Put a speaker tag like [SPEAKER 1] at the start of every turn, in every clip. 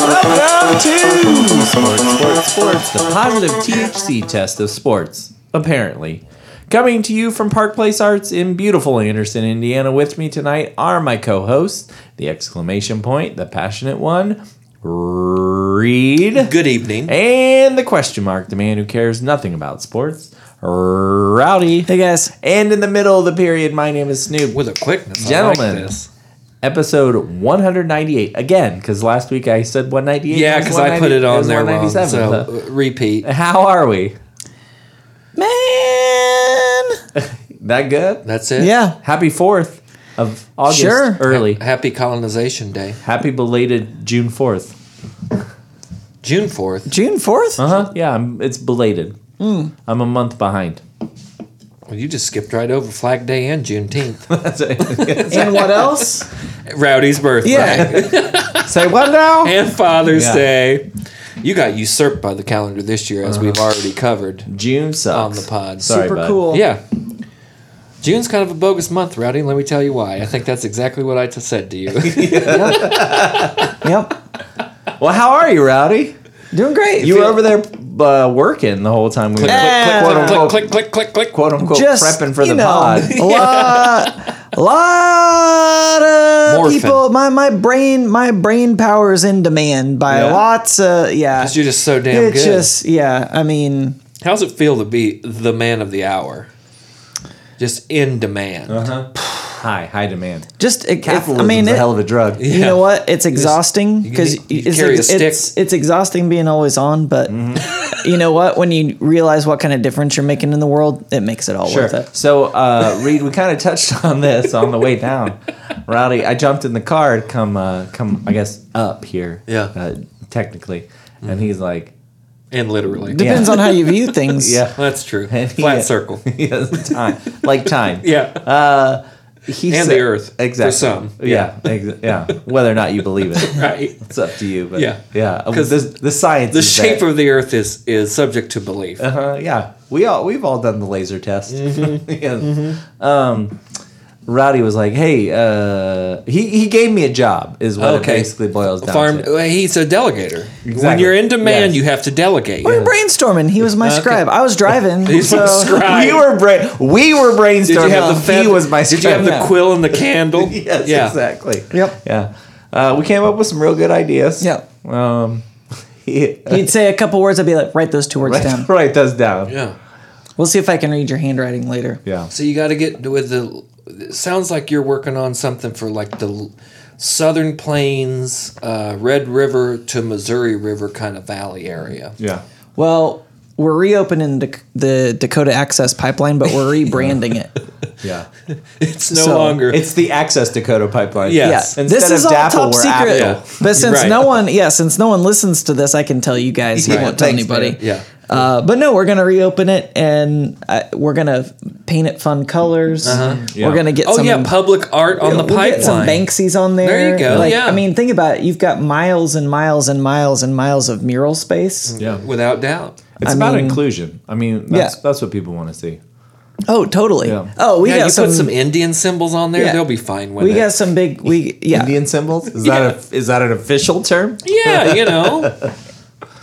[SPEAKER 1] Welcome to Sports, Sports, Sports,
[SPEAKER 2] the positive THC test of sports, apparently. Coming to you from Park Place Arts in beautiful Anderson, Indiana, with me tonight are my co hosts, the exclamation point, the passionate one, Reed,
[SPEAKER 1] Good evening.
[SPEAKER 2] and the question mark, the man who cares nothing about sports, Rowdy.
[SPEAKER 3] Hey guys,
[SPEAKER 2] And in the middle of the period, my name is Snoop.
[SPEAKER 1] With a quickness, I like
[SPEAKER 2] Gentlemen.
[SPEAKER 1] this.
[SPEAKER 2] episode 198 again because last week i said 198
[SPEAKER 1] Yeah,
[SPEAKER 2] it was
[SPEAKER 1] because I put
[SPEAKER 2] 190
[SPEAKER 1] it on
[SPEAKER 2] was
[SPEAKER 1] there wrong.
[SPEAKER 2] 197,
[SPEAKER 1] So uh, repeat.
[SPEAKER 2] so- how are we
[SPEAKER 3] man.
[SPEAKER 2] that good
[SPEAKER 1] That's it.
[SPEAKER 3] Yeah,
[SPEAKER 2] happy 4th of august
[SPEAKER 3] Sure.
[SPEAKER 2] early
[SPEAKER 1] Happy Colonization Day,
[SPEAKER 2] happy belated june 4th
[SPEAKER 1] June fourth.
[SPEAKER 3] June fourth. Hmm.
[SPEAKER 2] uh-huh yeah I'm, it's belated i'm a month behind
[SPEAKER 1] Well, you just skipped right over Flag Day and Juneteenth.
[SPEAKER 2] That's it.
[SPEAKER 3] And what else?
[SPEAKER 1] Rowdy's birthday
[SPEAKER 3] Yeah.
[SPEAKER 2] say what now
[SPEAKER 1] and Father's
[SPEAKER 2] Yeah.
[SPEAKER 1] Day. You got usurped by the calendar this year, as we've already covered.
[SPEAKER 2] june
[SPEAKER 1] On
[SPEAKER 2] sucks
[SPEAKER 1] the pod.
[SPEAKER 2] Sorry,
[SPEAKER 3] Super
[SPEAKER 2] bud.
[SPEAKER 3] cool.
[SPEAKER 1] Yeah. June's kind of a bogus month, Rowdy. and Let me tell you why. I think that's exactly what I t- said to you.
[SPEAKER 3] Yep.
[SPEAKER 2] well how are you rowdy
[SPEAKER 3] Doing great.
[SPEAKER 2] you were
[SPEAKER 3] Feel-
[SPEAKER 2] over there uh, working the whole time we were
[SPEAKER 3] click,
[SPEAKER 2] quote
[SPEAKER 3] click,
[SPEAKER 2] unquote,
[SPEAKER 1] click, click, click, click, click.
[SPEAKER 2] quote unquote
[SPEAKER 3] Just,
[SPEAKER 2] prepping for
[SPEAKER 3] you
[SPEAKER 2] the
[SPEAKER 3] know,
[SPEAKER 2] pod
[SPEAKER 3] A lot, a lot of
[SPEAKER 1] Morphin'.
[SPEAKER 3] people. My my brain, my brain power is in demand by
[SPEAKER 2] Yeah.
[SPEAKER 3] lots of yeah.
[SPEAKER 1] You're just so damn
[SPEAKER 3] It's
[SPEAKER 1] good.
[SPEAKER 3] just yeah. I mean,
[SPEAKER 1] How's it feel to be the man of the hour? Just in demand.
[SPEAKER 2] Uh-huh. high high demand
[SPEAKER 3] just it, it, I
[SPEAKER 2] capitalism's
[SPEAKER 3] mean,
[SPEAKER 2] a
[SPEAKER 3] it-
[SPEAKER 2] hell of a drug
[SPEAKER 3] you know what? It's exhausting
[SPEAKER 1] you
[SPEAKER 3] because
[SPEAKER 1] can- you
[SPEAKER 3] it's,
[SPEAKER 1] carry a
[SPEAKER 3] it's,
[SPEAKER 1] stick.
[SPEAKER 3] it's it's exhausting being always on, but you know what? When you realize what kind of difference you're making in the world, it makes it all
[SPEAKER 2] Sure.
[SPEAKER 3] worth it.
[SPEAKER 2] So, uh, Reed, we kind of touched on this on the way down. Rowdy, I jumped in the car to come, uh, come, I guess, up here.
[SPEAKER 1] Yeah. Mm-hmm.
[SPEAKER 2] Uh, technically, and he's like,
[SPEAKER 1] And literally.
[SPEAKER 3] Depends on how you view things.
[SPEAKER 2] yeah,
[SPEAKER 1] That's true.
[SPEAKER 2] And
[SPEAKER 1] Flat
[SPEAKER 2] he-
[SPEAKER 1] circle.
[SPEAKER 2] yeah, time, like time. Uh,
[SPEAKER 1] Yeah.
[SPEAKER 2] He
[SPEAKER 1] And
[SPEAKER 2] said-
[SPEAKER 1] the earth, for
[SPEAKER 2] Exactly.
[SPEAKER 1] some.
[SPEAKER 2] Yeah. Ex- yeah. Whether or not you believe it,
[SPEAKER 1] right.
[SPEAKER 2] it's up to you. But
[SPEAKER 1] Yeah.
[SPEAKER 2] Yeah.
[SPEAKER 1] 'Cause
[SPEAKER 2] the, the science.
[SPEAKER 1] The shape of the earth is is subject to belief.
[SPEAKER 2] Uh, yeah, we all we've all done the laser test.
[SPEAKER 1] Mm-hmm.
[SPEAKER 2] Yeah. Um, Rowdy was like, "Hey, uh, he he gave me a job." Is what it
[SPEAKER 1] Okay.
[SPEAKER 2] basically boils down
[SPEAKER 1] Farm.
[SPEAKER 2] to.
[SPEAKER 1] well, He's a delegator. When
[SPEAKER 2] Exactly.
[SPEAKER 1] you're in demand,
[SPEAKER 2] Yes.
[SPEAKER 1] you have to delegate.
[SPEAKER 3] We were brainstorming. He was my scribe. I was driving.
[SPEAKER 1] He's my
[SPEAKER 3] so-
[SPEAKER 1] scribe. Right.
[SPEAKER 2] We were brain we were brainstorming.
[SPEAKER 1] Did you have the
[SPEAKER 2] he
[SPEAKER 1] feather-
[SPEAKER 2] was my.
[SPEAKER 1] Did you have
[SPEAKER 2] scribe.
[SPEAKER 1] the quill and the candle?
[SPEAKER 2] yes,
[SPEAKER 1] Yeah.
[SPEAKER 2] exactly.
[SPEAKER 3] Yep.
[SPEAKER 2] Yeah, uh, we came up with some real good ideas.
[SPEAKER 3] Yep.
[SPEAKER 2] Um, he, uh,
[SPEAKER 3] He'd say a couple words. I'd be like, write those two words down.
[SPEAKER 2] write, write those down.
[SPEAKER 1] Yeah.
[SPEAKER 3] We'll see if I can read your handwriting later.
[SPEAKER 2] Yeah.
[SPEAKER 1] So you got to get with the. It sounds like you're working on something for like the Southern Plains, uh, Red River to Missouri River kind of valley area.
[SPEAKER 2] Yeah.
[SPEAKER 3] Well, we're reopening the, the Dakota Access Pipeline, but we're rebranding it.
[SPEAKER 2] Yeah.
[SPEAKER 1] It's no
[SPEAKER 3] So,
[SPEAKER 1] longer.
[SPEAKER 2] It's the Access Dakota pipeline.
[SPEAKER 1] Yeah.
[SPEAKER 3] Yeah,
[SPEAKER 1] Yes.
[SPEAKER 2] Instead
[SPEAKER 3] this
[SPEAKER 2] of
[SPEAKER 3] is all
[SPEAKER 2] Dapple,
[SPEAKER 3] top
[SPEAKER 2] we're
[SPEAKER 3] secret.
[SPEAKER 2] Apple.
[SPEAKER 1] Yeah.
[SPEAKER 3] But since
[SPEAKER 1] Right.
[SPEAKER 3] no one, yeah, since no one listens to this, I can tell you guys. He
[SPEAKER 2] Right.
[SPEAKER 3] won't tell
[SPEAKER 2] Thanks,
[SPEAKER 3] anybody.
[SPEAKER 2] man.
[SPEAKER 1] yeah.
[SPEAKER 3] Uh, but no, we're gonna reopen it, and uh we're gonna paint it fun colors.
[SPEAKER 2] Yeah.
[SPEAKER 3] We're gonna get
[SPEAKER 1] Oh
[SPEAKER 3] some.
[SPEAKER 1] yeah, public art on the
[SPEAKER 3] we'll
[SPEAKER 1] pipeline.
[SPEAKER 3] get some Banksies on there.
[SPEAKER 1] There you go,
[SPEAKER 3] Like,
[SPEAKER 1] yeah.
[SPEAKER 3] I mean, think about it. You've got miles and miles and miles and miles of mural space.
[SPEAKER 2] Yeah.
[SPEAKER 1] Without doubt.
[SPEAKER 2] It's
[SPEAKER 3] I
[SPEAKER 2] about
[SPEAKER 3] mean-
[SPEAKER 2] inclusion. I mean, that's
[SPEAKER 3] Yeah.
[SPEAKER 2] that's what people want to see.
[SPEAKER 3] Oh, totally.
[SPEAKER 2] Yeah.
[SPEAKER 3] Oh, we
[SPEAKER 1] yeah, you
[SPEAKER 3] got some.
[SPEAKER 1] put some Indian symbols on there.
[SPEAKER 3] Yeah.
[SPEAKER 1] They'll be fine with
[SPEAKER 3] we
[SPEAKER 1] it.
[SPEAKER 3] got some big. We yeah.
[SPEAKER 2] Indian symbols is that a, is that an official term?
[SPEAKER 1] yeah, you know.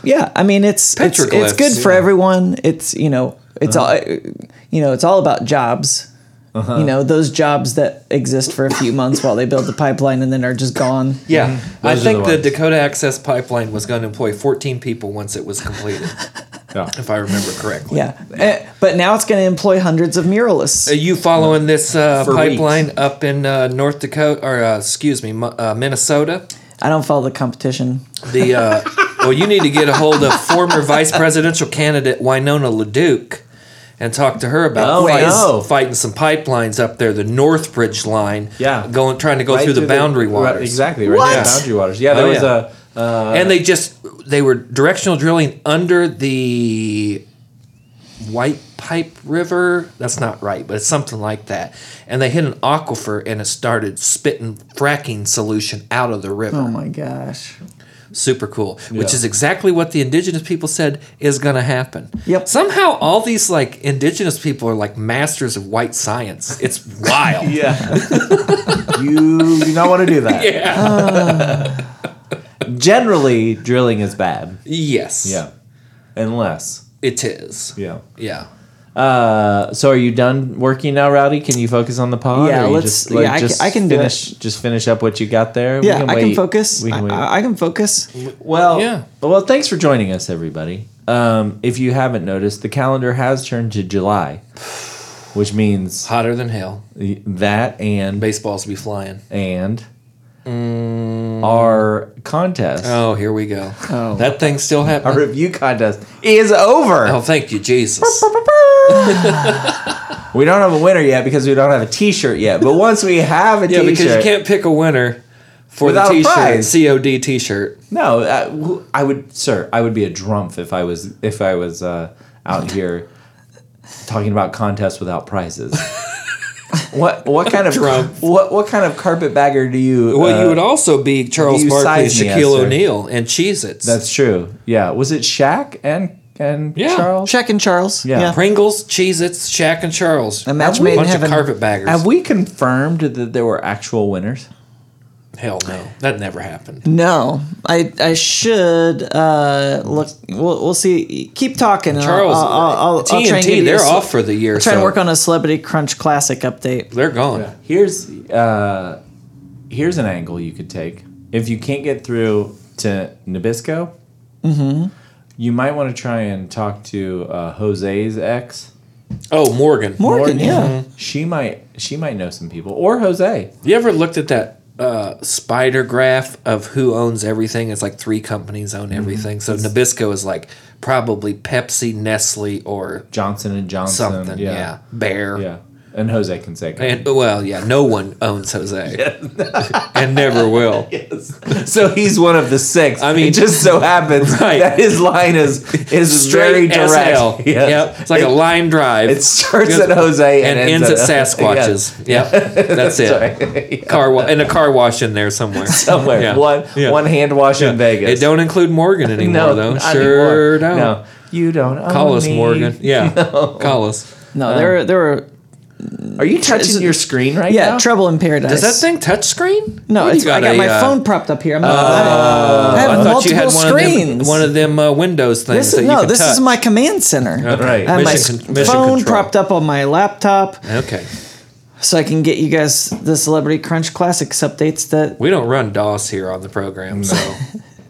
[SPEAKER 3] Yeah, I mean it's it's, it's
[SPEAKER 1] Petroglyphs,
[SPEAKER 3] good for
[SPEAKER 1] yeah.
[SPEAKER 3] everyone. It's you know it's all you know it's all about jobs. You know those jobs that exist for a few months while they build the pipeline and then are just gone.
[SPEAKER 1] Yeah, I
[SPEAKER 2] Mm-hmm. Those are
[SPEAKER 1] think
[SPEAKER 2] the
[SPEAKER 1] the,
[SPEAKER 2] ones.
[SPEAKER 1] Dakota Access Pipeline was going to employ 14 people once it was completed,
[SPEAKER 2] Yeah.
[SPEAKER 1] if I remember correctly.
[SPEAKER 3] Yeah, Eh, but now it's going to employ hundreds of muralists.
[SPEAKER 1] Are you following this uh,
[SPEAKER 2] For weeks.
[SPEAKER 1] pipeline up in uh, North Dakota, or uh, excuse me, Mo- uh, Minnesota?
[SPEAKER 3] I don't follow the competition.
[SPEAKER 1] The uh, well, you need to get a hold of former vice presidential candidate Winona LaDuke and talk to her about
[SPEAKER 2] Oh,
[SPEAKER 1] fighting,
[SPEAKER 2] wow.
[SPEAKER 1] fighting some pipelines up there, the Northbridge line.
[SPEAKER 2] Yeah.
[SPEAKER 1] going trying to go
[SPEAKER 2] Right
[SPEAKER 1] through, the boundary
[SPEAKER 2] right-
[SPEAKER 1] waters.
[SPEAKER 2] exactly. Right
[SPEAKER 3] What?
[SPEAKER 2] through the boundary waters. Yeah, there
[SPEAKER 1] Oh,
[SPEAKER 2] was
[SPEAKER 1] yeah.
[SPEAKER 2] a uh,
[SPEAKER 1] and they just they were directional drilling under the White Pipe River. That's not right, but it's something like that. And they hit an aquifer and it started spitting fracking solution out of the river.
[SPEAKER 3] Oh my gosh!
[SPEAKER 1] Super cool. Which
[SPEAKER 2] Hmm. Yeah.
[SPEAKER 1] is exactly what the indigenous people said is going to happen.
[SPEAKER 3] Yep.
[SPEAKER 1] Somehow all these like indigenous people are like masters of white science. It's wild.
[SPEAKER 2] yeah. you do not want to do that.
[SPEAKER 1] Yeah.
[SPEAKER 2] generally, drilling is bad.
[SPEAKER 1] Yes.
[SPEAKER 2] Yeah. Unless.
[SPEAKER 1] It is.
[SPEAKER 2] Yeah.
[SPEAKER 1] Yeah.
[SPEAKER 2] Uh, so are you done working now, Rowdy? Can you focus on the pod?
[SPEAKER 3] Yeah,
[SPEAKER 2] Or you
[SPEAKER 3] let's-
[SPEAKER 2] Just, like,
[SPEAKER 3] yeah, I
[SPEAKER 2] just
[SPEAKER 3] can- I can do
[SPEAKER 2] finish. Just finish up what you got there. We
[SPEAKER 3] yeah, I can
[SPEAKER 2] wait.
[SPEAKER 3] focus.
[SPEAKER 2] We can wait.
[SPEAKER 3] I, I can focus.
[SPEAKER 2] well,
[SPEAKER 1] Yeah.
[SPEAKER 2] Well, thanks for joining us, everybody. Um, if you haven't noticed, the calendar has turned to July, which means
[SPEAKER 1] Hotter than hell.
[SPEAKER 2] that and
[SPEAKER 1] Baseballs be flying.
[SPEAKER 2] and
[SPEAKER 1] Mm.
[SPEAKER 2] our contest,
[SPEAKER 1] Oh, here we go.
[SPEAKER 3] Oh.
[SPEAKER 1] That thing's still
[SPEAKER 2] our
[SPEAKER 1] happening.
[SPEAKER 2] review contest, is over.
[SPEAKER 1] Oh, thank you, Jesus.
[SPEAKER 2] We don't have a winner yet because we don't have a T-shirt yet. But once we have a
[SPEAKER 1] Yeah,
[SPEAKER 2] T-shirt,
[SPEAKER 1] because you can't pick a winner for
[SPEAKER 2] Without a
[SPEAKER 1] the T-shirt,
[SPEAKER 2] prize.
[SPEAKER 1] COD T-shirt.
[SPEAKER 2] No, uh, who- I would, sir. I would be a drump if I was if I was uh, out here talking about contests without prizes. what what kind of
[SPEAKER 1] Drump.
[SPEAKER 2] what what kind of carpetbagger do you?
[SPEAKER 1] Well, you
[SPEAKER 2] uh,
[SPEAKER 1] would also be Charles
[SPEAKER 2] you
[SPEAKER 1] Barkley,
[SPEAKER 2] size me,
[SPEAKER 1] Shaquille
[SPEAKER 2] yes, sir.
[SPEAKER 1] O'Neal, and Cheez-Its.
[SPEAKER 2] That's true. Yeah. Was it Shaq and and
[SPEAKER 1] Yeah.
[SPEAKER 2] Charles?
[SPEAKER 3] Check in, Charles.
[SPEAKER 2] Yeah.
[SPEAKER 1] Pringles, Cheez-Its, Shaq, and Charles.
[SPEAKER 3] A match
[SPEAKER 1] Have we-
[SPEAKER 3] made in
[SPEAKER 1] bunch of
[SPEAKER 3] heaven.
[SPEAKER 1] carpetbaggers.
[SPEAKER 2] Have we confirmed that there were actual winners?
[SPEAKER 1] Hell no, that never happened.
[SPEAKER 3] No, I I should uh, look. We'll, we'll see. Keep talking. and I'll-
[SPEAKER 1] Charles,
[SPEAKER 3] Uh, I'll, I'll, I'll, I'll try and give
[SPEAKER 1] TNT,
[SPEAKER 3] you a
[SPEAKER 1] they're
[SPEAKER 3] s-
[SPEAKER 1] off for the year.
[SPEAKER 3] I'll try
[SPEAKER 1] so
[SPEAKER 3] and work on a Celebrity Crunch Classic update.
[SPEAKER 1] They're gone.
[SPEAKER 2] Here's uh, here's an angle you could take. If you can't get through to Nabisco, you might want to try and talk to uh, Jose's ex.
[SPEAKER 1] Oh, Morgan.
[SPEAKER 3] Morgan, yeah.
[SPEAKER 2] She might she might know some people or Jose.
[SPEAKER 1] You ever looked at that uh, spider graph of who owns everything? It's like three companies own
[SPEAKER 2] Mm-hmm.
[SPEAKER 1] everything. So Nabisco is like probably Pepsi, Nestle, or
[SPEAKER 2] Johnson and Johnson.
[SPEAKER 1] something. yeah.
[SPEAKER 2] Yeah.
[SPEAKER 1] Bear.
[SPEAKER 2] Yeah. And Jose can say
[SPEAKER 1] And well, yeah, no one owns Jose, and never will.
[SPEAKER 2] so he's one of the six.
[SPEAKER 1] I mean-
[SPEAKER 2] it just so happens
[SPEAKER 1] Right.
[SPEAKER 2] that his line is is very
[SPEAKER 1] as
[SPEAKER 2] direct.
[SPEAKER 1] hell.
[SPEAKER 2] Yes.
[SPEAKER 1] Yep, it's like
[SPEAKER 2] it,
[SPEAKER 1] a line drive.
[SPEAKER 2] it starts at Jose
[SPEAKER 1] and
[SPEAKER 2] and,
[SPEAKER 1] ends, at
[SPEAKER 2] Yes.
[SPEAKER 1] Sasquatches. Yep, that's it.
[SPEAKER 2] Sorry.
[SPEAKER 1] Car wa- and a car wash in there somewhere.
[SPEAKER 2] somewhere.
[SPEAKER 1] Yeah.
[SPEAKER 2] Oh, One
[SPEAKER 1] Yeah.
[SPEAKER 2] one hand wash in Vegas.
[SPEAKER 1] It don't include Morgan anymore though.
[SPEAKER 2] not
[SPEAKER 1] Sure
[SPEAKER 2] anymore.
[SPEAKER 1] don't.
[SPEAKER 2] No, you don't. own
[SPEAKER 1] Call us
[SPEAKER 2] me.
[SPEAKER 1] Morgan. Yeah, call us.
[SPEAKER 3] No, there were there were
[SPEAKER 2] Are you touching your screen right
[SPEAKER 3] yeah
[SPEAKER 2] now?
[SPEAKER 3] Trouble in Paradise.
[SPEAKER 1] Is that thing touch screen?
[SPEAKER 3] No,
[SPEAKER 1] What do
[SPEAKER 3] it's,
[SPEAKER 1] you
[SPEAKER 3] I got
[SPEAKER 1] a,
[SPEAKER 3] my
[SPEAKER 1] uh, Oh,
[SPEAKER 3] phone propped up here. I'm not, I have
[SPEAKER 1] I thought
[SPEAKER 3] multiple
[SPEAKER 1] you had one
[SPEAKER 3] screens.
[SPEAKER 1] of them, one of them uh, Windows things
[SPEAKER 3] this
[SPEAKER 1] that
[SPEAKER 3] is,
[SPEAKER 1] you
[SPEAKER 3] no,
[SPEAKER 1] can
[SPEAKER 3] this
[SPEAKER 1] touch.
[SPEAKER 3] is my command center.
[SPEAKER 2] Right.
[SPEAKER 3] I have my
[SPEAKER 1] Mission con-
[SPEAKER 3] s-
[SPEAKER 1] mission
[SPEAKER 3] phone
[SPEAKER 1] control.
[SPEAKER 3] propped up on my laptop
[SPEAKER 1] Okay,
[SPEAKER 3] so I can get you guys the Celebrity Crunch Classics updates that
[SPEAKER 1] we don't run DOS here on the program, so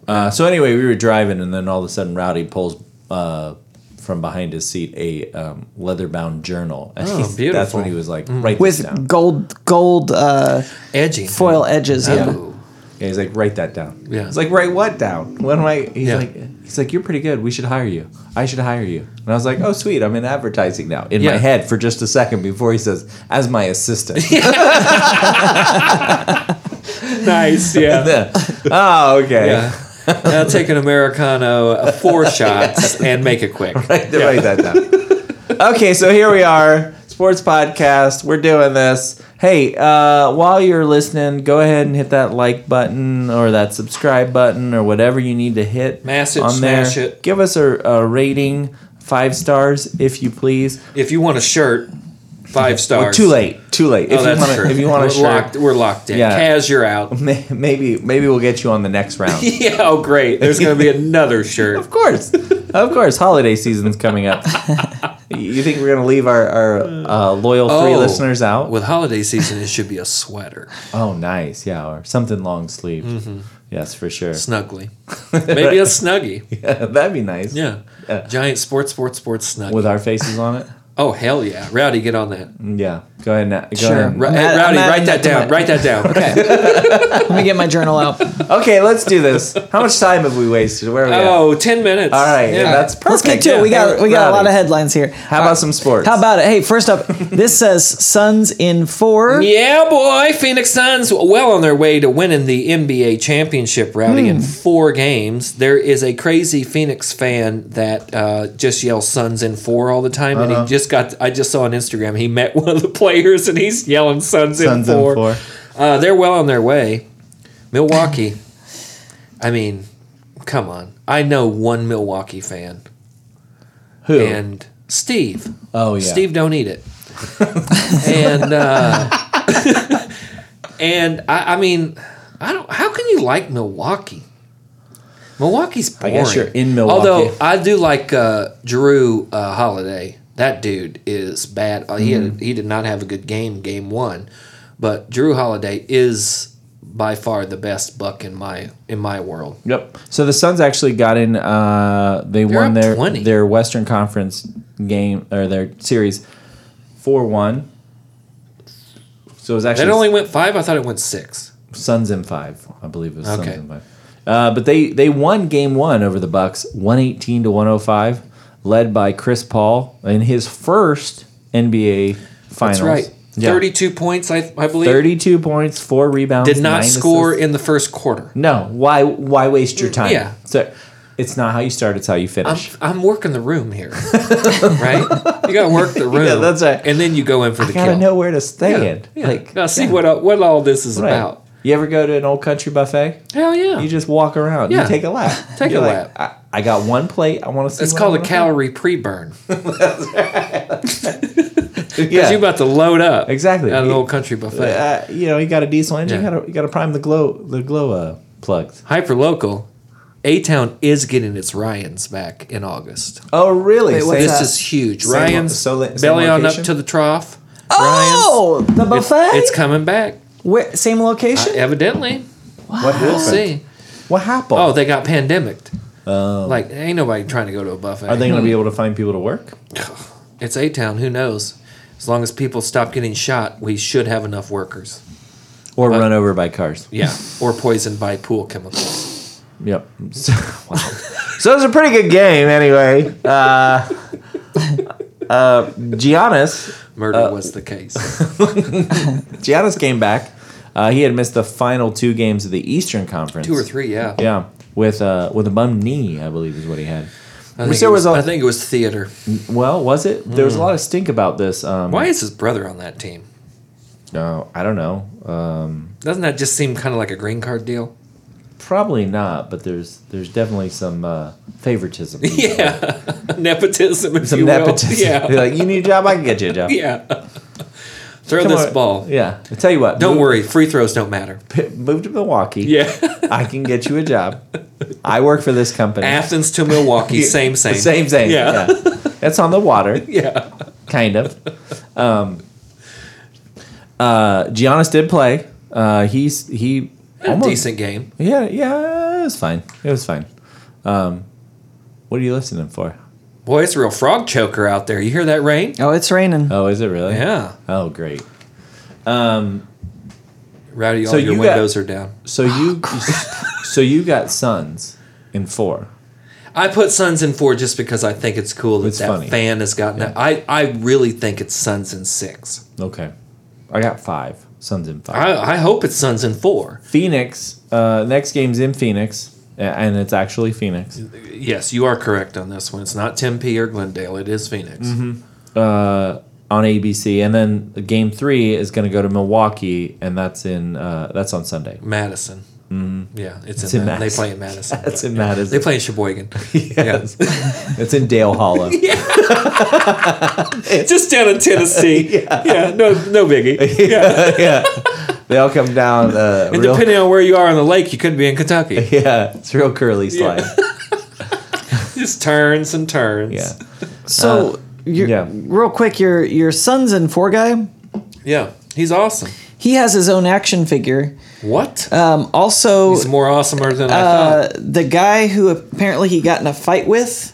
[SPEAKER 2] Uh, so anyway, we were driving, and then all of a sudden, Rowdy pulls uh, from behind his seat a um, leather-bound journal. And
[SPEAKER 1] Oh,
[SPEAKER 2] he's- That's
[SPEAKER 1] beautiful. Mm.
[SPEAKER 2] when he was like, "Write this down."
[SPEAKER 3] with gold gold uh,
[SPEAKER 1] edgy
[SPEAKER 3] foil edges. Yeah.
[SPEAKER 1] Oh.
[SPEAKER 2] Yeah, he's like, "Write that down."
[SPEAKER 1] Yeah.
[SPEAKER 2] He's like, "Write what down?" What am I? He's
[SPEAKER 1] Yeah.
[SPEAKER 2] like, "He's like, you're pretty good. We should hire you. I should hire you." And I was like, "Oh, sweet. I'm in advertising now." In my
[SPEAKER 1] Yeah.
[SPEAKER 2] head for just a second before he says, "As my assistant."
[SPEAKER 1] Nice, yeah.
[SPEAKER 2] oh, okay.
[SPEAKER 1] Yeah. Now take an Americano, uh, four shots, and make it quick.
[SPEAKER 2] Write that down. okay, so here we are, sports podcast. We're doing this. Hey, uh, while you're listening, go ahead and hit that like button or that subscribe button or whatever you need to hit.
[SPEAKER 1] Mash it,
[SPEAKER 2] on there.
[SPEAKER 1] smash it.
[SPEAKER 2] Give us a, a rating, five stars if you please.
[SPEAKER 1] If you want a shirt, five stars.
[SPEAKER 2] Too late, too late.
[SPEAKER 1] Oh,
[SPEAKER 2] if, you
[SPEAKER 1] that's
[SPEAKER 2] wanna,
[SPEAKER 1] true.
[SPEAKER 2] if you want
[SPEAKER 1] we're
[SPEAKER 2] to,
[SPEAKER 1] locked, we're locked in.
[SPEAKER 2] Yeah.
[SPEAKER 1] Kaz, you're out.
[SPEAKER 2] may maybe maybe we'll get you on the next round.
[SPEAKER 1] yeah, oh great. There's gonna be another shirt.
[SPEAKER 2] Of course, of course. Holiday season's coming up. you think we're gonna leave our, our uh, loyal three
[SPEAKER 1] Oh.
[SPEAKER 2] listeners out?
[SPEAKER 1] With holiday season, it should be a sweater,
[SPEAKER 2] oh, nice, yeah, or something long sleeved.
[SPEAKER 1] Mm-hmm.
[SPEAKER 2] Yes, for sure.
[SPEAKER 1] snugly. Maybe a snuggie.
[SPEAKER 2] That'd be nice.
[SPEAKER 1] Yeah, giant sports, sports, sports snuggie.
[SPEAKER 2] with our faces on it. Mm,
[SPEAKER 1] oh hell yeah, Rowdy, get on that.
[SPEAKER 2] Yeah, go ahead. Now. Go
[SPEAKER 3] Sure.
[SPEAKER 2] ahead.
[SPEAKER 1] Ro-
[SPEAKER 3] I'm add-
[SPEAKER 1] Rowdy,
[SPEAKER 3] I'm
[SPEAKER 1] write that
[SPEAKER 3] adding that to
[SPEAKER 1] down.
[SPEAKER 3] my-
[SPEAKER 1] Write that down. Okay.
[SPEAKER 3] Let me get my journal out.
[SPEAKER 2] Okay, let's do this. How much time have we wasted? Where are we? at?
[SPEAKER 1] Oh, 10 minutes.
[SPEAKER 2] All right, yeah, that's perfect.
[SPEAKER 3] Let's get to it. We got we got a lot of headlines here.
[SPEAKER 2] How about some sports?
[SPEAKER 3] How about it? Hey, first up, this says Suns in four.
[SPEAKER 1] Yeah, boy. Phoenix Suns well on their way to winning the NBA championship rally in four games. There is a crazy Phoenix fan that uh, just yells "Suns in four all the time, and he just got. I just saw on Instagram he met one of the players, and he's yelling "Suns,
[SPEAKER 2] Suns
[SPEAKER 1] in
[SPEAKER 2] in
[SPEAKER 1] four.
[SPEAKER 2] four.
[SPEAKER 1] Uh, they're well on their way. Milwaukee. I mean, come on. I know one Milwaukee fan,
[SPEAKER 2] who?
[SPEAKER 1] and Steve.
[SPEAKER 2] oh yeah,
[SPEAKER 1] Steve, don't eat it. and uh, and I, I mean, I don't. How can you like Milwaukee? Milwaukee's boring.
[SPEAKER 2] guess you're in Milwaukee.
[SPEAKER 1] Although I do like uh, Drew uh, Holiday. That dude is bad. Uh, He
[SPEAKER 2] Mm-hmm.
[SPEAKER 1] had, he did not have a good game game one, but Drew Holiday is by far the best buck in my in my world.
[SPEAKER 2] Yep. So the Suns actually got in. Uh, they won
[SPEAKER 1] up
[SPEAKER 2] their
[SPEAKER 1] 20.
[SPEAKER 2] their Western Conference game or their series four one. So it was actually
[SPEAKER 1] That only went five. I thought it went six.
[SPEAKER 2] Suns in five, I believe it was
[SPEAKER 1] Okay.
[SPEAKER 2] Suns in five. Uh, but they they won game one over the Bucks, one eighteen to one hundred five, led by Chris Paul in his first NBA Finals.
[SPEAKER 1] That's right.
[SPEAKER 2] Yeah.
[SPEAKER 1] Thirty-two points. I I believe
[SPEAKER 2] 32 points, four rebounds.
[SPEAKER 1] did not
[SPEAKER 2] nine
[SPEAKER 1] score
[SPEAKER 2] assists.
[SPEAKER 1] in the first quarter.
[SPEAKER 2] No. Why? Why waste your time?
[SPEAKER 1] yeah.
[SPEAKER 2] So it's not how you start; it's how you
[SPEAKER 1] I'm,
[SPEAKER 2] finish.
[SPEAKER 1] I'm working the room here, right? You got to work the room.
[SPEAKER 2] Yeah, that's right.
[SPEAKER 1] And then you go in for the
[SPEAKER 2] you gotta
[SPEAKER 1] kill.
[SPEAKER 2] know where to stand.
[SPEAKER 1] Yeah, yeah.
[SPEAKER 2] Like
[SPEAKER 1] Now, see what all, what all this is
[SPEAKER 2] right.
[SPEAKER 1] about.
[SPEAKER 2] You ever go to an old country buffet?
[SPEAKER 1] Hell yeah!
[SPEAKER 2] You just walk around.
[SPEAKER 1] Yeah.
[SPEAKER 2] You take a lap.
[SPEAKER 1] Take
[SPEAKER 2] You're
[SPEAKER 1] a
[SPEAKER 2] like,
[SPEAKER 1] lap.
[SPEAKER 2] I, I got one plate. I want to see.
[SPEAKER 1] it's
[SPEAKER 2] what
[SPEAKER 1] called
[SPEAKER 2] I
[SPEAKER 1] a
[SPEAKER 2] wanna
[SPEAKER 1] calorie pre-burn because
[SPEAKER 2] do." Yeah.
[SPEAKER 1] you're about to load up
[SPEAKER 2] Exactly.
[SPEAKER 1] at an old country buffet.
[SPEAKER 2] uh, you know, you got a diesel engine.
[SPEAKER 1] Yeah.
[SPEAKER 2] You gotta you gotta prime the glow the glow uh, plugs.
[SPEAKER 1] Hyper local, A Town is getting its Ryan's back in August.
[SPEAKER 2] Oh really?
[SPEAKER 3] Wait, what's
[SPEAKER 1] this
[SPEAKER 3] that?
[SPEAKER 1] is huge.
[SPEAKER 2] Same lo-
[SPEAKER 1] Ryan's
[SPEAKER 2] so li- same
[SPEAKER 1] belly on up
[SPEAKER 2] location?
[SPEAKER 1] to the trough.
[SPEAKER 3] Oh, the
[SPEAKER 1] Ryan's,
[SPEAKER 3] buffet.
[SPEAKER 1] It's, it's coming back.
[SPEAKER 3] Wait, same location.
[SPEAKER 1] Evidently,
[SPEAKER 2] What happened?
[SPEAKER 1] we'll see.
[SPEAKER 2] What happened?
[SPEAKER 1] Oh, they got pandemicked. like ain't nobody trying to go to a buffet.
[SPEAKER 2] Oh. Are they gonna be able to find people to work?
[SPEAKER 1] It's A Town. Who knows? As long as people stop getting shot, we should have enough workers.
[SPEAKER 2] Or run over by cars?
[SPEAKER 1] Yeah, or poisoned by pool chemicals.
[SPEAKER 2] Yep. So, wow. so it was a pretty good game, anyway. Uh, uh, Giannis,
[SPEAKER 1] Murder was the case.
[SPEAKER 2] Giannis came back. Uh, he had missed the final two games of the Eastern Conference.
[SPEAKER 1] Two or three, yeah.
[SPEAKER 2] Yeah, with uh, with a bum knee, I believe is what he had.
[SPEAKER 1] I, think
[SPEAKER 2] there
[SPEAKER 1] it was,
[SPEAKER 2] was a-
[SPEAKER 1] I think it was theater.
[SPEAKER 2] Well, was it? There
[SPEAKER 1] Hmm.
[SPEAKER 2] was a lot of stink about this. Um,
[SPEAKER 1] Why is his brother on that team?
[SPEAKER 2] No, I don't know. Um,
[SPEAKER 1] Doesn't that just seem kind of like a green card deal?
[SPEAKER 2] probably not, but there's there's definitely some uh, favoritism.
[SPEAKER 1] Yeah, nepotism, if
[SPEAKER 2] some
[SPEAKER 1] you
[SPEAKER 2] nepotism.
[SPEAKER 1] will. Yeah,
[SPEAKER 2] They're like, you need a job, I can get you a job.
[SPEAKER 1] yeah. Throw
[SPEAKER 2] Come
[SPEAKER 1] this
[SPEAKER 2] on.
[SPEAKER 1] ball.
[SPEAKER 2] Yeah, I tell you what.
[SPEAKER 1] Don't
[SPEAKER 2] move-
[SPEAKER 1] worry, free throws don't matter.
[SPEAKER 2] Move to Milwaukee.
[SPEAKER 1] Yeah,
[SPEAKER 2] I can get you a job. I work for this company.
[SPEAKER 1] Athens to Milwaukee, same, same,
[SPEAKER 2] Same, same.
[SPEAKER 1] Yeah.
[SPEAKER 2] Yeah. That's on the water,
[SPEAKER 1] yeah.
[SPEAKER 2] kind of. Um, uh, Giannis did play. Uh, he's he almost
[SPEAKER 1] Decent game.
[SPEAKER 2] Yeah, yeah. It was fine. It was fine. Um, what are you listening for?
[SPEAKER 1] Boy, it's a real frog choker out there. You hear that rain?
[SPEAKER 3] oh, it's raining.
[SPEAKER 1] Uh,
[SPEAKER 2] Oh, is it really?
[SPEAKER 1] Yeah.
[SPEAKER 2] Oh, great.
[SPEAKER 1] Rowdy, all
[SPEAKER 2] So
[SPEAKER 1] your
[SPEAKER 2] you got-
[SPEAKER 1] windows are down.
[SPEAKER 2] So you, so you got sons in four.
[SPEAKER 1] I put Suns in four just because I think it's cool that
[SPEAKER 2] It's
[SPEAKER 1] that
[SPEAKER 2] funny.
[SPEAKER 1] fan has gotten that. I, I really think it's Suns in six.
[SPEAKER 2] Okay, I got five sons in five.
[SPEAKER 1] I, I hope it's Suns in four.
[SPEAKER 2] Phoenix. Uh, next game's in Phoenix, a- and it's actually Phoenix.
[SPEAKER 1] Yes, you are correct on this one. It's not Tempe or Glendale. It is Phoenix.
[SPEAKER 2] Mm-hmm. uh, on ABC, and then Game Three is going to go to Milwaukee, and that's in uh, that's on Sunday.
[SPEAKER 1] Madison. Yeah, it's,
[SPEAKER 2] Mm-hmm. It's
[SPEAKER 1] in,
[SPEAKER 2] in
[SPEAKER 1] Ma- They
[SPEAKER 2] Madison.
[SPEAKER 1] play in Madison.
[SPEAKER 2] That's in
[SPEAKER 1] They
[SPEAKER 2] Madison.
[SPEAKER 1] play in Sheboygan.
[SPEAKER 2] Yes. it's in Dale Hollow.
[SPEAKER 1] Just down in Tennessee. yeah. no no biggie.
[SPEAKER 2] yeah, they all come down. Uh,
[SPEAKER 1] And
[SPEAKER 2] real,
[SPEAKER 1] depending on where you are on the lake, you could be in Kentucky.
[SPEAKER 2] yeah, it's real curly slide.
[SPEAKER 1] Just turns and turns.
[SPEAKER 2] Yeah,
[SPEAKER 1] uh,
[SPEAKER 3] So, you're,
[SPEAKER 2] yeah.
[SPEAKER 3] real quick, your your son's in four guy.
[SPEAKER 1] Yeah. He's awesome.
[SPEAKER 3] He has his own action figure.
[SPEAKER 1] What?
[SPEAKER 2] Uh,
[SPEAKER 3] Um, also,
[SPEAKER 1] He's more awesomer than I thought.
[SPEAKER 3] uh, the guy who apparently he got in a fight with,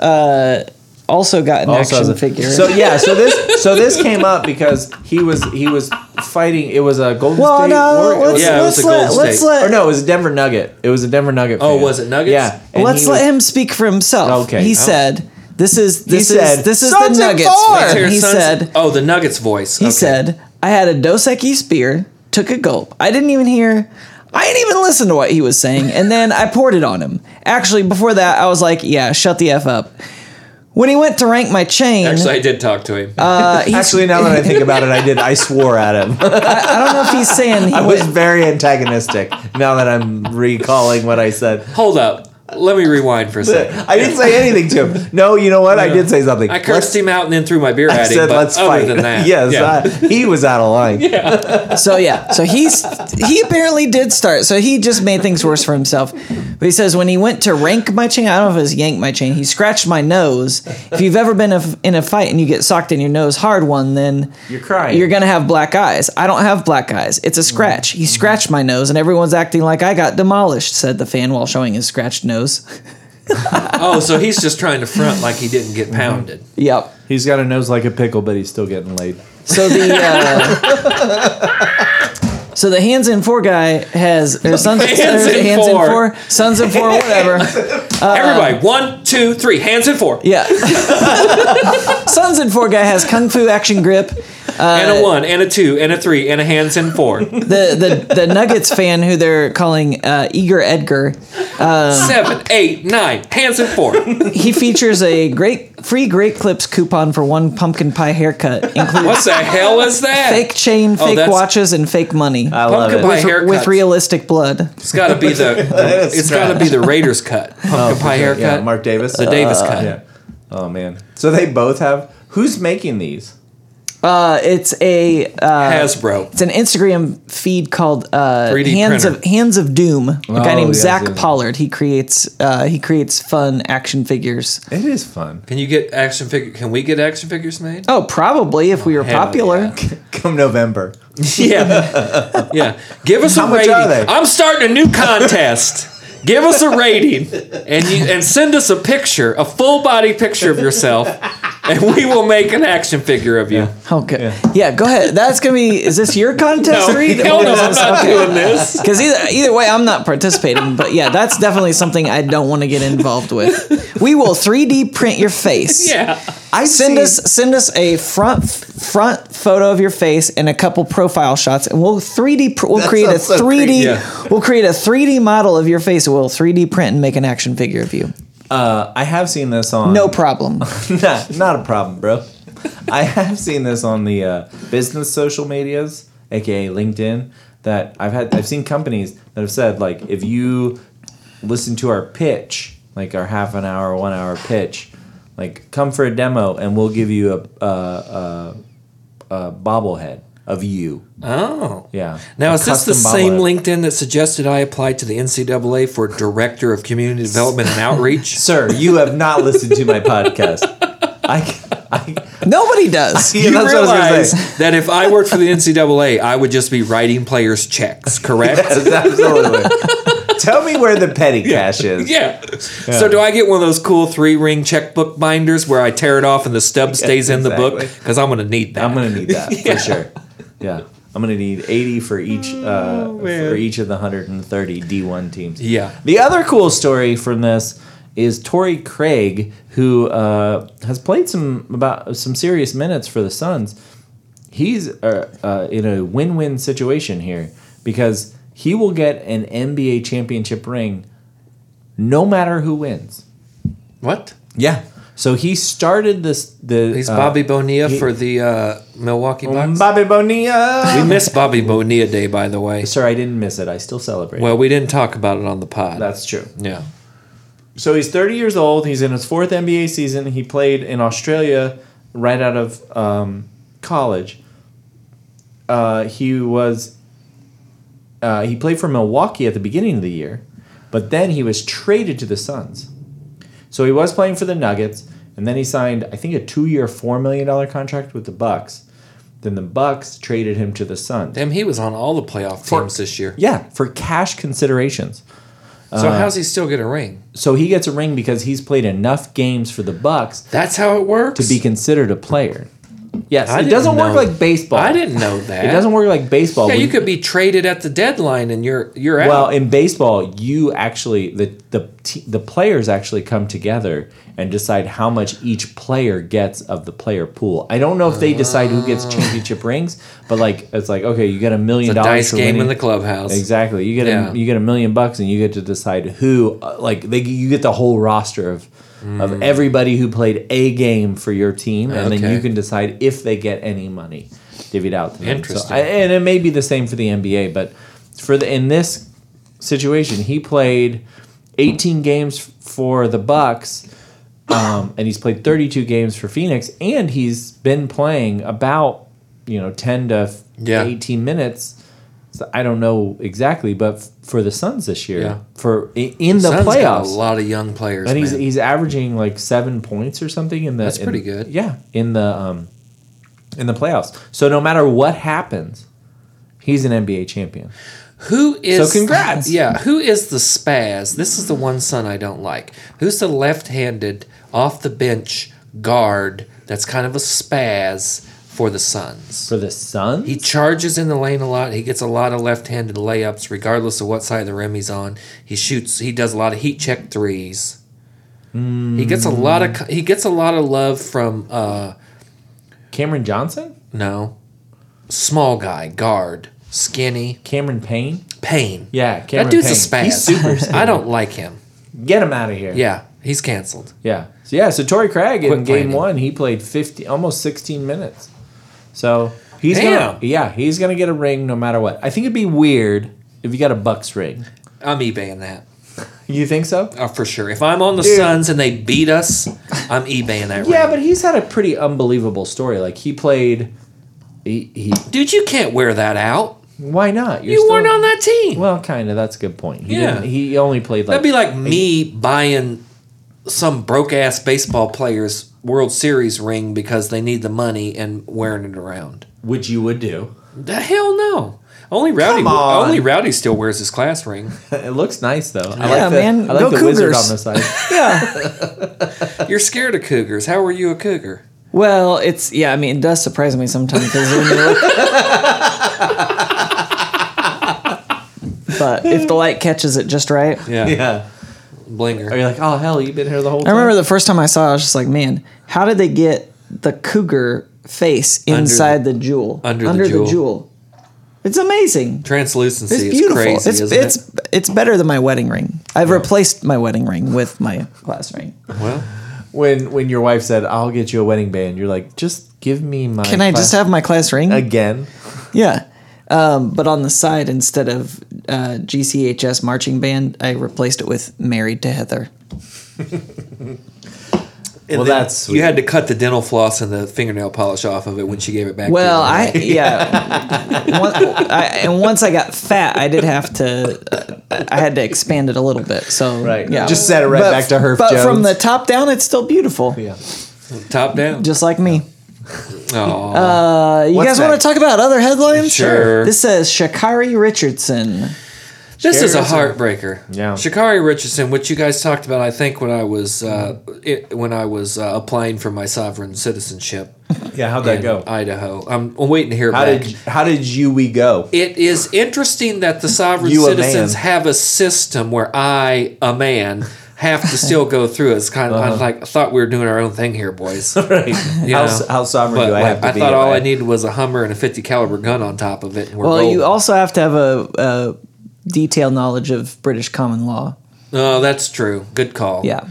[SPEAKER 3] uh, also got an
[SPEAKER 2] Also has
[SPEAKER 3] action
[SPEAKER 2] a-
[SPEAKER 3] figure.
[SPEAKER 2] So yeah, so this so this came up because he was he was fighting. It was a Golden
[SPEAKER 3] well,
[SPEAKER 2] State.
[SPEAKER 3] no,
[SPEAKER 2] Warrior-
[SPEAKER 3] let's,
[SPEAKER 1] Yeah, it was
[SPEAKER 3] let's,
[SPEAKER 1] a
[SPEAKER 3] let,
[SPEAKER 1] Golden
[SPEAKER 3] let's
[SPEAKER 1] State.
[SPEAKER 3] let
[SPEAKER 2] or no, it was a Denver Nugget. It was a Denver Nugget.
[SPEAKER 1] Oh,
[SPEAKER 2] fan.
[SPEAKER 1] was it Nuggets?
[SPEAKER 2] Yeah. and
[SPEAKER 3] let's
[SPEAKER 2] he
[SPEAKER 3] let
[SPEAKER 2] was-
[SPEAKER 3] him speak for himself.
[SPEAKER 2] Okay.
[SPEAKER 3] he
[SPEAKER 2] Oh.
[SPEAKER 3] said, "This is this is
[SPEAKER 2] said,
[SPEAKER 3] this is the
[SPEAKER 2] "Sons and
[SPEAKER 3] Nuggets."
[SPEAKER 2] four!"
[SPEAKER 3] fan."
[SPEAKER 1] Let's hear
[SPEAKER 3] He
[SPEAKER 1] Suns-
[SPEAKER 3] said,
[SPEAKER 1] "Oh, the Nuggets voice."
[SPEAKER 3] "He said I had a Dos Equis beer, took a gulp. I didn't even hear." I didn't even listen to what he was saying, and then I poured it on him. Actually, before that, I was like, "Yeah, shut the f up." When he went to rank my chain,
[SPEAKER 1] Actually, I did talk to him.
[SPEAKER 3] uh, he's-
[SPEAKER 2] Actually, now that I think about it, I did. I swore at him.
[SPEAKER 3] I don't know if he's saying he
[SPEAKER 2] I was
[SPEAKER 3] went-
[SPEAKER 2] very antagonistic. Now that I'm recalling what I said,
[SPEAKER 1] Hold up. Let me rewind for a second.
[SPEAKER 2] I didn't say anything to him. No, you know what? I did say something.
[SPEAKER 1] I cursed
[SPEAKER 2] Let's-
[SPEAKER 1] him out and then threw my beer
[SPEAKER 2] I
[SPEAKER 1] at him.
[SPEAKER 2] said,
[SPEAKER 1] but
[SPEAKER 2] let's
[SPEAKER 1] other
[SPEAKER 2] fight.
[SPEAKER 1] than that,
[SPEAKER 2] yes,
[SPEAKER 1] yeah.
[SPEAKER 2] I- he was out of line.
[SPEAKER 3] So yeah, so he's he apparently did start. So he just made things worse for himself. But he says when he went to rank my chain, I don't know if it was yank my chain. He scratched my nose. If you've ever been a- in a fight and you get socked in your nose hard one, then
[SPEAKER 2] You're crying.
[SPEAKER 3] You're gonna have black eyes. I don't have black eyes. It's a scratch. He scratched my nose, and everyone's acting like I got demolished. Said the fan while showing his scratched nose.
[SPEAKER 1] oh, so he's just trying to front like he didn't get pounded.
[SPEAKER 3] yep.
[SPEAKER 2] He's got a nose like a pickle, but he's still getting laid.
[SPEAKER 3] So the uh, so the hands in four guy has or sons,
[SPEAKER 1] Hands
[SPEAKER 3] hands,
[SPEAKER 1] in
[SPEAKER 3] hands in
[SPEAKER 1] four.
[SPEAKER 3] four sons in four whatever.
[SPEAKER 2] Uh,
[SPEAKER 1] Everybody, one, two, three, hands in four,
[SPEAKER 3] Yeah. Sons in Four guy has kung fu action grip.
[SPEAKER 2] Uh,
[SPEAKER 1] and a one, and a two, and a three, and a hands in four.
[SPEAKER 3] The the the Nuggets fan who they're calling uh, Eager Edgar.
[SPEAKER 1] Seven, eight, nine, hands in four.
[SPEAKER 3] He features a great free Great Clips coupon for one pumpkin pie haircut, including
[SPEAKER 1] What the hell is that?
[SPEAKER 3] fake chain,
[SPEAKER 1] Oh,
[SPEAKER 3] fake
[SPEAKER 1] that's-
[SPEAKER 3] watches, and fake money.
[SPEAKER 2] I love
[SPEAKER 1] Pumpkin
[SPEAKER 2] it.
[SPEAKER 1] pie
[SPEAKER 3] For-
[SPEAKER 1] haircut.
[SPEAKER 3] with realistic blood.
[SPEAKER 1] it's got to be the.
[SPEAKER 2] is
[SPEAKER 1] it's got to be the Raiders cut. Pumpkin pie haircut.
[SPEAKER 2] Oh, Yeah, Mark Davis. uh,
[SPEAKER 1] the Davis cut.
[SPEAKER 2] Yeah. Oh man. So they both have. Who's making these?
[SPEAKER 3] Uh, it's a uh,
[SPEAKER 1] Hasbro.
[SPEAKER 3] it's an Instagram feed called uh,
[SPEAKER 1] 3D
[SPEAKER 3] Hands
[SPEAKER 1] printer.
[SPEAKER 3] of Hands of Doom. A guy
[SPEAKER 2] Oh,
[SPEAKER 3] named
[SPEAKER 2] yes,
[SPEAKER 3] Zach
[SPEAKER 2] yes.
[SPEAKER 3] Pollard. He creates uh, he creates fun action figures.
[SPEAKER 2] It is fun.
[SPEAKER 1] Can you get action figure? Can we get action figures made?
[SPEAKER 3] Oh, probably if we were
[SPEAKER 1] Hell
[SPEAKER 3] popular.
[SPEAKER 1] yeah.
[SPEAKER 2] Come November.
[SPEAKER 1] Yeah, yeah. Give us
[SPEAKER 2] How
[SPEAKER 1] a
[SPEAKER 2] much
[SPEAKER 1] rating.
[SPEAKER 2] are they?
[SPEAKER 1] I'm starting a new contest. Give us a rating and you, and send us a picture, a full body picture of yourself, and we will make an action figure of you.
[SPEAKER 3] Oh, good. Yeah. go ahead. That's gonna be. Is this your contest,
[SPEAKER 1] No,
[SPEAKER 3] Reed?
[SPEAKER 1] hell no, I'm not doing this.
[SPEAKER 3] Because either either way, I'm not participating. But yeah, that's definitely something I don't want to get involved with. We will 3D print your face.
[SPEAKER 1] Yeah,
[SPEAKER 2] I
[SPEAKER 3] Send us send us a front front photo of your face and a couple profile shots, and we'll 3D. Pr- we'll
[SPEAKER 2] That
[SPEAKER 3] create a
[SPEAKER 2] sounds so
[SPEAKER 3] 3D.
[SPEAKER 2] creepy.
[SPEAKER 1] Yeah.
[SPEAKER 3] We'll create a 3D model of your face. and We'll 3D print and make an action figure of you.
[SPEAKER 2] Uh, I have seen this on.
[SPEAKER 3] No problem.
[SPEAKER 2] Nah, not a problem, bro. I have seen this on the uh, business social medias, aka LinkedIn. That I've had, I've seen companies that have said like, if you listen to our pitch, like our half an hour, one hour pitch, like come for a demo and we'll give you a a, a, a bobblehead of you.
[SPEAKER 1] Oh.
[SPEAKER 2] Yeah.
[SPEAKER 1] Now,
[SPEAKER 2] A
[SPEAKER 1] is this the
[SPEAKER 2] custom
[SPEAKER 1] same
[SPEAKER 2] bobblehead.
[SPEAKER 1] LinkedIn that suggested I apply to the NCAA for Director of Community Development and Outreach?
[SPEAKER 2] sir? You have not listened to my podcast. I, I
[SPEAKER 3] Nobody does.
[SPEAKER 2] Yeah,
[SPEAKER 1] You
[SPEAKER 2] that's what I was gonna
[SPEAKER 1] realize
[SPEAKER 2] say.
[SPEAKER 1] that if I worked for the NCAA, I would just be writing players checks, correct?
[SPEAKER 2] Yes, absolutely. Tell me where the petty cash is.
[SPEAKER 1] Yeah. So do I get one of those cool three ring checkbook binders where I tear it off and the stub stays in the book?
[SPEAKER 2] exactly.
[SPEAKER 1] Because I'm going to need that.
[SPEAKER 2] I'm gonna need that for sure. Yeah, I'm gonna need 80 for each uh, for each of the 130 D1 teams.
[SPEAKER 1] Oh, Yeah.
[SPEAKER 2] The other cool story from this is Torrey Craig, who uh, has played some about some serious minutes for the Suns. He's uh, uh, in a win-win situation here because he will get an NBA championship ring, no matter who wins.
[SPEAKER 1] What?
[SPEAKER 2] Yeah. So he started this. The
[SPEAKER 1] He's
[SPEAKER 2] uh,
[SPEAKER 1] Bobby Bonilla for the uh, Milwaukee Bucks.
[SPEAKER 2] Bobby Bonilla.
[SPEAKER 1] we missed Bobby Bonilla Day, by the way.
[SPEAKER 2] Sir, I didn't miss it. I still celebrate.
[SPEAKER 1] Well, we didn't talk about it on the pod.
[SPEAKER 2] that's true.
[SPEAKER 1] yeah.
[SPEAKER 2] So he's 30 years old. He's in his fourth NBA season. He played in Australia right out of um, college. Uh, he was uh, he played for Milwaukee at the beginning of the year, but then he was traded to the Suns. So he was playing for the Nuggets, and then he signed I think a two-year, four million dollar contract with the Bucks. Then the Bucks traded him to the Suns.
[SPEAKER 1] Damn, he was on all the playoff
[SPEAKER 2] For-
[SPEAKER 1] teams this year.
[SPEAKER 2] Yeah, for cash considerations.
[SPEAKER 1] So
[SPEAKER 2] Uh,
[SPEAKER 1] how's he still get a ring?
[SPEAKER 2] So he gets a ring because he's played enough games for the Bucks
[SPEAKER 1] That's how it works.
[SPEAKER 2] to be considered a player. Yes,
[SPEAKER 1] I
[SPEAKER 2] it
[SPEAKER 1] didn't
[SPEAKER 2] doesn't work
[SPEAKER 1] know-
[SPEAKER 2] like baseball.
[SPEAKER 1] I didn't know that.
[SPEAKER 2] It doesn't work like baseball.
[SPEAKER 1] Yeah,
[SPEAKER 2] Oh, We-
[SPEAKER 1] you could be traded at the deadline and you're you're out.
[SPEAKER 2] well, in baseball, you actually the the t- the players actually come together and decide how much each player gets of the player pool. I don't know if they decide who
[SPEAKER 1] Ah.
[SPEAKER 2] gets championship rings, but like it's like okay, you get a million
[SPEAKER 1] the
[SPEAKER 2] dollars
[SPEAKER 1] dice
[SPEAKER 2] for
[SPEAKER 1] game
[SPEAKER 2] winning.
[SPEAKER 1] in the clubhouse.
[SPEAKER 2] Exactly. You get
[SPEAKER 1] Yeah.
[SPEAKER 2] a you get a million bucks and you get to decide who uh, like they you get the whole roster of of everybody who played a game for your team and then
[SPEAKER 1] Mm. Okay.
[SPEAKER 2] you can decide if they get any money divvied out. To them. So
[SPEAKER 1] Interesting.
[SPEAKER 2] I- and it may be the same for the NBA, but for the in this situation he played 18 games for the Bucks, um, and he's played 32 games for Phoenix, and he's been playing about you know 10 to f-
[SPEAKER 1] Yeah.
[SPEAKER 2] 18 minutes. So I don't know exactly, but f- for the Suns this year,
[SPEAKER 1] Yeah.
[SPEAKER 2] for i- in the
[SPEAKER 1] Suns got
[SPEAKER 2] playoffs,
[SPEAKER 1] a lot of young players.
[SPEAKER 2] and he's
[SPEAKER 1] man.
[SPEAKER 2] he's averaging like seven points or something in the.
[SPEAKER 1] That's
[SPEAKER 2] in-
[SPEAKER 1] pretty good.
[SPEAKER 2] Yeah, in the um, in the playoffs. So no matter what happens, he's an NBA champion.
[SPEAKER 1] Who is
[SPEAKER 2] e- So congrats.
[SPEAKER 1] Yeah, who is the spaz? This is the one son I don't like. Who's the left-handed off the bench guard that's kind of a spaz for the Suns?
[SPEAKER 2] For the Suns,
[SPEAKER 1] He charges in the lane a lot. He gets a lot of left-handed layups, regardless of what side of the rim he's on. He shoots. He does a lot of heat check threes. He gets a lot of he gets a lot of love from uh
[SPEAKER 2] Cameron Johnson,
[SPEAKER 1] no small guy guard skinny
[SPEAKER 2] Cameron Payne.
[SPEAKER 1] Payne.
[SPEAKER 2] Yeah, Cameron
[SPEAKER 1] that dude's
[SPEAKER 2] Payne.
[SPEAKER 1] a spaz.
[SPEAKER 2] He's super
[SPEAKER 1] I don't like him.
[SPEAKER 2] Get him out of here.
[SPEAKER 1] Yeah, he's canceled.
[SPEAKER 2] yeah. So yeah, so Torrey Craig in
[SPEAKER 1] Quit
[SPEAKER 2] game
[SPEAKER 1] playing him.
[SPEAKER 2] one, he played fifty, almost sixteen minutes. So he's gonna,
[SPEAKER 1] Damn.
[SPEAKER 2] yeah, he's gonna get a ring no matter what. I think it'd be weird if you got a Bucks ring.
[SPEAKER 1] I'm eBaying that
[SPEAKER 2] You think so?
[SPEAKER 1] uh, for sure. If I'm on the
[SPEAKER 2] Dude.
[SPEAKER 1] Suns and they beat us, I'm eBaying that.
[SPEAKER 2] Yeah,
[SPEAKER 1] ring.
[SPEAKER 2] but he's had a pretty unbelievable story. Like he played, he, he
[SPEAKER 1] dude, you can't wear that out.
[SPEAKER 2] why not? You're
[SPEAKER 1] You
[SPEAKER 2] still-
[SPEAKER 1] weren't on that team.
[SPEAKER 2] Well, kind of. That's a good point. He
[SPEAKER 1] Yeah.
[SPEAKER 2] didn't, he only played like
[SPEAKER 1] That'd be like me buying some broke ass baseball player's World Series ring because they need the money and wearing it around.
[SPEAKER 2] which you would do.
[SPEAKER 1] The hell no. Only Rowdy
[SPEAKER 2] Come on.
[SPEAKER 1] only Rowdy still wears his class ring.
[SPEAKER 2] it looks nice though. I
[SPEAKER 3] Yeah,
[SPEAKER 2] like the,
[SPEAKER 3] man.
[SPEAKER 2] I like
[SPEAKER 3] Go
[SPEAKER 2] the wizard
[SPEAKER 3] Cougars.
[SPEAKER 2] on the side.
[SPEAKER 3] Yeah.
[SPEAKER 1] You're scared of cougars. How are you a cougar?
[SPEAKER 3] well, it's yeah. I mean, it does surprise me sometimes because when you look. But if the light catches it just right,
[SPEAKER 1] Yeah.
[SPEAKER 2] yeah. Are
[SPEAKER 1] Blinger.
[SPEAKER 2] you like, oh hell, you've been here the whole
[SPEAKER 3] I
[SPEAKER 2] time?
[SPEAKER 3] remember the first time I saw it, I was just like, man, how did they get the cougar face inside the, jewel?
[SPEAKER 1] under the jewel.
[SPEAKER 3] It's amazing.
[SPEAKER 1] Translucency
[SPEAKER 3] It's
[SPEAKER 1] is
[SPEAKER 3] beautiful.
[SPEAKER 1] crazy,
[SPEAKER 3] it's
[SPEAKER 1] isn't
[SPEAKER 3] it's
[SPEAKER 1] it?
[SPEAKER 3] it's better than my wedding ring. I've replaced my wedding ring with my class ring.
[SPEAKER 1] Well,
[SPEAKER 2] when when your wife said, "I'll get you a wedding band," you're like, just give me my.
[SPEAKER 3] Can I just
[SPEAKER 2] class-
[SPEAKER 3] have my class ring?
[SPEAKER 2] again?
[SPEAKER 3] yeah. Um, but on the side, instead of uh, GCHS marching band, I replaced it with Married to Heather.
[SPEAKER 2] well, that's sweet.
[SPEAKER 1] you had to cut the dental floss and the fingernail polish off of it when she gave it back.
[SPEAKER 3] Well,
[SPEAKER 1] to you,
[SPEAKER 3] I
[SPEAKER 1] right?
[SPEAKER 3] yeah, One- I, and once I got fat, I did have to. uh, I had to expand it a little bit. So
[SPEAKER 2] Right.
[SPEAKER 3] yeah,
[SPEAKER 2] Just set it right
[SPEAKER 3] But-
[SPEAKER 2] back to Herf
[SPEAKER 3] But from
[SPEAKER 2] Jones.
[SPEAKER 3] the top down, it's still beautiful,
[SPEAKER 2] yeah.
[SPEAKER 1] top down.
[SPEAKER 3] just like me.
[SPEAKER 1] Oh,
[SPEAKER 3] Uh, you
[SPEAKER 2] What's
[SPEAKER 3] guys want
[SPEAKER 2] next?
[SPEAKER 3] to talk about other headlines?
[SPEAKER 1] Sure.
[SPEAKER 3] This says Shakari Richardson.
[SPEAKER 1] This is a
[SPEAKER 2] Shakari-
[SPEAKER 1] heartbreaker.
[SPEAKER 2] Yeah.
[SPEAKER 1] Shakari Richardson, which you guys talked about, I think when I was uh, it, when I was uh, applying for my sovereign citizenship
[SPEAKER 2] Yeah. How'd that
[SPEAKER 1] in
[SPEAKER 2] go?
[SPEAKER 1] Idaho. I'm, I'm waiting to hear
[SPEAKER 2] How
[SPEAKER 1] back.
[SPEAKER 2] did how did you we go?
[SPEAKER 1] it is interesting that the sovereign
[SPEAKER 2] You, a
[SPEAKER 1] citizens
[SPEAKER 2] man.
[SPEAKER 1] have a system where I, a man, have to still go through. it. It's kind of I
[SPEAKER 2] Uh-huh.
[SPEAKER 1] was like I thought we were doing our own thing here, boys.
[SPEAKER 2] Right.
[SPEAKER 1] You
[SPEAKER 2] how,
[SPEAKER 1] know?
[SPEAKER 2] how sovereign
[SPEAKER 1] But,
[SPEAKER 2] do I
[SPEAKER 1] like,
[SPEAKER 2] have to
[SPEAKER 1] I
[SPEAKER 2] be?
[SPEAKER 1] thought
[SPEAKER 2] if
[SPEAKER 1] all I needed was a Hummer and a 50 caliber gun on top of it. And we're
[SPEAKER 3] Well,
[SPEAKER 1] golden.
[SPEAKER 3] you also have to have a, a detailed knowledge of British common law.
[SPEAKER 1] Oh, that's true. Good call.
[SPEAKER 3] Yeah.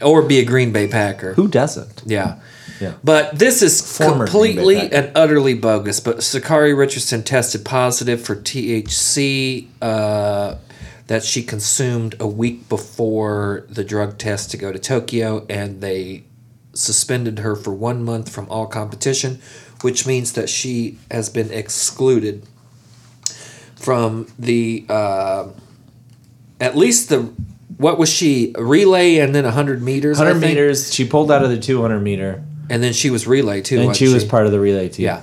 [SPEAKER 1] Or be a Green Bay Packer.
[SPEAKER 2] Who doesn't?
[SPEAKER 1] Yeah.
[SPEAKER 2] Yeah.
[SPEAKER 1] But this is
[SPEAKER 2] Former
[SPEAKER 1] completely
[SPEAKER 2] Green Bay
[SPEAKER 1] and utterly bogus. But Sakari Richardson tested positive for THC uh, that she consumed a week before the drug test to go to Tokyo, and they suspended her for one month from all competition, which means that she has been excluded from the uh, at least the what was she relay and then 100 meters
[SPEAKER 2] 100
[SPEAKER 1] I think?
[SPEAKER 2] meters. She pulled out of the 200 meter,
[SPEAKER 1] and then she was relay too
[SPEAKER 2] and
[SPEAKER 1] wasn't
[SPEAKER 2] she was part of the relay team.
[SPEAKER 1] yeah.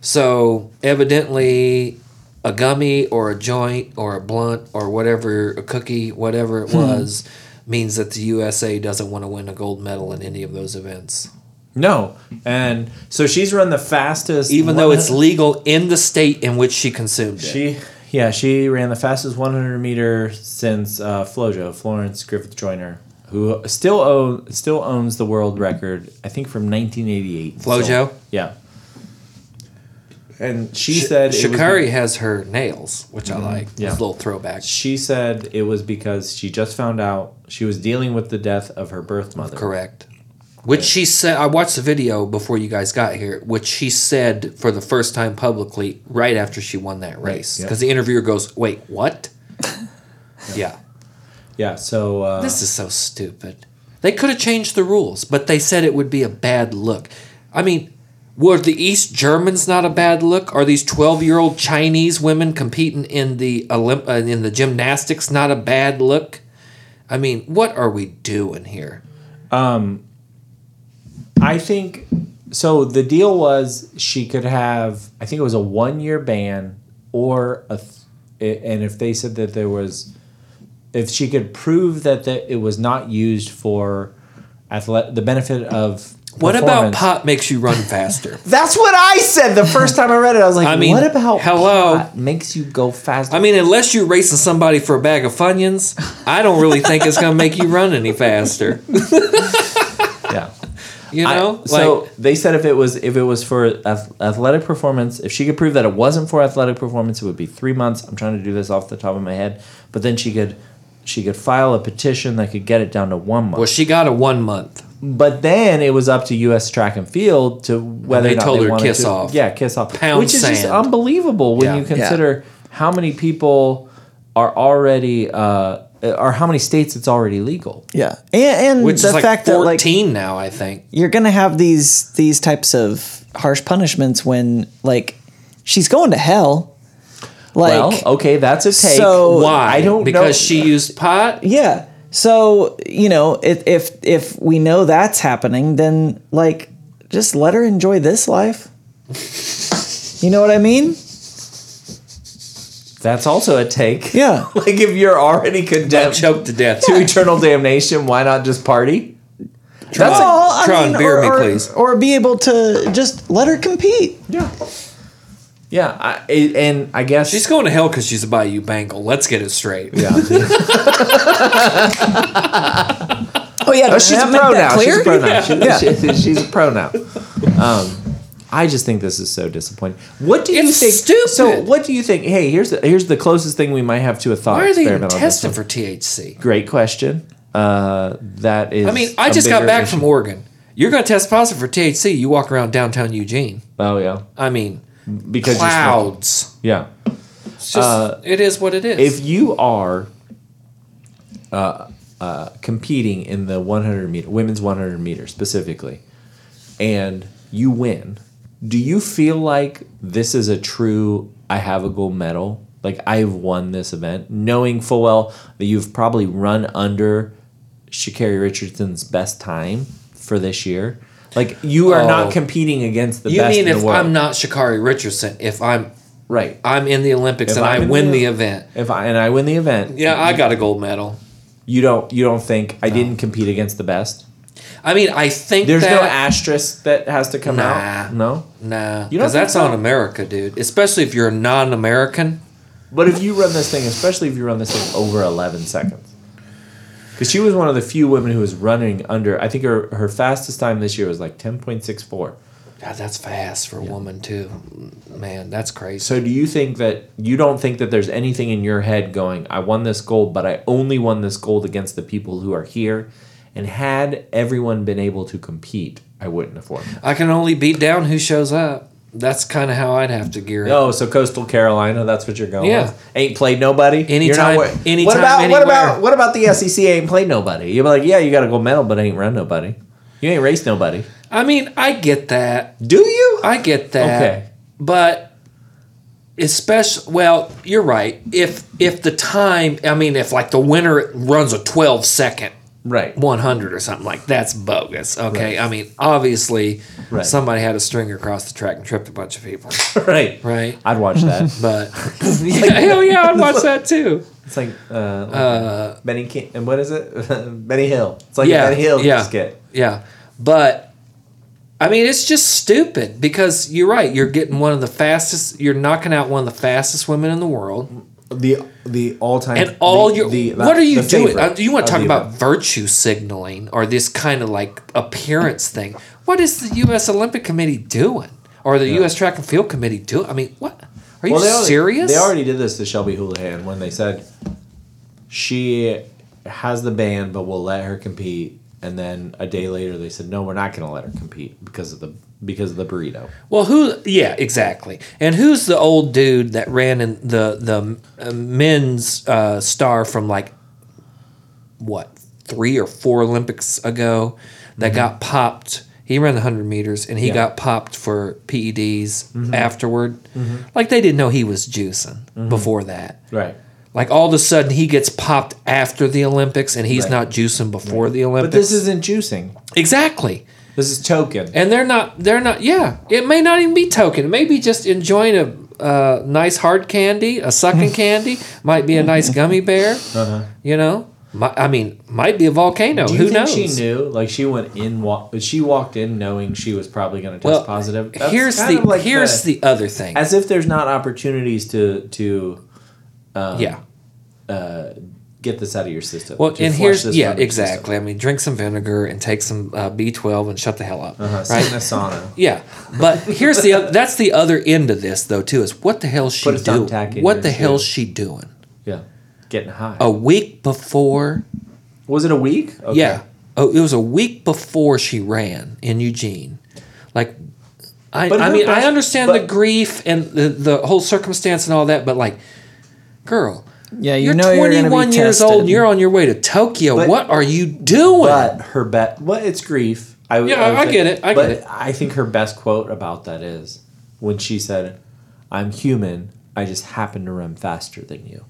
[SPEAKER 1] So evidently, a gummy or a joint or a blunt or whatever, a cookie, whatever
[SPEAKER 2] Hmm.
[SPEAKER 1] it was, means that the USA doesn't want to win a gold medal in any of those events.
[SPEAKER 2] No, and so she's run the fastest.
[SPEAKER 1] Even though it's
[SPEAKER 2] 100
[SPEAKER 1] legal in the state in which she consumed it.
[SPEAKER 2] she, yeah, she ran the fastest 100 meter since uh, Flojo Florence Griffith Joyner, who still own still owns the world record. I think from 1988.
[SPEAKER 1] Flojo?
[SPEAKER 2] So, yeah. And she said it was- Mm-hmm.
[SPEAKER 1] Shakari has her nails, which I like.
[SPEAKER 2] Yeah.
[SPEAKER 1] It's a little throwback.
[SPEAKER 2] She said it was because she just found out she was dealing with the death of her birth mother.
[SPEAKER 1] Correct. Which she said, I watched the video before you guys got here, which she said for the first time publicly right after she won that race.
[SPEAKER 2] yeah.
[SPEAKER 1] Because the interviewer goes, Wait, what? yeah.
[SPEAKER 2] Yeah. So uh,
[SPEAKER 1] This is so stupid. They could have changed the rules, but they said it would be a bad look. I mean, were the East Germans not a bad look? Are these twelve-year-old Chinese women competing in the Olymp- uh, in the gymnastics not a bad look? I mean, what are we doing here?
[SPEAKER 2] I think so. The deal was she could have. I think it was a one-year ban or a, th- and if they said that there was, if she could prove that that it was not used for, athlet the benefit of.
[SPEAKER 1] What about
[SPEAKER 2] performance-
[SPEAKER 1] pot makes you run faster?
[SPEAKER 2] That's what I said the first time I read it. I was like,
[SPEAKER 1] I mean,
[SPEAKER 2] what about
[SPEAKER 1] hello?
[SPEAKER 2] pot makes you go faster?
[SPEAKER 1] I mean, unless you're racing somebody for a bag of Funyuns, I don't really think it's going to make you run any faster.
[SPEAKER 2] yeah.
[SPEAKER 1] You
[SPEAKER 2] I-
[SPEAKER 1] know,
[SPEAKER 2] so they said if it was if it was for ath- athletic performance, if she could prove that it wasn't for athletic performance, it would be three months. I'm trying to do this off the top of my head, but then she could she could file a petition that could get it down to one month.
[SPEAKER 1] well, she got a one month.
[SPEAKER 2] but then it was up to U.S. Track and Field to whether
[SPEAKER 1] they
[SPEAKER 2] or not
[SPEAKER 1] told
[SPEAKER 2] they
[SPEAKER 1] her
[SPEAKER 2] wanted
[SPEAKER 1] kiss
[SPEAKER 2] to-
[SPEAKER 1] off.
[SPEAKER 2] Yeah, kiss off,
[SPEAKER 1] Pound
[SPEAKER 2] which is just
[SPEAKER 1] sand.
[SPEAKER 2] unbelievable when
[SPEAKER 1] Yeah.
[SPEAKER 2] you consider how many people are already uh, or how many states it's already legal.
[SPEAKER 3] Yeah, and, and
[SPEAKER 1] which
[SPEAKER 3] the
[SPEAKER 1] is like
[SPEAKER 3] fact that like
[SPEAKER 1] 14 now i think
[SPEAKER 3] you're gonna have these these types of harsh punishments when like she's going to hell. Like
[SPEAKER 2] well, okay, that's a take.
[SPEAKER 3] So-
[SPEAKER 1] why
[SPEAKER 2] I don't
[SPEAKER 1] because
[SPEAKER 2] know.
[SPEAKER 1] she used pot
[SPEAKER 3] yeah, so you know if, if if we know that's happening, then like just let her enjoy this life. you know what I mean?
[SPEAKER 2] That's also a take.
[SPEAKER 3] Yeah.
[SPEAKER 2] like if you're already condemned
[SPEAKER 1] choked to death
[SPEAKER 2] to eternal damnation, why not just party?
[SPEAKER 1] That's
[SPEAKER 2] That's
[SPEAKER 1] Well, I Tron, mean, beer
[SPEAKER 3] Oh, or,
[SPEAKER 1] me, or- please.
[SPEAKER 3] Or be able to just let her compete.
[SPEAKER 2] yeah, yeah. I, it- and I guess
[SPEAKER 1] she's going to hell because she's a bayou bangle let's get it straight
[SPEAKER 2] yeah.
[SPEAKER 3] Oh yeah,
[SPEAKER 2] Oh, she's a pro now. She's a pro now. She- she- she's a pro now. Um, I just think this is so disappointing. What do you
[SPEAKER 1] It's
[SPEAKER 2] think?
[SPEAKER 1] stupid.
[SPEAKER 2] So what do you think? Hey, here's the, here's the closest thing we might have to a thought
[SPEAKER 1] why are they even
[SPEAKER 2] experiment on this
[SPEAKER 1] testing
[SPEAKER 2] one.
[SPEAKER 1] for thc
[SPEAKER 2] Great question. Uh, that is.
[SPEAKER 1] i mean i
[SPEAKER 2] a
[SPEAKER 1] just got
[SPEAKER 2] bigger
[SPEAKER 1] back
[SPEAKER 2] issue.
[SPEAKER 1] from oregon you're going to test positive for thc you walk around downtown eugene
[SPEAKER 2] Oh yeah,
[SPEAKER 1] i mean
[SPEAKER 2] because you're smoking.
[SPEAKER 1] clouds
[SPEAKER 2] yeah.
[SPEAKER 1] it's just, it is what it is
[SPEAKER 2] if you are uh, uh, competing in the 100 meter women's 100 meter specifically and you win do you feel like this is a true i have a gold medal like i've won this event knowing full well that you've probably run under Shakari richardson's best time for this year like you are
[SPEAKER 1] Oh.
[SPEAKER 2] not competing against the
[SPEAKER 1] you
[SPEAKER 2] best
[SPEAKER 1] mean
[SPEAKER 2] in
[SPEAKER 1] if
[SPEAKER 2] the world
[SPEAKER 1] i'm not shakari richardson if i'm
[SPEAKER 2] right
[SPEAKER 1] i'm in the olympics
[SPEAKER 2] If
[SPEAKER 1] and
[SPEAKER 2] I'm
[SPEAKER 1] i
[SPEAKER 2] in
[SPEAKER 1] win
[SPEAKER 2] the-
[SPEAKER 1] the event
[SPEAKER 2] if i and i win the event
[SPEAKER 1] yeah i got a gold medal
[SPEAKER 2] you don't you don't think i didn't compete against the best
[SPEAKER 1] i mean i think
[SPEAKER 2] There's no
[SPEAKER 1] that,
[SPEAKER 2] asterisk that has to come
[SPEAKER 1] Nah.
[SPEAKER 2] out. No.
[SPEAKER 1] Nah,
[SPEAKER 2] You don't
[SPEAKER 1] because
[SPEAKER 2] think
[SPEAKER 1] that's
[SPEAKER 2] so?
[SPEAKER 1] on America, dude. Especially if you're a non-American.
[SPEAKER 2] But if you run this thing, especially if you run this thing over 11 seconds, because she was one of the few women who was running under. I think her her fastest time this year was like 10.64.
[SPEAKER 1] God, that's fast for a woman too. Man, that's crazy.
[SPEAKER 2] So do you think that you don't think that there's anything in your head going, I won this gold, but I only won this gold against the people who are here, and had everyone been able to compete, I wouldn't have won.
[SPEAKER 1] I can only beat down who shows up. That's kind of how I'd have to gear it.
[SPEAKER 2] Oh, so Coastal Carolina, that's what you're going
[SPEAKER 1] Yeah.
[SPEAKER 2] with. Ain't played nobody. You're
[SPEAKER 1] Anytime-
[SPEAKER 2] wor-
[SPEAKER 1] anytime,
[SPEAKER 2] what about what
[SPEAKER 1] anywhere.
[SPEAKER 2] about what about the SEC ain't played nobody? You're like, yeah, you got a gold medal, but ain't run nobody. You ain't raced nobody.
[SPEAKER 1] I mean, I get that.
[SPEAKER 2] Do you?
[SPEAKER 1] I get that.
[SPEAKER 2] Okay.
[SPEAKER 1] But especially well, you're right. If if the time, I mean, if like the winner runs a 12 second
[SPEAKER 2] right.
[SPEAKER 1] 100 or something like that's bogus. Okay. I mean, obviously
[SPEAKER 2] Right.
[SPEAKER 1] somebody had a string across the track and tripped a bunch of people,
[SPEAKER 2] right.
[SPEAKER 1] right?
[SPEAKER 2] I'd watch that.
[SPEAKER 1] But yeah, hell yeah, I'd watch that too.
[SPEAKER 2] it's like uh, Benny King, and what is it? Benny Hill. It's like a Benny Hill
[SPEAKER 1] yeah,
[SPEAKER 2] skit.
[SPEAKER 1] yeah. But I mean, it's just stupid because you're right. You're getting one of the fastest. You're knocking out one of the fastest women in the world,
[SPEAKER 2] The the all time
[SPEAKER 1] and all your what are you doing? Uh, you want to talk about virtue signaling or this kind of like appearance thing? What is the U.S. Olympic Committee doing or the U.S. Track and Field Committee doing? I mean, what are you
[SPEAKER 2] they already-
[SPEAKER 1] serious?
[SPEAKER 2] they already did this to Shelby Houlihan when they said she has the ban, but we'll let her compete. And then a day later, they said, "No, we're not going to let her compete because of the because of the burrito."
[SPEAKER 1] Well, who? Yeah, exactly. And who's the old dude that ran in the the uh, men's uh, star from like what three or four Olympics ago that got popped. He ran the hundred meters and he
[SPEAKER 2] Mm-hmm. Yeah. Mm-hmm.
[SPEAKER 1] got popped for PEDs afterward. Like they didn't know he was juicing before that.
[SPEAKER 2] Right.
[SPEAKER 1] Like all of a sudden he gets popped after the Olympics and he's
[SPEAKER 2] Right.
[SPEAKER 1] not juicing before the
[SPEAKER 2] But
[SPEAKER 1] Olympics.
[SPEAKER 2] this isn't juicing.
[SPEAKER 1] exactly.
[SPEAKER 2] This is token.
[SPEAKER 1] And they're not. They're not. Yeah, it may not even be token. It may be just enjoying a uh, nice hard candy, a sucking candy. Might be a nice gummy bear. You know. Mi- I mean, might be a volcano.
[SPEAKER 2] Do you
[SPEAKER 1] Who
[SPEAKER 2] think
[SPEAKER 1] knows?
[SPEAKER 2] she knew? Like she went in, wa- but she walked in knowing she was probably going to test
[SPEAKER 1] well,
[SPEAKER 2] positive.
[SPEAKER 1] here's
[SPEAKER 2] kind
[SPEAKER 1] the
[SPEAKER 2] of like
[SPEAKER 1] here's the, other thing.
[SPEAKER 2] as if there's not opportunities to to
[SPEAKER 1] yeah.
[SPEAKER 2] uh, get this out of your system.
[SPEAKER 1] Well,
[SPEAKER 2] to
[SPEAKER 1] and
[SPEAKER 2] flush
[SPEAKER 1] here's
[SPEAKER 2] this
[SPEAKER 1] yeah,
[SPEAKER 2] out of your
[SPEAKER 1] exactly. I mean, drink some vinegar and take some uh, B12 and shut the hell up.
[SPEAKER 2] system. Uh-huh,
[SPEAKER 1] Right.
[SPEAKER 2] Sit in a sauna.
[SPEAKER 1] Yeah, but here's the oth- that's the other end of this though too is what the hell's she
[SPEAKER 2] Put a
[SPEAKER 1] doing?
[SPEAKER 2] thumbtack in
[SPEAKER 1] What
[SPEAKER 2] your
[SPEAKER 1] the
[SPEAKER 2] shoe.
[SPEAKER 1] hell's she doing?
[SPEAKER 2] Yeah, getting high.
[SPEAKER 1] A week before
[SPEAKER 2] was it a week? Okay.
[SPEAKER 1] Yeah. Oh, it was a week before she ran in Eugene. Like, I,
[SPEAKER 2] But
[SPEAKER 1] I
[SPEAKER 2] her
[SPEAKER 1] mean,
[SPEAKER 2] best-
[SPEAKER 1] I understand
[SPEAKER 2] but-
[SPEAKER 1] the grief and the, the whole circumstance and all that, but like, girl,
[SPEAKER 3] Yeah, you
[SPEAKER 1] you're
[SPEAKER 3] know you're gonna be
[SPEAKER 1] 21 years
[SPEAKER 3] tested.
[SPEAKER 1] old and you're on your way to Tokyo.
[SPEAKER 2] But-
[SPEAKER 1] what are you doing?
[SPEAKER 2] But her bet. Well, it's grief. I,
[SPEAKER 1] Yeah,
[SPEAKER 2] would
[SPEAKER 1] I
[SPEAKER 2] say-
[SPEAKER 1] get it, I get
[SPEAKER 2] but
[SPEAKER 1] it.
[SPEAKER 2] I think her best quote about that is when she said, "I'm human. I just happen to run faster than you."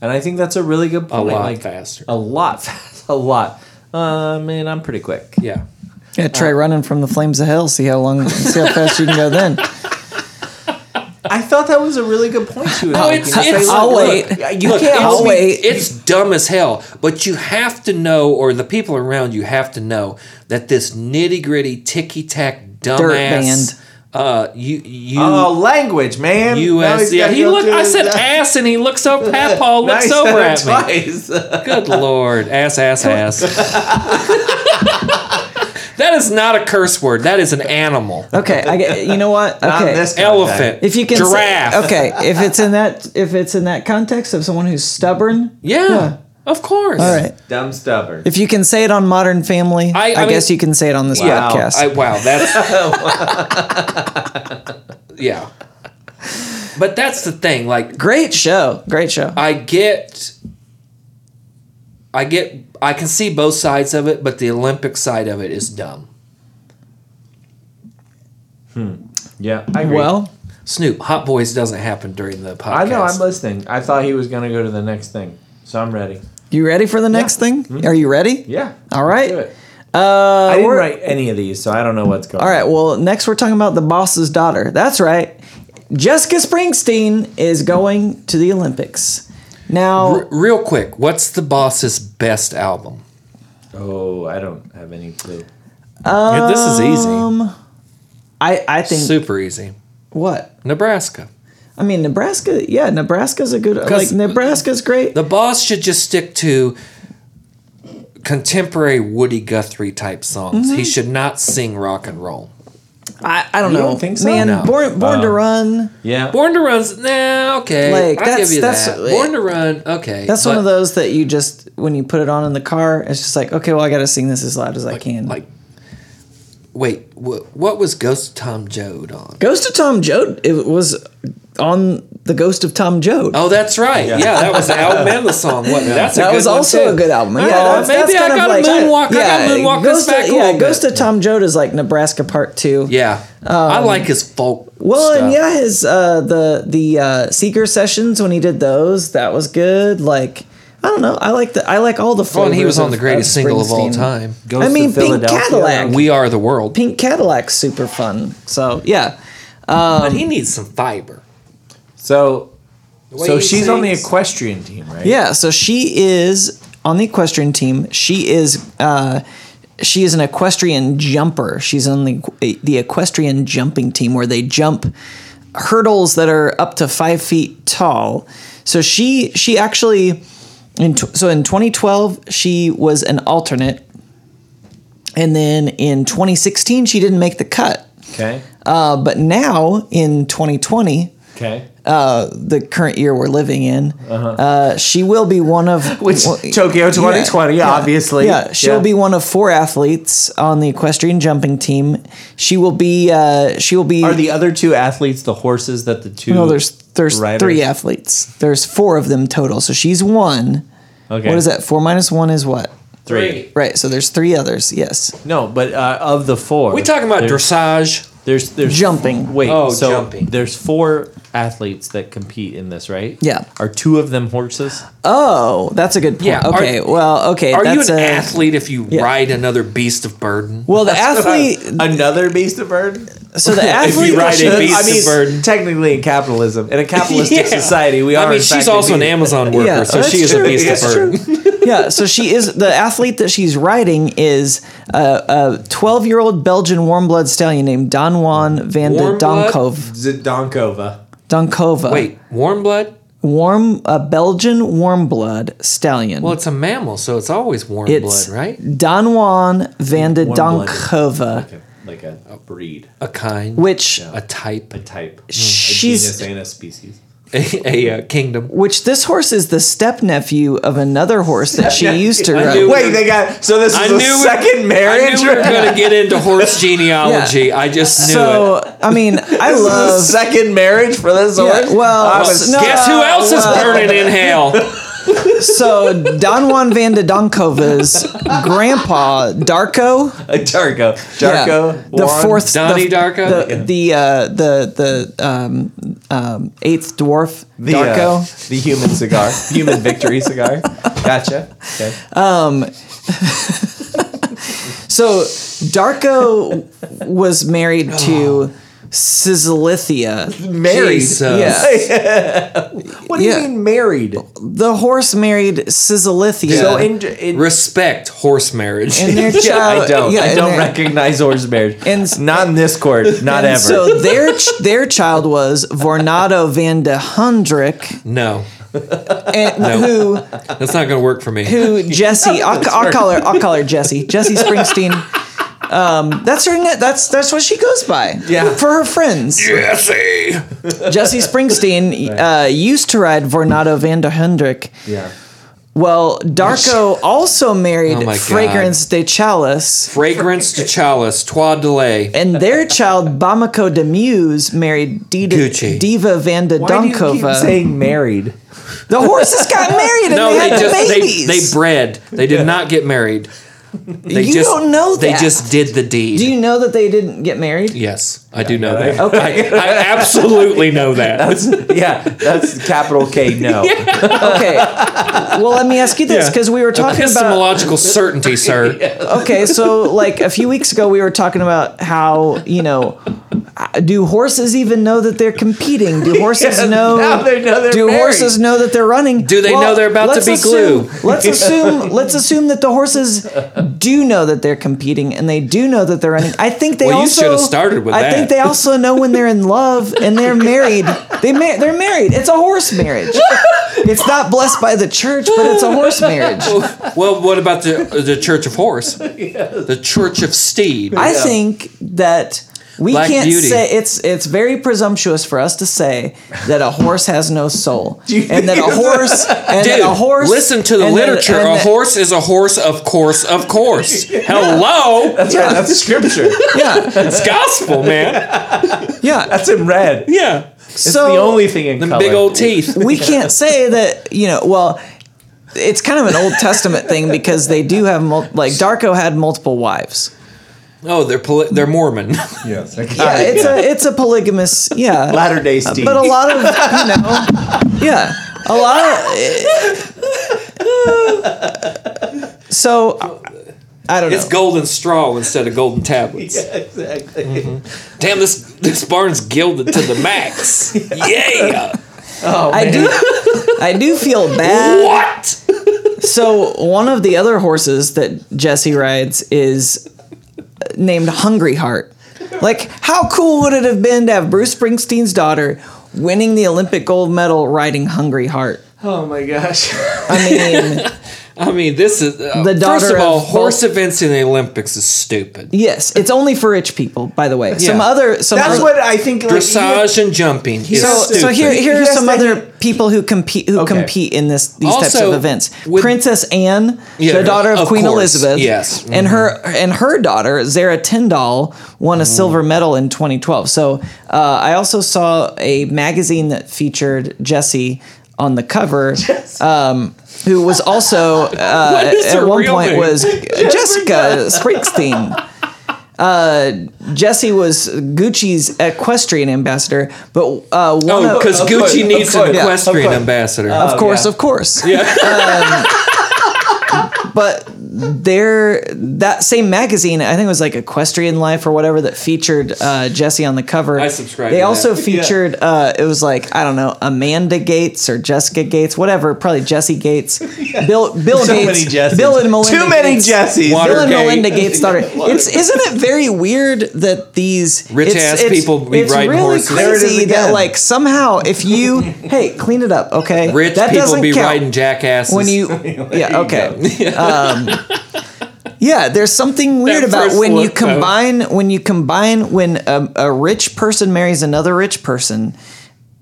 [SPEAKER 2] And I think that's a really good
[SPEAKER 1] a
[SPEAKER 2] point.
[SPEAKER 1] lot
[SPEAKER 2] like,
[SPEAKER 1] faster.
[SPEAKER 2] A lot. fast- a lot. Uh, man, I'm pretty quick.
[SPEAKER 1] yeah.
[SPEAKER 3] Yeah, try running from the flames of hell. See how long, see how fast you can go then.
[SPEAKER 2] I thought that was a really good point she was
[SPEAKER 1] Oh,
[SPEAKER 2] making.
[SPEAKER 1] it's-
[SPEAKER 2] to say,
[SPEAKER 1] it's-
[SPEAKER 2] look,
[SPEAKER 1] I'll
[SPEAKER 2] look,
[SPEAKER 3] wait.
[SPEAKER 2] You
[SPEAKER 3] Look,
[SPEAKER 2] can't
[SPEAKER 3] it's-
[SPEAKER 2] hold
[SPEAKER 1] It's-
[SPEAKER 2] me.
[SPEAKER 3] wait.
[SPEAKER 1] It's dumb as hell, but you have to know, or the people around you have to know that this nitty gritty ticky tack
[SPEAKER 3] band.
[SPEAKER 1] dumbass. Uh, you you
[SPEAKER 2] Oh, language, man. Now
[SPEAKER 1] U.S.
[SPEAKER 2] he's
[SPEAKER 1] Yeah,
[SPEAKER 2] gotta
[SPEAKER 1] he
[SPEAKER 2] go
[SPEAKER 1] looked.
[SPEAKER 2] through
[SPEAKER 1] I said
[SPEAKER 2] his- uh,
[SPEAKER 1] ass, and he looks so. Pat
[SPEAKER 2] Now
[SPEAKER 1] Paul looks
[SPEAKER 2] he said
[SPEAKER 1] over
[SPEAKER 2] it
[SPEAKER 1] at me.
[SPEAKER 2] twice.
[SPEAKER 1] Good lord, ass, ass, ass. that is not a curse word. That is an animal.
[SPEAKER 3] Okay, I get. You know what?
[SPEAKER 2] Not in
[SPEAKER 3] Okay,
[SPEAKER 2] this
[SPEAKER 1] Elephant.
[SPEAKER 3] if you can say-
[SPEAKER 1] giraffe.
[SPEAKER 3] okay, if it's in that, if it's in that context of someone who's stubborn.
[SPEAKER 1] Yeah, of course.
[SPEAKER 3] All right.
[SPEAKER 2] Dumb stubborn.
[SPEAKER 3] If you can say it on Modern Family, I,
[SPEAKER 1] I- I
[SPEAKER 3] guess
[SPEAKER 1] mean-
[SPEAKER 3] you can say it on this
[SPEAKER 2] Wow.
[SPEAKER 3] podcast.
[SPEAKER 1] I, wow, that's yeah. But that's the thing. Like
[SPEAKER 3] great show, great show.
[SPEAKER 1] I get, I get, I can see both sides of it, but the Olympic side of it is dumb.
[SPEAKER 2] yeah, I agree.
[SPEAKER 3] well,
[SPEAKER 1] Snoop, Hot Boys doesn't happen during the podcast.
[SPEAKER 2] I know. I'm listening. I thought he was going to go to the next thing, so I'm ready.
[SPEAKER 3] you ready for the next thing? Are you ready?
[SPEAKER 2] Mm-hmm. Yeah.
[SPEAKER 3] All right.
[SPEAKER 2] let's do it.
[SPEAKER 3] Uh,
[SPEAKER 2] I didn't
[SPEAKER 3] we're-
[SPEAKER 2] write any of these, so I don't know what's going.
[SPEAKER 3] All right.
[SPEAKER 2] On.
[SPEAKER 3] Well, next we're talking about the boss's daughter. That's right. Jessica Springsteen is going to the Olympics. Now,
[SPEAKER 1] R- real quick, what's the boss's best album?
[SPEAKER 2] Oh, I don't have any clue.
[SPEAKER 1] this is easy,
[SPEAKER 3] Um, I I think
[SPEAKER 1] super easy.
[SPEAKER 3] what
[SPEAKER 1] Nebraska.
[SPEAKER 3] I mean Nebraska. Yeah, Nebraska's a good like Nebraska's great.
[SPEAKER 1] The boss should just stick to contemporary Woody Guthrie type songs.
[SPEAKER 3] Mm-hmm.
[SPEAKER 1] He should not sing rock and roll.
[SPEAKER 3] I, I don't
[SPEAKER 2] You
[SPEAKER 3] know.
[SPEAKER 2] don't think so?
[SPEAKER 3] Man,
[SPEAKER 1] No.
[SPEAKER 3] born born to run.
[SPEAKER 2] Yeah.
[SPEAKER 1] Born to Run's nah, okay.
[SPEAKER 3] Like,
[SPEAKER 1] I'll
[SPEAKER 3] that's-
[SPEAKER 1] give you
[SPEAKER 3] that's-
[SPEAKER 1] that. Born to Run, okay.
[SPEAKER 3] That's one
[SPEAKER 1] but,
[SPEAKER 3] of those that you just when you put it on in the car, it's just like okay, well I got to sing this as loud as I can.
[SPEAKER 1] like. Wait, wh- what was Ghost Tom Joad on?
[SPEAKER 3] Ghost of Tom Joad. It was on the Ghost of Tom Joad.
[SPEAKER 1] Oh, that's right. Yeah, that was the album and the song. What, that's a
[SPEAKER 3] that
[SPEAKER 1] good
[SPEAKER 3] was
[SPEAKER 1] one,
[SPEAKER 3] also
[SPEAKER 1] too.
[SPEAKER 3] a good album. Yeah,
[SPEAKER 1] Oh,
[SPEAKER 3] that's,
[SPEAKER 1] maybe
[SPEAKER 3] that's
[SPEAKER 1] I
[SPEAKER 3] kind
[SPEAKER 1] got
[SPEAKER 3] of like,
[SPEAKER 1] a moonwalk. I got moonwalk. That's
[SPEAKER 3] Ghost of,
[SPEAKER 1] back a
[SPEAKER 3] yeah,
[SPEAKER 1] little
[SPEAKER 3] Ghost
[SPEAKER 1] bit.
[SPEAKER 3] of Tom Joad is like Nebraska Part Two.
[SPEAKER 1] Yeah, I like his folk.
[SPEAKER 3] um, Well,
[SPEAKER 1] stuff.
[SPEAKER 3] and yeah, his uh, the the uh, Seeker sessions when he did those, that was good. Like I don't know, I like the I like all the.
[SPEAKER 1] Oh, and he
[SPEAKER 3] flavors
[SPEAKER 1] was on
[SPEAKER 3] of-
[SPEAKER 1] the greatest single of all
[SPEAKER 3] Springsteen.
[SPEAKER 1] time.
[SPEAKER 2] Ghost
[SPEAKER 3] I mean,
[SPEAKER 2] of
[SPEAKER 3] Pink
[SPEAKER 2] Philadelphia.
[SPEAKER 3] Cadillac.
[SPEAKER 1] We are the world.
[SPEAKER 3] Pink Cadillac's super fun. So yeah,
[SPEAKER 1] but he needs some fiber.
[SPEAKER 2] So,
[SPEAKER 1] way
[SPEAKER 2] so
[SPEAKER 1] he
[SPEAKER 2] she's on the
[SPEAKER 1] sings.
[SPEAKER 2] equestrian team, right?
[SPEAKER 3] yeah. So she is on the equestrian team. She is. Uh, she is an equestrian jumper. She's on the the equestrian jumping team where they jump hurdles that are up to five feet tall. So she she actually in tw- so in 2012 she was an alternate, and then in 2016 she didn't make the cut.
[SPEAKER 2] Okay.
[SPEAKER 3] Uh, but now in 2020,
[SPEAKER 2] Okay.
[SPEAKER 3] uh, the current year we're living in, uh she will be one of
[SPEAKER 2] Uh-huh. Which
[SPEAKER 3] well,
[SPEAKER 2] Tokyo 2020, obviously.
[SPEAKER 3] Yeah, she'll
[SPEAKER 2] Yeah.
[SPEAKER 3] be one of four athletes on the equestrian jumping team. She will be. Uh, she will be.
[SPEAKER 2] Are the other two athletes the horses that the two?
[SPEAKER 3] no, there's there's
[SPEAKER 2] riders?
[SPEAKER 3] three athletes. There's four of them total. So she's one.
[SPEAKER 2] Okay.
[SPEAKER 3] What is that? Four minus one is what?
[SPEAKER 2] Three.
[SPEAKER 3] Right. So there's three others. Yes.
[SPEAKER 2] No, but uh, of the four,
[SPEAKER 1] We talking about
[SPEAKER 2] there's
[SPEAKER 1] dressage?
[SPEAKER 2] there's, there's
[SPEAKER 3] Jumping.
[SPEAKER 2] Wait,
[SPEAKER 1] Oh,
[SPEAKER 2] so
[SPEAKER 1] jumping.
[SPEAKER 2] there's four athletes that compete in this, right?
[SPEAKER 3] Yeah.
[SPEAKER 2] Are two of them horses?
[SPEAKER 3] Oh, that's a good point.
[SPEAKER 1] Yeah, are-
[SPEAKER 3] Okay. well, okay.
[SPEAKER 1] Are you
[SPEAKER 3] that's
[SPEAKER 1] an
[SPEAKER 3] a,
[SPEAKER 1] athlete if you ride another beast of burden?
[SPEAKER 3] Well, the athlete.
[SPEAKER 2] Another beast of burden?
[SPEAKER 3] So the athlete.
[SPEAKER 1] ride a
[SPEAKER 3] should-
[SPEAKER 1] beast
[SPEAKER 2] I mean,
[SPEAKER 1] of burden.
[SPEAKER 2] technically in capitalism, in a capitalistic
[SPEAKER 1] Yeah.
[SPEAKER 2] society, we are.
[SPEAKER 1] I mean,
[SPEAKER 2] in fact,
[SPEAKER 1] she's
[SPEAKER 2] a
[SPEAKER 1] also an
[SPEAKER 2] beast.
[SPEAKER 1] Amazon worker,
[SPEAKER 3] Yeah,
[SPEAKER 1] so
[SPEAKER 3] that's
[SPEAKER 1] she is
[SPEAKER 3] true.
[SPEAKER 1] a beast
[SPEAKER 3] That's
[SPEAKER 1] of burden.
[SPEAKER 3] yeah. So she is the athlete that she's riding is a twelve-year-old Belgian warm blood stallion named Don Juan van de
[SPEAKER 1] Warm blood?
[SPEAKER 3] Donkov.
[SPEAKER 2] Zdonkova.
[SPEAKER 3] Donkova.
[SPEAKER 1] Wait, warm blood?
[SPEAKER 3] Warm a Belgian warm blood stallion.
[SPEAKER 1] Well, it's a mammal, so it's always warm
[SPEAKER 3] it's
[SPEAKER 1] blood, right?
[SPEAKER 3] Don Juan van de
[SPEAKER 2] Warm-blooded.
[SPEAKER 3] Donkova,
[SPEAKER 2] Like a, like a, a breed,
[SPEAKER 1] A kind,
[SPEAKER 3] which
[SPEAKER 1] a type,
[SPEAKER 2] a type, a genus
[SPEAKER 3] she's
[SPEAKER 2] and a species.
[SPEAKER 1] a, a, uh kingdom.
[SPEAKER 3] which this horse is the step nephew of another horse that she used to
[SPEAKER 1] I
[SPEAKER 3] ride.
[SPEAKER 1] knew-
[SPEAKER 2] Wait, they got so this is
[SPEAKER 1] I
[SPEAKER 2] the
[SPEAKER 1] knew it-
[SPEAKER 2] second
[SPEAKER 1] I
[SPEAKER 2] marriage.
[SPEAKER 1] knew we were going to get into horse genealogy. I just knew it.
[SPEAKER 3] So I mean, I
[SPEAKER 2] This is the
[SPEAKER 3] love.
[SPEAKER 2] second marriage for this
[SPEAKER 3] Yeah,
[SPEAKER 2] horse.
[SPEAKER 3] well,
[SPEAKER 2] I'm a
[SPEAKER 3] s- no,
[SPEAKER 1] Guess who else is
[SPEAKER 3] well-
[SPEAKER 1] burning in hell?
[SPEAKER 3] So Don Juan Van de Donkova's grandpa Darko,
[SPEAKER 2] A Darko.
[SPEAKER 3] yeah,
[SPEAKER 2] Darko.
[SPEAKER 3] the
[SPEAKER 2] Juan.
[SPEAKER 3] fourth,
[SPEAKER 1] Donnie
[SPEAKER 3] the,
[SPEAKER 1] Darko?
[SPEAKER 3] the the uh, the the um, um, eighth dwarf
[SPEAKER 2] The, uh,
[SPEAKER 3] Darko.
[SPEAKER 2] the human cigar. Human victory cigar. Gotcha. Okay.
[SPEAKER 3] So Darko was married
[SPEAKER 2] Oh.
[SPEAKER 3] to Sisilithia.
[SPEAKER 2] Married.
[SPEAKER 1] Jesus.
[SPEAKER 3] Yeah,
[SPEAKER 2] What do
[SPEAKER 3] Yeah.
[SPEAKER 2] you mean married?
[SPEAKER 3] the horse married Sisilithia.
[SPEAKER 2] So in, in
[SPEAKER 1] Respect horse marriage.
[SPEAKER 3] and their
[SPEAKER 2] Yeah,
[SPEAKER 3] child,
[SPEAKER 2] I don't.
[SPEAKER 3] yeah,
[SPEAKER 2] I
[SPEAKER 3] and
[SPEAKER 2] don't
[SPEAKER 3] their-
[SPEAKER 2] recognize horse marriage.
[SPEAKER 3] And-
[SPEAKER 2] not in this court. Not ever.
[SPEAKER 3] So their ch- their child was Vornado van de Hundrick,
[SPEAKER 1] no,
[SPEAKER 3] and who
[SPEAKER 1] that's not going to work for me.
[SPEAKER 3] who Jesse. I'll, I'll call her. I'll call her Jesse. Jesse Springsteen. Um, that's her. net- That's that's what she goes by.
[SPEAKER 2] Yeah.
[SPEAKER 3] For her friends,
[SPEAKER 1] Jesse!
[SPEAKER 3] Jesse Springsteen uh, used to ride Vornado van der Hendrik.
[SPEAKER 2] yeah.
[SPEAKER 3] Well, Darko also married
[SPEAKER 1] Oh my God.
[SPEAKER 3] Fragrance de Chalice,
[SPEAKER 1] Fragrance to chalice, trois delay.
[SPEAKER 3] and their child Bamako de Muse married Dita,
[SPEAKER 1] Gucci.
[SPEAKER 3] Diva van de
[SPEAKER 2] Why do you keep
[SPEAKER 3] Donkova.
[SPEAKER 2] saying married?
[SPEAKER 3] The horses got married and
[SPEAKER 1] No,
[SPEAKER 3] they
[SPEAKER 1] they
[SPEAKER 3] had
[SPEAKER 1] just they,
[SPEAKER 3] babies.
[SPEAKER 1] they bred. They did not get married. They
[SPEAKER 3] You
[SPEAKER 1] just,
[SPEAKER 3] don't know
[SPEAKER 1] They
[SPEAKER 3] that.
[SPEAKER 1] just did the deed.
[SPEAKER 3] Do you know that they didn't get married?
[SPEAKER 1] yes, I do know
[SPEAKER 2] I-
[SPEAKER 1] that. Okay. I, I absolutely know that.
[SPEAKER 2] yeah, that's capital K. No.
[SPEAKER 3] Okay. well, let me ask you this
[SPEAKER 1] Yeah.
[SPEAKER 3] because we were talking about.
[SPEAKER 1] Epistemological certainty, sir.
[SPEAKER 3] Okay, so like a few weeks ago, we were talking about how you know. uh, Do horses even know that they're competing? Do horses
[SPEAKER 2] Yeah,
[SPEAKER 3] know?
[SPEAKER 2] now they know they're
[SPEAKER 3] do
[SPEAKER 2] married.
[SPEAKER 3] horses know that they're running?
[SPEAKER 1] Do they know they're about to
[SPEAKER 3] let's
[SPEAKER 1] be
[SPEAKER 3] assume-
[SPEAKER 1] glue?
[SPEAKER 3] Let's assume. Let's assume that the horses do know that they're competing and they do know that they're running. I think they
[SPEAKER 1] Well, you
[SPEAKER 3] also.
[SPEAKER 1] should have started with
[SPEAKER 3] I
[SPEAKER 1] that.
[SPEAKER 3] think they also know when they're in love and they're married. They ma- they're married. It's a horse marriage. It's not blessed by the church, but it's a horse marriage.
[SPEAKER 1] well, what about the the Church of Horse? The Church of Steed.
[SPEAKER 3] I think that we
[SPEAKER 1] Black
[SPEAKER 3] can't
[SPEAKER 1] Beauty.
[SPEAKER 3] say it's it's very presumptuous for us to say that a horse has no soul, and that a horse and
[SPEAKER 1] Dude,
[SPEAKER 3] that a horse.
[SPEAKER 1] listen to the
[SPEAKER 3] and that-
[SPEAKER 1] literature.
[SPEAKER 3] and
[SPEAKER 1] a
[SPEAKER 3] that-
[SPEAKER 1] horse is a horse, of course, of course. Hello,
[SPEAKER 2] That's right. That's scripture.
[SPEAKER 3] Yeah,
[SPEAKER 1] it's gospel, man.
[SPEAKER 3] yeah.
[SPEAKER 2] That's in red. It's
[SPEAKER 1] Yeah,
[SPEAKER 3] so
[SPEAKER 2] the only thing in
[SPEAKER 1] them
[SPEAKER 2] color.
[SPEAKER 1] big old teeth.
[SPEAKER 3] we can't say that you know. Well, it's kind of an Old Testament thing because they do have mul- like Darko had multiple wives.
[SPEAKER 1] Oh, they're poli- they're Mormon.
[SPEAKER 2] Yes.
[SPEAKER 3] Yeah, it's a it's a polygamous. Yeah,
[SPEAKER 2] Latter Day Steve.
[SPEAKER 3] but a lot of you know, yeah, a lot of. so, I don't know.
[SPEAKER 1] It's golden straw instead of golden tablets. Mm-hmm.
[SPEAKER 2] Yeah, exactly.
[SPEAKER 1] Damn, this this barn's gilded to the max. yeah.
[SPEAKER 3] I do, I do feel bad.
[SPEAKER 1] What?
[SPEAKER 3] So one of the other horses that Jesse rides is named Hungry Heart. Like, how cool would it have been to have Bruce Springsteen's daughter winning the Olympic gold medal riding Hungry Heart?
[SPEAKER 2] Oh my gosh.
[SPEAKER 3] I mean,
[SPEAKER 1] I mean, this is uh,
[SPEAKER 3] The daughter
[SPEAKER 1] first of all,
[SPEAKER 3] of both-
[SPEAKER 1] horse events in the Olympics is stupid.
[SPEAKER 3] yes, it's only for rich people, by the way. Some
[SPEAKER 1] Yeah.
[SPEAKER 3] other, some
[SPEAKER 2] That's
[SPEAKER 3] other,
[SPEAKER 2] what I think. Like,
[SPEAKER 1] Dressage and jumping is
[SPEAKER 3] So,
[SPEAKER 1] stupid.
[SPEAKER 3] so here, here are
[SPEAKER 2] Yes,
[SPEAKER 3] some
[SPEAKER 2] they
[SPEAKER 3] other
[SPEAKER 2] do.
[SPEAKER 3] people who compete who
[SPEAKER 2] Okay.
[SPEAKER 3] compete in this these types
[SPEAKER 1] Also,
[SPEAKER 3] of events.
[SPEAKER 1] with-
[SPEAKER 3] Princess Anne,
[SPEAKER 1] Yeah,
[SPEAKER 3] the daughter of,
[SPEAKER 1] of
[SPEAKER 3] Queen
[SPEAKER 1] course,
[SPEAKER 3] Elizabeth,
[SPEAKER 1] yes. Mm-hmm.
[SPEAKER 3] and her and her daughter Zara Tyndall won a silver medal in 2012. So uh, I also saw a magazine that featured Jesse on the cover, um, who was also uh,
[SPEAKER 1] What is
[SPEAKER 3] at
[SPEAKER 1] her
[SPEAKER 3] one
[SPEAKER 1] real
[SPEAKER 3] point
[SPEAKER 1] name?
[SPEAKER 3] was Jessica Springsteen. Uh, Jesse was Gucci's equestrian ambassador, but uh, one
[SPEAKER 1] Oh,
[SPEAKER 3] of-
[SPEAKER 1] because
[SPEAKER 2] of course,
[SPEAKER 1] Gucci
[SPEAKER 2] of
[SPEAKER 1] needs an
[SPEAKER 2] course,
[SPEAKER 3] yeah, of Uh,
[SPEAKER 1] equestrian
[SPEAKER 2] course.
[SPEAKER 1] ambassador.
[SPEAKER 3] of course,
[SPEAKER 2] yeah.
[SPEAKER 3] of course. Um, but there, that same magazine, I think it was like Equestrian Life or whatever, that featured uh, Jesse on the cover.
[SPEAKER 1] I subscribe
[SPEAKER 3] They
[SPEAKER 1] to
[SPEAKER 3] also
[SPEAKER 1] that.
[SPEAKER 3] featured. Uh, it was like I don't know, Amanda Gates or Jessica Gates, whatever. Probably Jesse Gates. Bill Bill
[SPEAKER 2] So many
[SPEAKER 3] Gates.
[SPEAKER 2] Jessies.
[SPEAKER 3] Bill and Melinda.
[SPEAKER 2] Too many
[SPEAKER 3] Gates.
[SPEAKER 2] Jessies.
[SPEAKER 1] Water-
[SPEAKER 3] Bill and
[SPEAKER 1] Watergate.
[SPEAKER 3] Melinda Gates daughter. It's isn't it very weird that these
[SPEAKER 1] Rich
[SPEAKER 3] it's-
[SPEAKER 1] ass
[SPEAKER 3] it's-
[SPEAKER 1] people be
[SPEAKER 3] it's
[SPEAKER 1] riding
[SPEAKER 3] really
[SPEAKER 1] horses.
[SPEAKER 3] Crazy
[SPEAKER 1] There
[SPEAKER 2] it is
[SPEAKER 3] that
[SPEAKER 2] again.
[SPEAKER 3] like somehow if you hey clean it up okay
[SPEAKER 1] Rich
[SPEAKER 3] that
[SPEAKER 1] people
[SPEAKER 3] doesn't
[SPEAKER 1] be
[SPEAKER 3] count.
[SPEAKER 1] riding jackasses.
[SPEAKER 3] when you yeah okay um, yeah there's something weird
[SPEAKER 1] That
[SPEAKER 3] about
[SPEAKER 1] first
[SPEAKER 3] when you
[SPEAKER 1] look, though.
[SPEAKER 3] combine when you combine when a, a rich person marries another rich person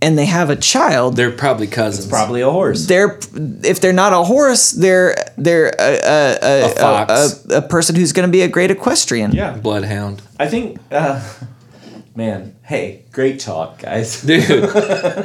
[SPEAKER 3] and they have a child
[SPEAKER 1] they're probably cousins.
[SPEAKER 2] Probably a horse.
[SPEAKER 3] they're if they're not a horse they're they're a, a,
[SPEAKER 1] a fox,
[SPEAKER 3] a, a person who's going to be a great equestrian
[SPEAKER 2] Yeah.
[SPEAKER 1] bloodhound.
[SPEAKER 2] I think, uh, man, hey, great talk, guys.
[SPEAKER 1] Dude,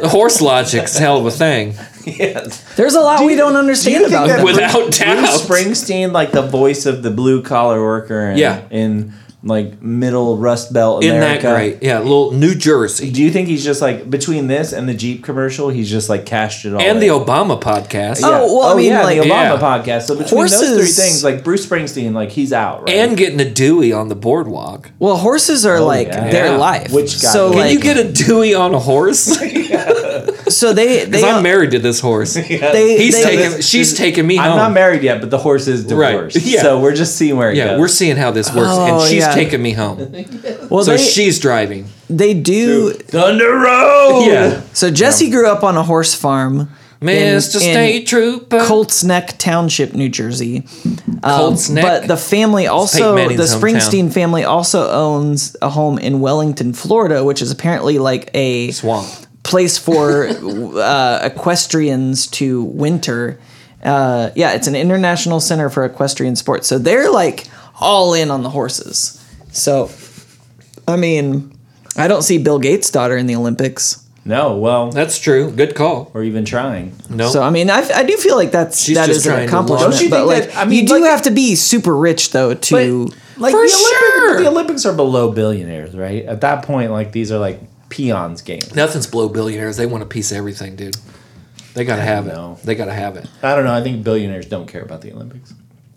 [SPEAKER 1] horse logic's a hell of a thing.
[SPEAKER 2] yes.
[SPEAKER 3] there's a lot we don't
[SPEAKER 2] Do you
[SPEAKER 3] understand
[SPEAKER 2] think
[SPEAKER 3] about
[SPEAKER 2] that
[SPEAKER 3] them.
[SPEAKER 1] Bruce- Without
[SPEAKER 2] Bruce,
[SPEAKER 1] doubt.
[SPEAKER 2] Bruce Springsteen, like the voice of the blue collar worker, in,
[SPEAKER 1] Yeah.
[SPEAKER 2] in like middle Rust Belt
[SPEAKER 1] Isn't
[SPEAKER 2] America.
[SPEAKER 1] that great? Yeah, little New Jersey
[SPEAKER 2] Do you think he's just like between this and the Jeep commercial, he's just like cashed it all?
[SPEAKER 1] and the
[SPEAKER 2] in?
[SPEAKER 1] Obama podcast.
[SPEAKER 3] Oh, well, I mean,
[SPEAKER 2] yeah,
[SPEAKER 3] like-
[SPEAKER 2] the Obama
[SPEAKER 1] Yeah.
[SPEAKER 2] podcast. So between those
[SPEAKER 3] Horses-
[SPEAKER 2] three things, like Bruce Springsteen, like he's out, right?
[SPEAKER 1] and getting a Dewey on the boardwalk.
[SPEAKER 3] well horses are like
[SPEAKER 2] yeah.
[SPEAKER 3] their
[SPEAKER 1] Oh, Yeah.
[SPEAKER 3] life
[SPEAKER 2] Which got
[SPEAKER 3] so
[SPEAKER 2] me.
[SPEAKER 1] Can
[SPEAKER 3] like
[SPEAKER 1] you get a Dewey on a horse? Because
[SPEAKER 3] so they they
[SPEAKER 1] I'm married to this horse.
[SPEAKER 3] they,
[SPEAKER 1] He's
[SPEAKER 3] they,
[SPEAKER 1] taking, she's taking me
[SPEAKER 2] I'm
[SPEAKER 1] home.
[SPEAKER 2] not married yet, but the horse is divorced.
[SPEAKER 1] Right. Yeah.
[SPEAKER 2] So we're just seeing where it
[SPEAKER 1] yeah,
[SPEAKER 2] goes.
[SPEAKER 1] we're seeing how this works,
[SPEAKER 3] Oh,
[SPEAKER 1] and she's
[SPEAKER 3] yeah.
[SPEAKER 1] taking me home.
[SPEAKER 3] well
[SPEAKER 1] So
[SPEAKER 3] they,
[SPEAKER 1] she's driving.
[SPEAKER 3] they do
[SPEAKER 2] Thunder Road.
[SPEAKER 1] Yeah,
[SPEAKER 3] So Jesse grew up on a horse farm, in-
[SPEAKER 1] Mr. State Trooper. Um,
[SPEAKER 3] Colts Neck Township, New Jersey.
[SPEAKER 1] Colts neck.
[SPEAKER 3] But the family also, the
[SPEAKER 1] Peyton Manning's
[SPEAKER 3] Springsteen family also owns a home in Wellington, Florida, which is apparently like a
[SPEAKER 1] swamp.
[SPEAKER 3] place for uh, equestrians to winter. Uh, yeah, it's an international center for equestrian sports. So they're like all in on the horses. So, I mean, I don't see Bill Gates' daughter in the Olympics.
[SPEAKER 2] No, well,
[SPEAKER 1] That's true. Good call.
[SPEAKER 2] or even trying.
[SPEAKER 1] No.
[SPEAKER 3] So I mean, I, I do feel like that's
[SPEAKER 1] She's
[SPEAKER 3] that
[SPEAKER 1] just
[SPEAKER 3] is an
[SPEAKER 1] trying to
[SPEAKER 3] accomplishment.
[SPEAKER 1] launch.
[SPEAKER 2] Don't you
[SPEAKER 3] but
[SPEAKER 2] think
[SPEAKER 3] like,
[SPEAKER 2] that- I mean,
[SPEAKER 3] you do
[SPEAKER 2] like-
[SPEAKER 3] have to be super rich though to.
[SPEAKER 2] Like
[SPEAKER 1] For
[SPEAKER 2] the, Olympic-
[SPEAKER 1] sure.
[SPEAKER 2] the Olympics are below billionaires, right? At that point, like these are like peons games.
[SPEAKER 1] Nothing's below billionaires. They want a piece of everything, dude. They gotta have
[SPEAKER 2] know.
[SPEAKER 1] it. They gotta have it.
[SPEAKER 2] I don't know. I think billionaires don't care about the Olympics.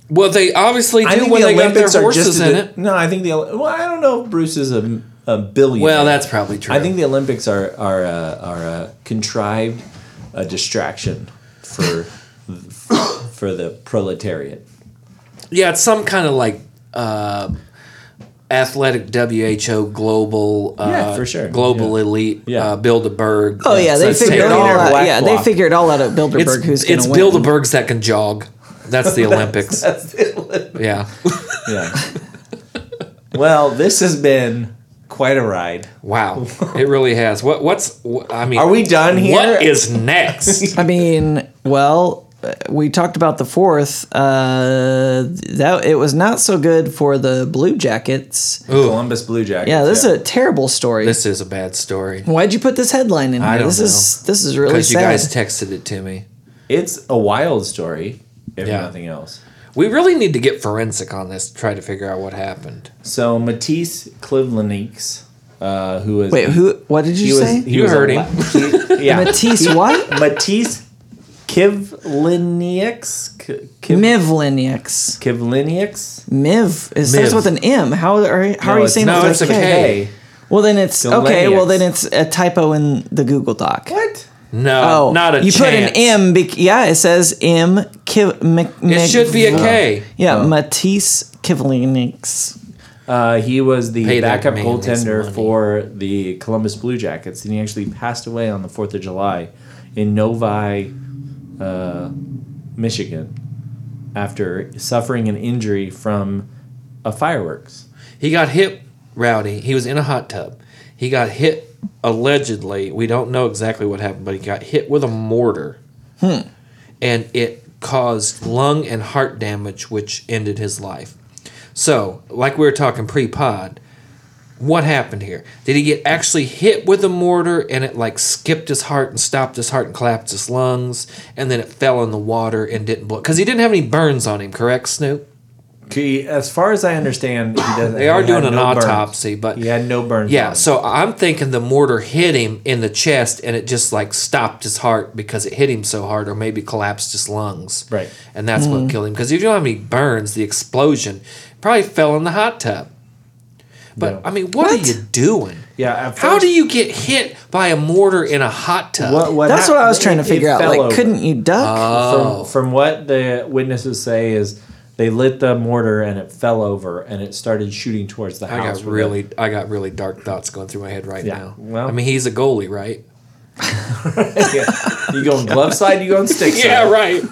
[SPEAKER 1] Well, they obviously
[SPEAKER 2] I
[SPEAKER 1] do
[SPEAKER 2] think
[SPEAKER 1] when
[SPEAKER 2] the
[SPEAKER 1] they
[SPEAKER 2] Olympics
[SPEAKER 1] got their
[SPEAKER 2] are just
[SPEAKER 1] horses
[SPEAKER 2] as
[SPEAKER 1] in
[SPEAKER 2] a-
[SPEAKER 1] it.
[SPEAKER 2] No, I think the well, I don't know if Bruce is a, a billionaire.
[SPEAKER 1] Well, that's probably true.
[SPEAKER 2] I think the Olympics are are uh, are a contrived a distraction for for the proletariat.
[SPEAKER 1] yeah, it's some kind of like uh, athletic WHO global uh,
[SPEAKER 2] Yeah, for sure.
[SPEAKER 1] global
[SPEAKER 2] Yeah.
[SPEAKER 1] elite
[SPEAKER 2] Yeah.
[SPEAKER 1] uh, Bilderberg.
[SPEAKER 3] Oh yeah, they
[SPEAKER 2] it's
[SPEAKER 3] figured it
[SPEAKER 2] taken
[SPEAKER 3] all
[SPEAKER 2] over
[SPEAKER 3] out.
[SPEAKER 2] Black
[SPEAKER 3] Yeah,
[SPEAKER 2] Bloc.
[SPEAKER 3] they figured it all out at Bilderberg.
[SPEAKER 1] it's
[SPEAKER 3] who's going
[SPEAKER 1] it's
[SPEAKER 3] to win?
[SPEAKER 1] Bilderbergs that can jog. That's the Olympics. yeah.
[SPEAKER 2] Yeah. well, this has been quite a ride.
[SPEAKER 1] Wow. It really has. What what's wh- I mean
[SPEAKER 2] Are we done here?
[SPEAKER 1] What is next?
[SPEAKER 3] I mean, well, uh, we talked about the fourth. Uh, that it was not so good for the Blue Jackets.
[SPEAKER 2] Columbus Blue Jackets?
[SPEAKER 3] Yeah, this is a terrible story.
[SPEAKER 1] this is a bad story.
[SPEAKER 3] Why'd you put this headline in here?
[SPEAKER 2] don't
[SPEAKER 3] this is this is really
[SPEAKER 1] Because you
[SPEAKER 3] sad.
[SPEAKER 1] guys texted it to me.
[SPEAKER 2] it's a wild story, if
[SPEAKER 1] Yeah.
[SPEAKER 2] nothing else.
[SPEAKER 1] We really need to get forensic on this to try to figure out what happened.
[SPEAKER 2] So Matisse Klivlaneks, uh, who was
[SPEAKER 3] Wait, who? What did
[SPEAKER 2] he
[SPEAKER 3] you
[SPEAKER 2] was
[SPEAKER 3] say?
[SPEAKER 2] he
[SPEAKER 1] You
[SPEAKER 2] was
[SPEAKER 1] heard
[SPEAKER 2] a
[SPEAKER 1] him.
[SPEAKER 2] la- he- yeah,
[SPEAKER 3] Matisse what?
[SPEAKER 2] Matisse Kivlinieks. K- Kiv-
[SPEAKER 3] Miv Linux.
[SPEAKER 2] Kivlinieks.
[SPEAKER 3] Miv is starts
[SPEAKER 1] Miv.
[SPEAKER 3] with an M. How are how are you
[SPEAKER 2] it's
[SPEAKER 3] saying
[SPEAKER 2] not.
[SPEAKER 3] that
[SPEAKER 1] it's
[SPEAKER 3] with
[SPEAKER 1] a K.
[SPEAKER 3] Well then it's
[SPEAKER 2] Delaney
[SPEAKER 3] okay. Well
[SPEAKER 2] X.
[SPEAKER 3] then it's a typo in the Google Doc. Oh,
[SPEAKER 2] What?
[SPEAKER 1] No, Uh, not a
[SPEAKER 3] you put an
[SPEAKER 1] chance.
[SPEAKER 3] M. Bec- yeah, it says M. Kiv- Mc-
[SPEAKER 1] It should be a K.
[SPEAKER 3] Yeah, Matisse Kivlinix.
[SPEAKER 2] Uh, he was the
[SPEAKER 1] Pay that
[SPEAKER 2] backup
[SPEAKER 1] man his
[SPEAKER 2] goaltender
[SPEAKER 1] money.
[SPEAKER 2] for the Columbus Blue Jackets, and he actually passed away on the Fourth of July in Novi, uh, Michigan, after suffering an injury from a fireworks.
[SPEAKER 1] He got hit rowdy. He was in a hot tub. He got hit allegedly. We don't know exactly what happened, but he got hit with a mortar.
[SPEAKER 2] Hmm.
[SPEAKER 1] And it caused lung and heart damage, which ended his life. So, like we were talking pre pod, What happened here? Did he get actually hit with a mortar and it like skipped his heart and stopped his heart and collapsed his lungs and then it fell in the water and didn't blow? Because he didn't have any burns on him, correct, Snoop?
[SPEAKER 2] He, as far as I understand, he doesn't.
[SPEAKER 1] They are
[SPEAKER 2] he had
[SPEAKER 1] doing an
[SPEAKER 2] no burns.
[SPEAKER 1] autopsy, but
[SPEAKER 2] He had no burns. on
[SPEAKER 1] yeah,
[SPEAKER 2] him.
[SPEAKER 1] so I'm thinking the mortar hit him in the chest and it just like stopped his heart because it hit him so hard or maybe collapsed his lungs.
[SPEAKER 2] Right.
[SPEAKER 1] And that's what killed him. Because if you don't have any burns, the explosion probably fell in the hot tub. But
[SPEAKER 2] No.
[SPEAKER 1] I mean, what,
[SPEAKER 3] What?
[SPEAKER 1] are you doing?
[SPEAKER 2] yeah. at
[SPEAKER 1] How
[SPEAKER 2] first-
[SPEAKER 1] do you get hit by a mortar in a hot tub?
[SPEAKER 3] That's what I was
[SPEAKER 2] happened-
[SPEAKER 3] trying to
[SPEAKER 2] it-
[SPEAKER 3] figure
[SPEAKER 2] it
[SPEAKER 3] out.
[SPEAKER 2] fell
[SPEAKER 3] Like,
[SPEAKER 2] over. Uh,
[SPEAKER 3] couldn't you duck?
[SPEAKER 1] Oh.
[SPEAKER 2] From, from what the witnesses say is they lit the mortar and it fell over and it started shooting towards the
[SPEAKER 1] I
[SPEAKER 2] house.
[SPEAKER 1] got really, I got really dark thoughts going through my head right
[SPEAKER 2] Yeah,
[SPEAKER 1] now.
[SPEAKER 2] well-
[SPEAKER 1] I mean, he's a goalie, right?
[SPEAKER 2] yeah. You go on glove side, you go on stick side.
[SPEAKER 1] Yeah, right.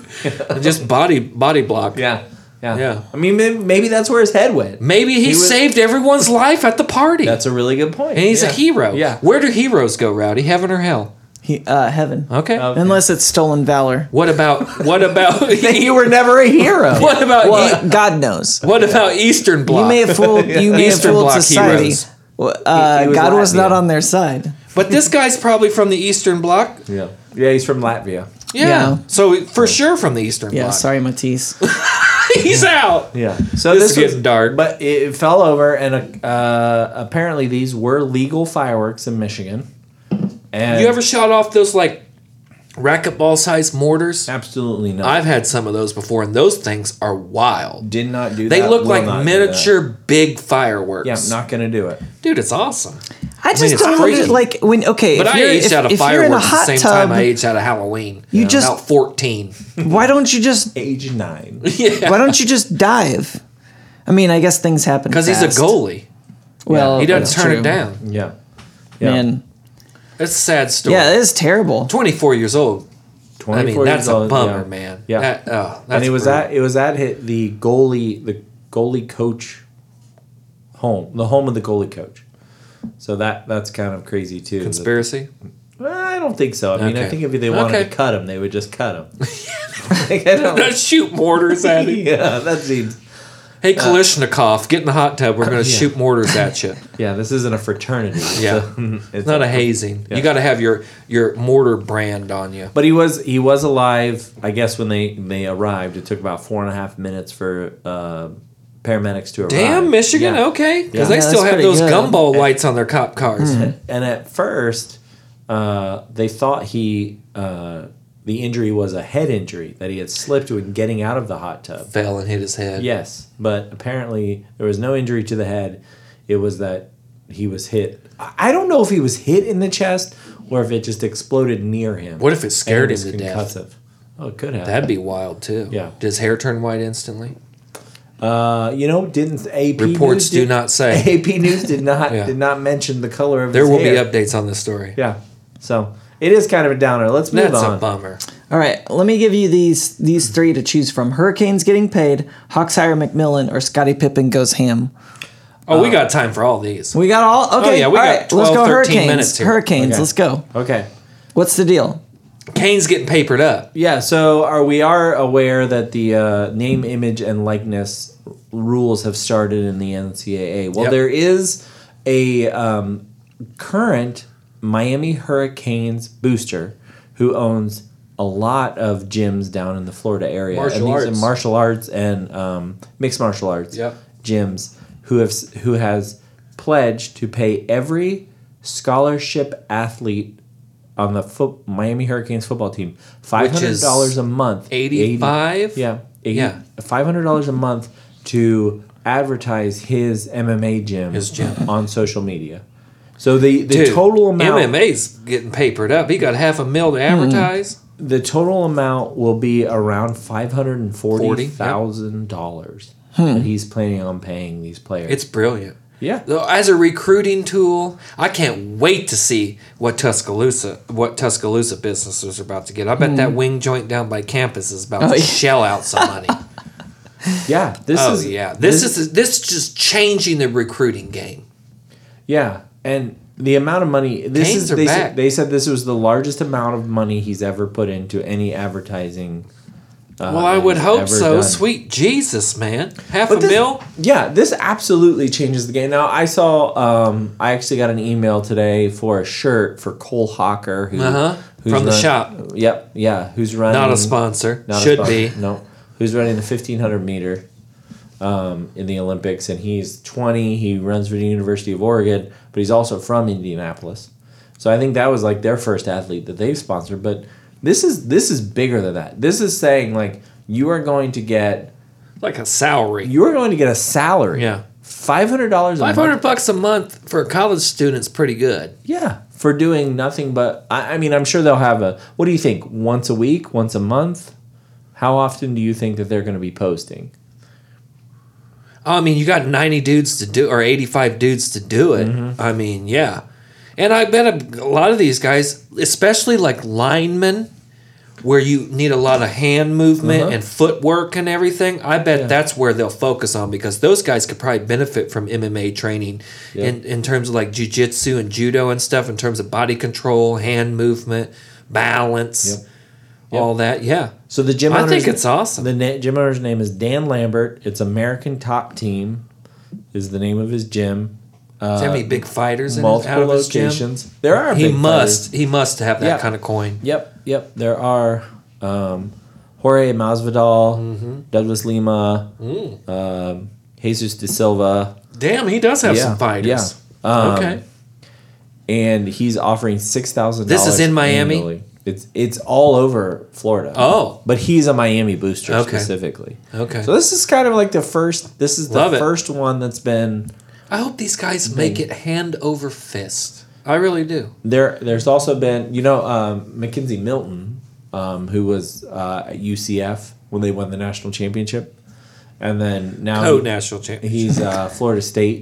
[SPEAKER 1] just body, body block.
[SPEAKER 2] Yeah. Yeah.
[SPEAKER 1] Yeah.
[SPEAKER 2] I mean, may- maybe that's where his head went.
[SPEAKER 1] Maybe he,
[SPEAKER 2] He was-
[SPEAKER 1] saved everyone's life at the party.
[SPEAKER 2] That's a really good point.
[SPEAKER 1] and he's a
[SPEAKER 2] Yeah.
[SPEAKER 1] hero.
[SPEAKER 2] Yeah.
[SPEAKER 1] Where do heroes go, Rowdy? Heaven or hell?
[SPEAKER 3] He, uh, heaven.
[SPEAKER 1] Okay.
[SPEAKER 2] Uh,
[SPEAKER 3] Unless it's stolen valor.
[SPEAKER 1] what about what about
[SPEAKER 2] you were never a hero.
[SPEAKER 1] what about
[SPEAKER 3] Well,
[SPEAKER 1] E-
[SPEAKER 3] God knows.
[SPEAKER 1] what about Eastern Bloc?
[SPEAKER 3] You may have fooled. You may have
[SPEAKER 1] Eastern
[SPEAKER 3] fooled
[SPEAKER 1] Bloc
[SPEAKER 3] society.
[SPEAKER 1] heroes.
[SPEAKER 3] Well, Uh,
[SPEAKER 2] He- he was
[SPEAKER 3] God was not
[SPEAKER 2] Latvian.
[SPEAKER 3] on their side.
[SPEAKER 1] but this guy's probably from the Eastern Bloc.
[SPEAKER 2] Yeah. Yeah, he's from Latvia.
[SPEAKER 1] Yeah.
[SPEAKER 3] Yeah.
[SPEAKER 1] So for sure from the Eastern
[SPEAKER 3] Yeah,
[SPEAKER 1] Bloc.
[SPEAKER 3] sorry, Matisse.
[SPEAKER 1] he's out.
[SPEAKER 2] Yeah. So this,
[SPEAKER 1] This is getting
[SPEAKER 2] was-
[SPEAKER 1] dark.
[SPEAKER 2] But it, it fell over, and uh, apparently these were legal fireworks in Michigan. And
[SPEAKER 1] You ever shot off those like racquetball sized mortars?
[SPEAKER 2] Absolutely not.
[SPEAKER 1] I've had some of those before, and those things are wild.
[SPEAKER 2] did not do that.
[SPEAKER 1] They look
[SPEAKER 2] will not
[SPEAKER 1] like
[SPEAKER 2] do
[SPEAKER 1] miniature big fireworks.
[SPEAKER 2] that. Yeah, I'm not gonna do it.
[SPEAKER 1] Dude, it's awesome.
[SPEAKER 3] I just
[SPEAKER 1] it's
[SPEAKER 3] don't
[SPEAKER 1] freaky.
[SPEAKER 3] under, like when okay.
[SPEAKER 1] But
[SPEAKER 3] if
[SPEAKER 1] I
[SPEAKER 3] you're,
[SPEAKER 1] aged
[SPEAKER 3] if,
[SPEAKER 1] out of
[SPEAKER 3] if you're in a
[SPEAKER 1] fireworks at the
[SPEAKER 3] hot
[SPEAKER 1] same
[SPEAKER 3] tub,
[SPEAKER 1] time I aged out of Halloween.
[SPEAKER 3] You just-
[SPEAKER 1] about fourteen.
[SPEAKER 3] why don't you just
[SPEAKER 2] Age nine.
[SPEAKER 1] yeah,
[SPEAKER 3] why don't you just dive? I mean, I guess things happen
[SPEAKER 1] because he's a
[SPEAKER 3] fast.
[SPEAKER 1] goalie.
[SPEAKER 3] Well,
[SPEAKER 1] He
[SPEAKER 3] that's
[SPEAKER 1] doesn't turn
[SPEAKER 3] true.
[SPEAKER 1] it down.
[SPEAKER 2] yeah. Yeah.
[SPEAKER 3] Man,
[SPEAKER 1] It's a sad story.
[SPEAKER 3] yeah, it is terrible.
[SPEAKER 1] Twenty-four years old. I
[SPEAKER 2] 24
[SPEAKER 1] mean, that's
[SPEAKER 2] years
[SPEAKER 1] a
[SPEAKER 2] old,
[SPEAKER 1] bummer,
[SPEAKER 2] yeah.
[SPEAKER 1] man.
[SPEAKER 2] Yeah.
[SPEAKER 1] That- oh, that's
[SPEAKER 2] and it was
[SPEAKER 1] brutal.
[SPEAKER 2] at it was at hit the goalie the goalie coach home the home of the goalie coach. So that that's kind of crazy too. that-
[SPEAKER 1] conspiracy.
[SPEAKER 2] Well, I don't think so. I mean, I
[SPEAKER 1] Okay.
[SPEAKER 2] think if they wanted
[SPEAKER 1] Okay.
[SPEAKER 2] to cut him, they would just cut him. Like, I don't-
[SPEAKER 1] Let's shoot mortars at him.
[SPEAKER 2] yeah, that seems.
[SPEAKER 1] Hey, Kalishnikov, get in the hot tub. We're going to
[SPEAKER 2] Yeah.
[SPEAKER 1] shoot mortars at you.
[SPEAKER 2] Yeah, this isn't a fraternity.
[SPEAKER 1] Yeah.
[SPEAKER 2] so it's
[SPEAKER 1] Not a hazing.
[SPEAKER 2] Yeah.
[SPEAKER 1] You got to have your your mortar brand on you.
[SPEAKER 2] But he was he was alive. I guess when they they arrived, it took about four and a half minutes for uh, paramedics to arrive.
[SPEAKER 1] Damn, Michigan,
[SPEAKER 2] Yeah.
[SPEAKER 1] okay. Because
[SPEAKER 2] Yeah,
[SPEAKER 1] they still
[SPEAKER 3] that's
[SPEAKER 1] have
[SPEAKER 3] pretty
[SPEAKER 1] those
[SPEAKER 3] good.
[SPEAKER 1] gumball lights on their cop cars.
[SPEAKER 2] And at first, uh, they thought he uh, the injury was a head injury that he had slipped when getting out of the hot tub.
[SPEAKER 1] Fell and hit his head.
[SPEAKER 2] Yes, but apparently there was no injury to the head. It was that he was hit. I I don't know if he was hit in the chest or if it just exploded near him.
[SPEAKER 1] What if it scared
[SPEAKER 2] And
[SPEAKER 1] him
[SPEAKER 2] was
[SPEAKER 1] to death?
[SPEAKER 2] concussive. Oh, it could have.
[SPEAKER 1] That'd be wild too.
[SPEAKER 2] Yeah.
[SPEAKER 1] Did his hair turn white instantly?
[SPEAKER 2] Uh, you know, didn't AP
[SPEAKER 1] Reports
[SPEAKER 2] News
[SPEAKER 1] do
[SPEAKER 2] did-
[SPEAKER 1] not say.
[SPEAKER 2] AP News did not
[SPEAKER 1] Yeah.
[SPEAKER 2] did not mention the color of
[SPEAKER 1] There
[SPEAKER 2] his
[SPEAKER 1] will be
[SPEAKER 2] hair.
[SPEAKER 1] updates on this story.
[SPEAKER 2] yeah. So it is kind of a downer. Let's move
[SPEAKER 1] That's a
[SPEAKER 2] on.
[SPEAKER 1] bummer.
[SPEAKER 3] All right, let me give you these these three to choose from: Hurricanes getting paid, Hawks hire McMillan, or Scottie Pippen goes ham.
[SPEAKER 1] Oh,
[SPEAKER 2] Uh,
[SPEAKER 1] we got time for all these.
[SPEAKER 3] We got all okay.
[SPEAKER 1] Oh, yeah, we
[SPEAKER 3] all
[SPEAKER 1] got
[SPEAKER 3] right, let's
[SPEAKER 1] 12, 13
[SPEAKER 3] go Hurricanes.
[SPEAKER 1] minutes here.
[SPEAKER 3] Hurricanes,
[SPEAKER 2] Okay.
[SPEAKER 3] let's go.
[SPEAKER 2] Okay.
[SPEAKER 3] What's the deal?
[SPEAKER 1] Kane's getting papered up.
[SPEAKER 2] Yeah. So are we are aware that the uh, name, image, and likeness rules have started in the NCAA? Well,
[SPEAKER 1] Yep.
[SPEAKER 2] there is a um, current Miami Hurricanes booster who owns a lot of gyms down in the Florida area.
[SPEAKER 1] Martial
[SPEAKER 2] and these are
[SPEAKER 1] arts.
[SPEAKER 2] martial arts and um, mixed martial arts
[SPEAKER 1] Yep.
[SPEAKER 2] gyms who have s- who has pledged to pay every scholarship athlete on the foot, Miami Hurricanes football team five hundred dollars a month,
[SPEAKER 1] 85?
[SPEAKER 2] Eighty- yeah, 80,
[SPEAKER 1] Yeah.
[SPEAKER 2] five hundred dollars a month to advertise his MMA gym,
[SPEAKER 1] His gym.
[SPEAKER 2] on social media. So the the
[SPEAKER 1] Dude,
[SPEAKER 2] total amount Hmm.
[SPEAKER 1] MMA's getting papered up. He got half a mil to advertise.
[SPEAKER 2] the total amount will be around five hundred and forty
[SPEAKER 1] Forty,
[SPEAKER 2] thousand dollars
[SPEAKER 1] Hmm.
[SPEAKER 2] that he's planning on paying these players.
[SPEAKER 1] It's brilliant.
[SPEAKER 2] yeah,
[SPEAKER 1] Though, As a recruiting tool, I can't wait to see what Tuscaloosa what Tuscaloosa businesses are about to get. I bet
[SPEAKER 2] Hmm.
[SPEAKER 1] that wing joint down by campus is about
[SPEAKER 3] Oh,
[SPEAKER 1] to
[SPEAKER 3] yeah.
[SPEAKER 1] shell out some money.
[SPEAKER 2] yeah. This
[SPEAKER 1] oh
[SPEAKER 2] is
[SPEAKER 1] yeah, this, is this is just changing the recruiting game.
[SPEAKER 2] Yeah, and the amount of money this
[SPEAKER 1] Canes
[SPEAKER 2] is
[SPEAKER 1] are
[SPEAKER 2] they,
[SPEAKER 1] back.
[SPEAKER 2] Said, they said this was the largest amount of money he's ever put into any advertising
[SPEAKER 1] well, I would
[SPEAKER 2] he's
[SPEAKER 1] hope
[SPEAKER 2] ever
[SPEAKER 1] so.
[SPEAKER 2] Uh, done.
[SPEAKER 1] Sweet Jesus, man. Half a
[SPEAKER 2] this-
[SPEAKER 1] mil?
[SPEAKER 2] Yeah, this absolutely changes the game. Now, I saw, um, I actually got an email today for a shirt for Cole Hawker, who,
[SPEAKER 1] Uh-huh. From the
[SPEAKER 2] run-
[SPEAKER 1] shop.
[SPEAKER 2] Yep, yeah, who's running.
[SPEAKER 1] Not a sponsor.
[SPEAKER 2] not a
[SPEAKER 1] Should
[SPEAKER 2] spon-
[SPEAKER 1] be.
[SPEAKER 2] No, who's running the fifteen hundred meter um, in the Olympics, and he's twenty. He runs for the University of Oregon, but he's also from Indianapolis. So I think that was like their first athlete that they've sponsored. But this is this is bigger than that. This is saying like you are going to get
[SPEAKER 1] Like a salary.
[SPEAKER 2] you are going to get a salary.
[SPEAKER 1] Yeah.
[SPEAKER 2] Five hundred dollars a
[SPEAKER 1] Five
[SPEAKER 2] month.
[SPEAKER 1] hundred bucks a month for a college student's pretty good.
[SPEAKER 2] Yeah, for doing nothing but. I, I mean, I'm sure they'll have a. What do you think? Once a week? Once a month? How often do you think that they're going to be posting?
[SPEAKER 1] I mean, you got 90 dudes to do, or 85 dudes to do it.
[SPEAKER 2] Mm-hmm.
[SPEAKER 1] I mean, yeah. And I bet a, a lot of these guys, especially like linemen, where you need a lot of hand movement
[SPEAKER 2] Uh-huh.
[SPEAKER 1] and footwork and everything, I bet that's where they'll focus on because those guys could probably benefit from MMA training in, in terms of like jujitsu and judo and stuff, in terms of body control, hand movement, balance,
[SPEAKER 2] Yep. Yep.
[SPEAKER 1] all that. Yeah.
[SPEAKER 2] So the gym.
[SPEAKER 1] I
[SPEAKER 2] owner's-
[SPEAKER 1] think it's awesome.
[SPEAKER 2] The na- gym owner's name is Dan Lambert. It's American Top Team, is the name of his gym.
[SPEAKER 1] Do
[SPEAKER 3] Uh,
[SPEAKER 1] you have any big fighters in out
[SPEAKER 2] Multiple
[SPEAKER 1] of his gym?
[SPEAKER 2] locations. There are.
[SPEAKER 1] he
[SPEAKER 2] big
[SPEAKER 1] must he must have that
[SPEAKER 2] Yeah.
[SPEAKER 1] kind of coin
[SPEAKER 2] Yep, yep. There are um, Jorge Masvidal,
[SPEAKER 1] Mm-hmm.
[SPEAKER 2] Douglas Lima,
[SPEAKER 1] Mm.
[SPEAKER 2] um, Jesus de Silva.
[SPEAKER 1] damn he does have
[SPEAKER 2] Yeah,
[SPEAKER 1] some fighters
[SPEAKER 2] yeah. Um,
[SPEAKER 1] okay
[SPEAKER 2] and he's offering six thousand.
[SPEAKER 1] This is in Miami?
[SPEAKER 2] It's it's all over Florida.
[SPEAKER 1] Oh.
[SPEAKER 2] but he's a Miami booster
[SPEAKER 1] Okay.
[SPEAKER 2] specifically.
[SPEAKER 1] okay
[SPEAKER 2] So this is kind of like the first. This is the
[SPEAKER 1] Love it.
[SPEAKER 2] first one that's been
[SPEAKER 1] i hope these guys make it hand over fist i really do
[SPEAKER 2] there. There's also been you know um, Mackenzie Milton, um, who was uh, at UCF when they won the national championship, and then
[SPEAKER 3] Um,
[SPEAKER 2] now
[SPEAKER 1] oh national champion
[SPEAKER 2] He's uh, Florida State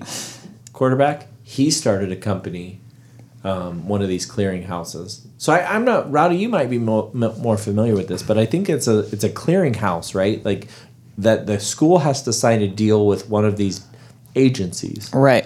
[SPEAKER 2] quarterback. He started a company, um, one of these clearing houses. So I, I'm not Rowdy. You might be more, more familiar with this, but I think it's a it's a clearing house, right? Like that the school has to sign a deal with one of these agencies,
[SPEAKER 3] Right.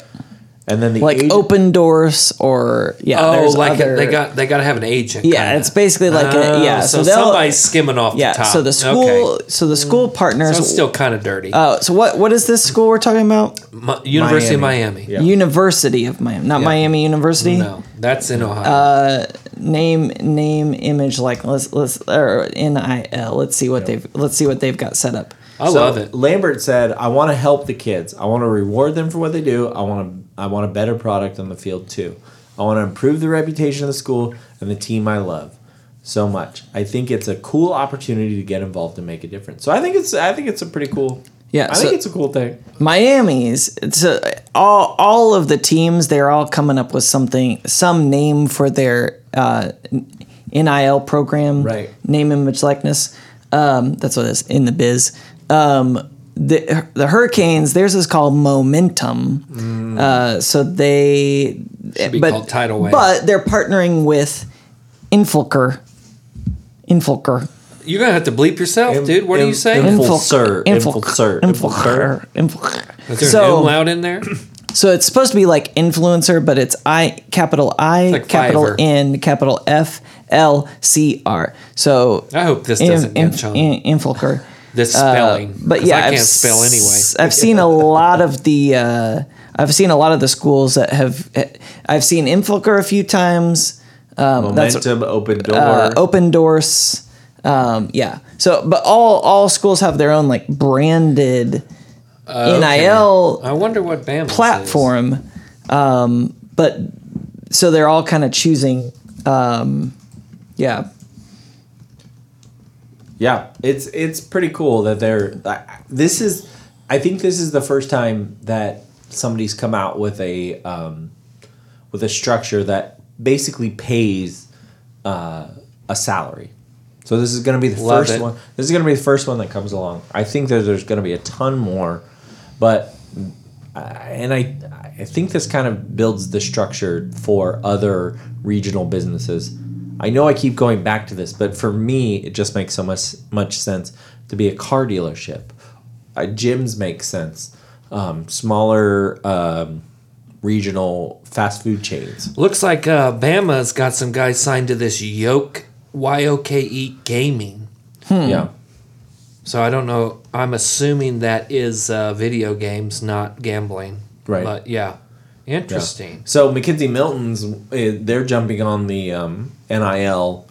[SPEAKER 2] and then the
[SPEAKER 3] Like
[SPEAKER 2] ag-
[SPEAKER 3] open doors or yeah.
[SPEAKER 1] oh
[SPEAKER 3] there's
[SPEAKER 1] like
[SPEAKER 3] other-
[SPEAKER 1] they got they got to have an agent
[SPEAKER 3] Yeah,
[SPEAKER 1] kinda.
[SPEAKER 3] it's basically like
[SPEAKER 1] Oh,
[SPEAKER 3] a, yeah.
[SPEAKER 1] so,
[SPEAKER 3] So, they'll
[SPEAKER 1] somebody's skimming off
[SPEAKER 3] yeah.
[SPEAKER 1] the top
[SPEAKER 3] So the school
[SPEAKER 1] okay.
[SPEAKER 3] so the school partners.
[SPEAKER 1] so it's still kind of dirty
[SPEAKER 3] uh, so what what is this school we're talking about?
[SPEAKER 1] Mi- university of miami
[SPEAKER 2] Yeah.
[SPEAKER 3] University of Miami, not Miami University.
[SPEAKER 1] no that's in ohio
[SPEAKER 3] Uh, Name name image like let's let's or N I L. Let's see what they've let's see what they've got set up.
[SPEAKER 1] i
[SPEAKER 2] So
[SPEAKER 1] love it
[SPEAKER 2] Lambert said, "I want to help the kids. I want to reward them for what they do. I want to. I want a better product on the field too. I want to improve the reputation of the school and the team I love so much. I think it's a cool opportunity to get involved and make a difference. So I think it's. I think it's a pretty cool.
[SPEAKER 3] Yeah,
[SPEAKER 2] I
[SPEAKER 3] so-
[SPEAKER 2] think it's a cool thing.
[SPEAKER 3] Miami's it's a, all all of the teams they're all coming up with something some name for their uh, NIL program
[SPEAKER 2] Right.
[SPEAKER 3] name image likeness um, that's what it is in the biz um, the the Hurricanes theirs is called Momentum uh, so they
[SPEAKER 1] Mm. be
[SPEAKER 3] but
[SPEAKER 1] called Tidal Wave.
[SPEAKER 3] but they're partnering with Infilker Infilker
[SPEAKER 1] you're gonna have to bleep yourself
[SPEAKER 2] Im-
[SPEAKER 1] dude what do
[SPEAKER 2] im-
[SPEAKER 1] you say
[SPEAKER 2] im-
[SPEAKER 1] is
[SPEAKER 2] Infilker, Infilker,
[SPEAKER 3] Infilker Infilker Infilker
[SPEAKER 1] there an umlaut in there
[SPEAKER 3] So it's supposed to be like influencer, but it's I capital I
[SPEAKER 1] like
[SPEAKER 3] capital
[SPEAKER 1] Fiverr.
[SPEAKER 3] N capital F L C R. So
[SPEAKER 1] i hope Ah, this
[SPEAKER 3] inf,
[SPEAKER 1] doesn't get shown
[SPEAKER 3] infilker.
[SPEAKER 1] this spelling
[SPEAKER 3] uh, But
[SPEAKER 1] 'cause
[SPEAKER 3] yeah,
[SPEAKER 1] i can't
[SPEAKER 3] I've
[SPEAKER 1] spell anyway
[SPEAKER 3] s- I've seen a lot of the uh, I've seen a lot of the schools that have I've seen infilker a few times. Um, that's
[SPEAKER 2] Momentum, open door.
[SPEAKER 3] uh, open doors. Um, yeah. So, but all all schools have their own like branded
[SPEAKER 1] Uh,
[SPEAKER 3] nil
[SPEAKER 1] I wonder what Bama
[SPEAKER 3] platform. Um, but so they're all kind of choosing. Um, yeah,
[SPEAKER 2] Yeah, it's it's pretty cool that they're. I- This is, I think this is the first time that somebody's come out with a um, with a structure that basically pays uh, a salary. So this is going to be the
[SPEAKER 1] Love
[SPEAKER 2] first
[SPEAKER 1] it.
[SPEAKER 2] one. This is going to be the first one that comes along. I think that there's going to be a ton more, but I- and I I think this kind of builds the structure for other regional businesses. I know I keep going back to this, but for me, it just makes so much much sense to be a car dealership. Uh, gyms make sense. Um, smaller um, regional fast food chains.
[SPEAKER 1] Looks like uh, Bama's got some guys signed to this Yoke Y O K E Gaming.
[SPEAKER 2] Yeah.
[SPEAKER 1] So I don't know. I'm assuming that is uh, video games, not gambling.
[SPEAKER 2] Right.
[SPEAKER 1] But yeah, interesting.
[SPEAKER 2] So McKinsey Milton's, uh, they're jumping on the um, NIL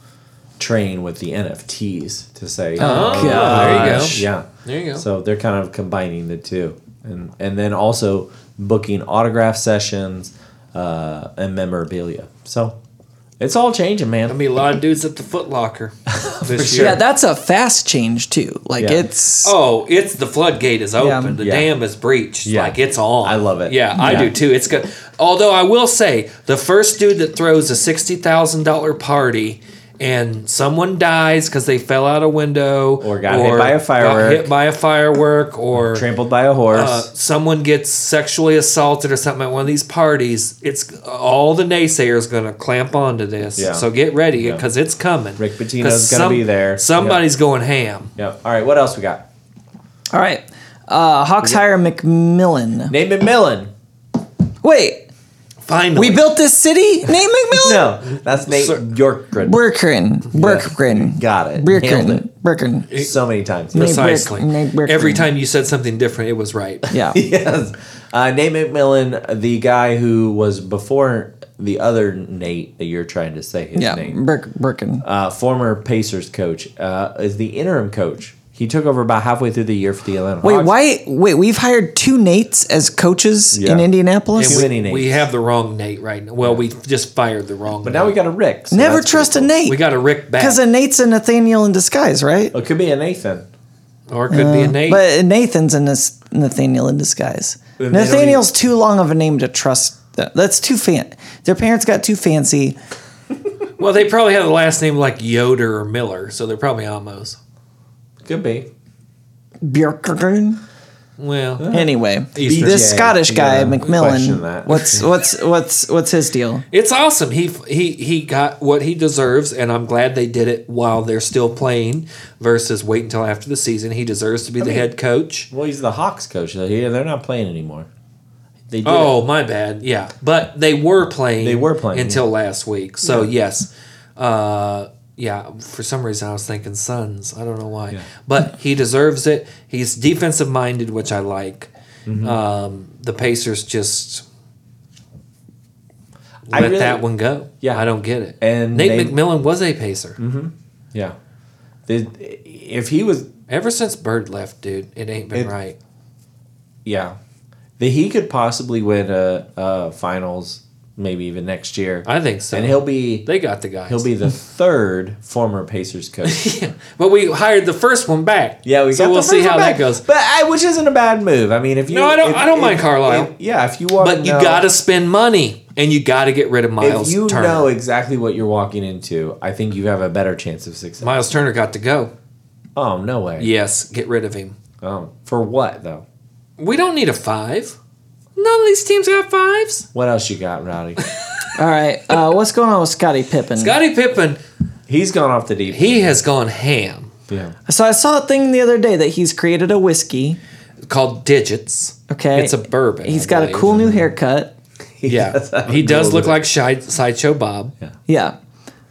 [SPEAKER 2] train with the NFTs to say,
[SPEAKER 3] Oh,
[SPEAKER 2] "Gosh."
[SPEAKER 1] there you go.
[SPEAKER 2] yeah,
[SPEAKER 1] There you go.
[SPEAKER 2] So they're kind of combining the two, and and then also booking autograph sessions uh, and memorabilia. So it's all changing, man.
[SPEAKER 1] Gonna be a lot of dudes at the Foot Locker this
[SPEAKER 2] sure.
[SPEAKER 1] year.
[SPEAKER 3] Yeah, that's a fast change too. Like
[SPEAKER 2] Yeah.
[SPEAKER 3] it's
[SPEAKER 1] Oh, it's the floodgate is open.
[SPEAKER 3] Yeah.
[SPEAKER 1] The
[SPEAKER 2] Yeah.
[SPEAKER 1] dam is breached.
[SPEAKER 2] Yeah.
[SPEAKER 1] Like it's on.
[SPEAKER 2] I love it.
[SPEAKER 1] Yeah, I
[SPEAKER 2] Yeah.
[SPEAKER 1] do too. It's good. Although I will say, the first dude that throws a sixty thousand dollar party and someone dies because they fell out a window
[SPEAKER 2] Or got hit by a
[SPEAKER 1] got
[SPEAKER 2] firework.
[SPEAKER 1] hit by a firework, or
[SPEAKER 2] Trampled by a horse.
[SPEAKER 1] uh, someone gets sexually assaulted or something at one of these parties. It's all the naysayers going to clamp onto this.
[SPEAKER 2] Yeah.
[SPEAKER 1] So get ready
[SPEAKER 2] Yeah.
[SPEAKER 1] because it's coming.
[SPEAKER 2] Rick Pitino's
[SPEAKER 1] 'Cause
[SPEAKER 2] gonna be there.
[SPEAKER 1] Somebody's going ham.
[SPEAKER 2] yeah. All right. What else we got?
[SPEAKER 3] all right. Uh, Hawks hire McMillan.
[SPEAKER 2] Name McMillan.
[SPEAKER 3] Wait,
[SPEAKER 1] Finally,
[SPEAKER 3] we built this city. Name McMillan.
[SPEAKER 2] No, that's Nate
[SPEAKER 1] Sir-
[SPEAKER 2] Bjorkgren.
[SPEAKER 3] Burkrin. Burkrin.
[SPEAKER 2] Got it. Nailed
[SPEAKER 3] Burkrin.
[SPEAKER 2] it.
[SPEAKER 3] Burkrin.
[SPEAKER 2] So many times.
[SPEAKER 3] Nate
[SPEAKER 1] Precisely.
[SPEAKER 3] Brick- Nate Brickman.
[SPEAKER 1] Every time you said something different, it was right.
[SPEAKER 3] Yeah.
[SPEAKER 2] yes. Uh, Nate McMillan, the guy who was before the other Nate that you're trying to say his
[SPEAKER 3] Yeah.
[SPEAKER 2] name,
[SPEAKER 3] Burk Burkin.
[SPEAKER 2] uh, former Pacers coach, uh, is the interim coach. He took over about halfway through the year for the Atlanta
[SPEAKER 3] Wait,
[SPEAKER 2] Hawks.
[SPEAKER 3] why? Wait, we've hired two Nates as coaches
[SPEAKER 2] Yeah.
[SPEAKER 3] in
[SPEAKER 1] And
[SPEAKER 3] Indianapolis.
[SPEAKER 2] Too many
[SPEAKER 1] we,
[SPEAKER 2] Nates.
[SPEAKER 1] we have the wrong Nate right now. Well, we just fired the wrong.
[SPEAKER 2] But now we got a Rick. so
[SPEAKER 3] Never
[SPEAKER 2] that's
[SPEAKER 3] trust a
[SPEAKER 2] pretty
[SPEAKER 3] Nate
[SPEAKER 1] we got a Rick back,
[SPEAKER 3] because a Nate's a Nathaniel in disguise, right?
[SPEAKER 2] cool. It could be a Nathan.
[SPEAKER 1] or it could be a Nate.
[SPEAKER 3] But Nathan's a Nas- Nathaniel in disguise.
[SPEAKER 2] But they don't
[SPEAKER 3] Nathaniel's too long of a name to trust. That. That's too fan. Their parents got too fancy.
[SPEAKER 1] well, they probably have the last name like Yoder or Miller, so they're probably almost.
[SPEAKER 2] Could be.
[SPEAKER 3] Bjorkgren.
[SPEAKER 1] Well,
[SPEAKER 3] Anyway,
[SPEAKER 1] Eastern.
[SPEAKER 3] this
[SPEAKER 2] Yeah,
[SPEAKER 3] Scottish
[SPEAKER 2] you
[SPEAKER 3] guy
[SPEAKER 2] gotta question
[SPEAKER 3] McMillan.
[SPEAKER 2] that.
[SPEAKER 3] What's what's what's what's his deal?
[SPEAKER 1] it's awesome. He he he got what he deserves, and I'm glad they did it while they're still playing, versus wait until after the season. He deserves to be the head coach.
[SPEAKER 2] Well, he's the Hawks coach. So he, they're not playing anymore. They did it.
[SPEAKER 1] Oh, my bad. Yeah, but they were playing.
[SPEAKER 2] They were playing,
[SPEAKER 1] until last week. So yes, uh, yeah. For some reason, I was thinking Suns. I don't know why, but he deserves it. He's defensive minded, which I like.
[SPEAKER 2] Mm-hmm.
[SPEAKER 1] Um, the Pacers just
[SPEAKER 2] I
[SPEAKER 1] let
[SPEAKER 2] really-
[SPEAKER 1] that one go.
[SPEAKER 2] Yeah.
[SPEAKER 1] I don't get it.
[SPEAKER 2] And
[SPEAKER 1] Nate
[SPEAKER 2] they- Mm-hmm.
[SPEAKER 1] McMillan was a Pacer
[SPEAKER 2] Yeah. They- if he was
[SPEAKER 1] ever since Bird left, dude. It ain't
[SPEAKER 2] It-
[SPEAKER 1] been right.
[SPEAKER 2] Yeah, that he could possibly win a, a finals, maybe even next year,
[SPEAKER 1] I think so.
[SPEAKER 2] and he'll be
[SPEAKER 1] they got the guys.
[SPEAKER 2] he'll be the third former Pacers coach.
[SPEAKER 1] but we hired the first one back.
[SPEAKER 2] Yeah, we
[SPEAKER 1] so
[SPEAKER 2] got
[SPEAKER 1] we'll
[SPEAKER 2] the
[SPEAKER 1] see
[SPEAKER 2] first
[SPEAKER 1] how
[SPEAKER 2] one
[SPEAKER 1] that
[SPEAKER 2] back.
[SPEAKER 1] goes.
[SPEAKER 2] but I, which isn't a bad move. I mean, if you
[SPEAKER 1] No, I don't- I don't mind Carlisle.
[SPEAKER 2] if- yeah, if you want,
[SPEAKER 3] Oh,
[SPEAKER 1] But you gotta spend money, and you gotta get rid of Miles
[SPEAKER 2] If you
[SPEAKER 1] Turner.
[SPEAKER 2] know exactly what you're walking into, I think you have a better chance of success.
[SPEAKER 1] Miles Turner got to go.
[SPEAKER 2] oh no way!
[SPEAKER 1] Yes, get rid of him.
[SPEAKER 2] Oh, for what though?
[SPEAKER 1] We don't need a five. None of these teams got fives.
[SPEAKER 2] What else you got, Rowdy?
[SPEAKER 3] All right, uh, what's going on with Scottie Pippen?
[SPEAKER 1] Scottie Pippen,
[SPEAKER 2] He's gone off the deep.
[SPEAKER 1] he has gone ham.
[SPEAKER 2] yeah.
[SPEAKER 3] so I saw a thing the other day that he's created a whiskey.
[SPEAKER 1] Called digits.
[SPEAKER 3] Okay,
[SPEAKER 1] It's a bourbon.
[SPEAKER 3] He's
[SPEAKER 1] I
[SPEAKER 3] got a
[SPEAKER 1] believe.
[SPEAKER 3] cool new haircut.
[SPEAKER 1] Yeah, he does look like Shy, sideshow Bob.
[SPEAKER 3] Yeah.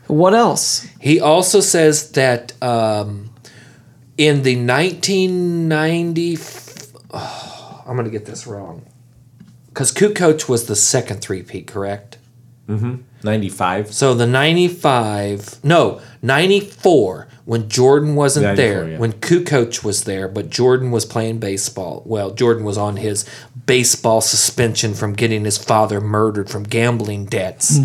[SPEAKER 3] What else?
[SPEAKER 1] He also says that um, in the 1990, f- oh, I'm going to get this wrong, because Kukoc was the second three P, correct?
[SPEAKER 2] ninety-five.
[SPEAKER 1] So the 95, no, 94, when Jordan wasn't
[SPEAKER 2] 94,
[SPEAKER 1] there,
[SPEAKER 2] yeah.
[SPEAKER 1] when Kukoc was there, but Jordan was playing baseball. Well, Jordan was on his baseball suspension from getting his father murdered from gambling debts.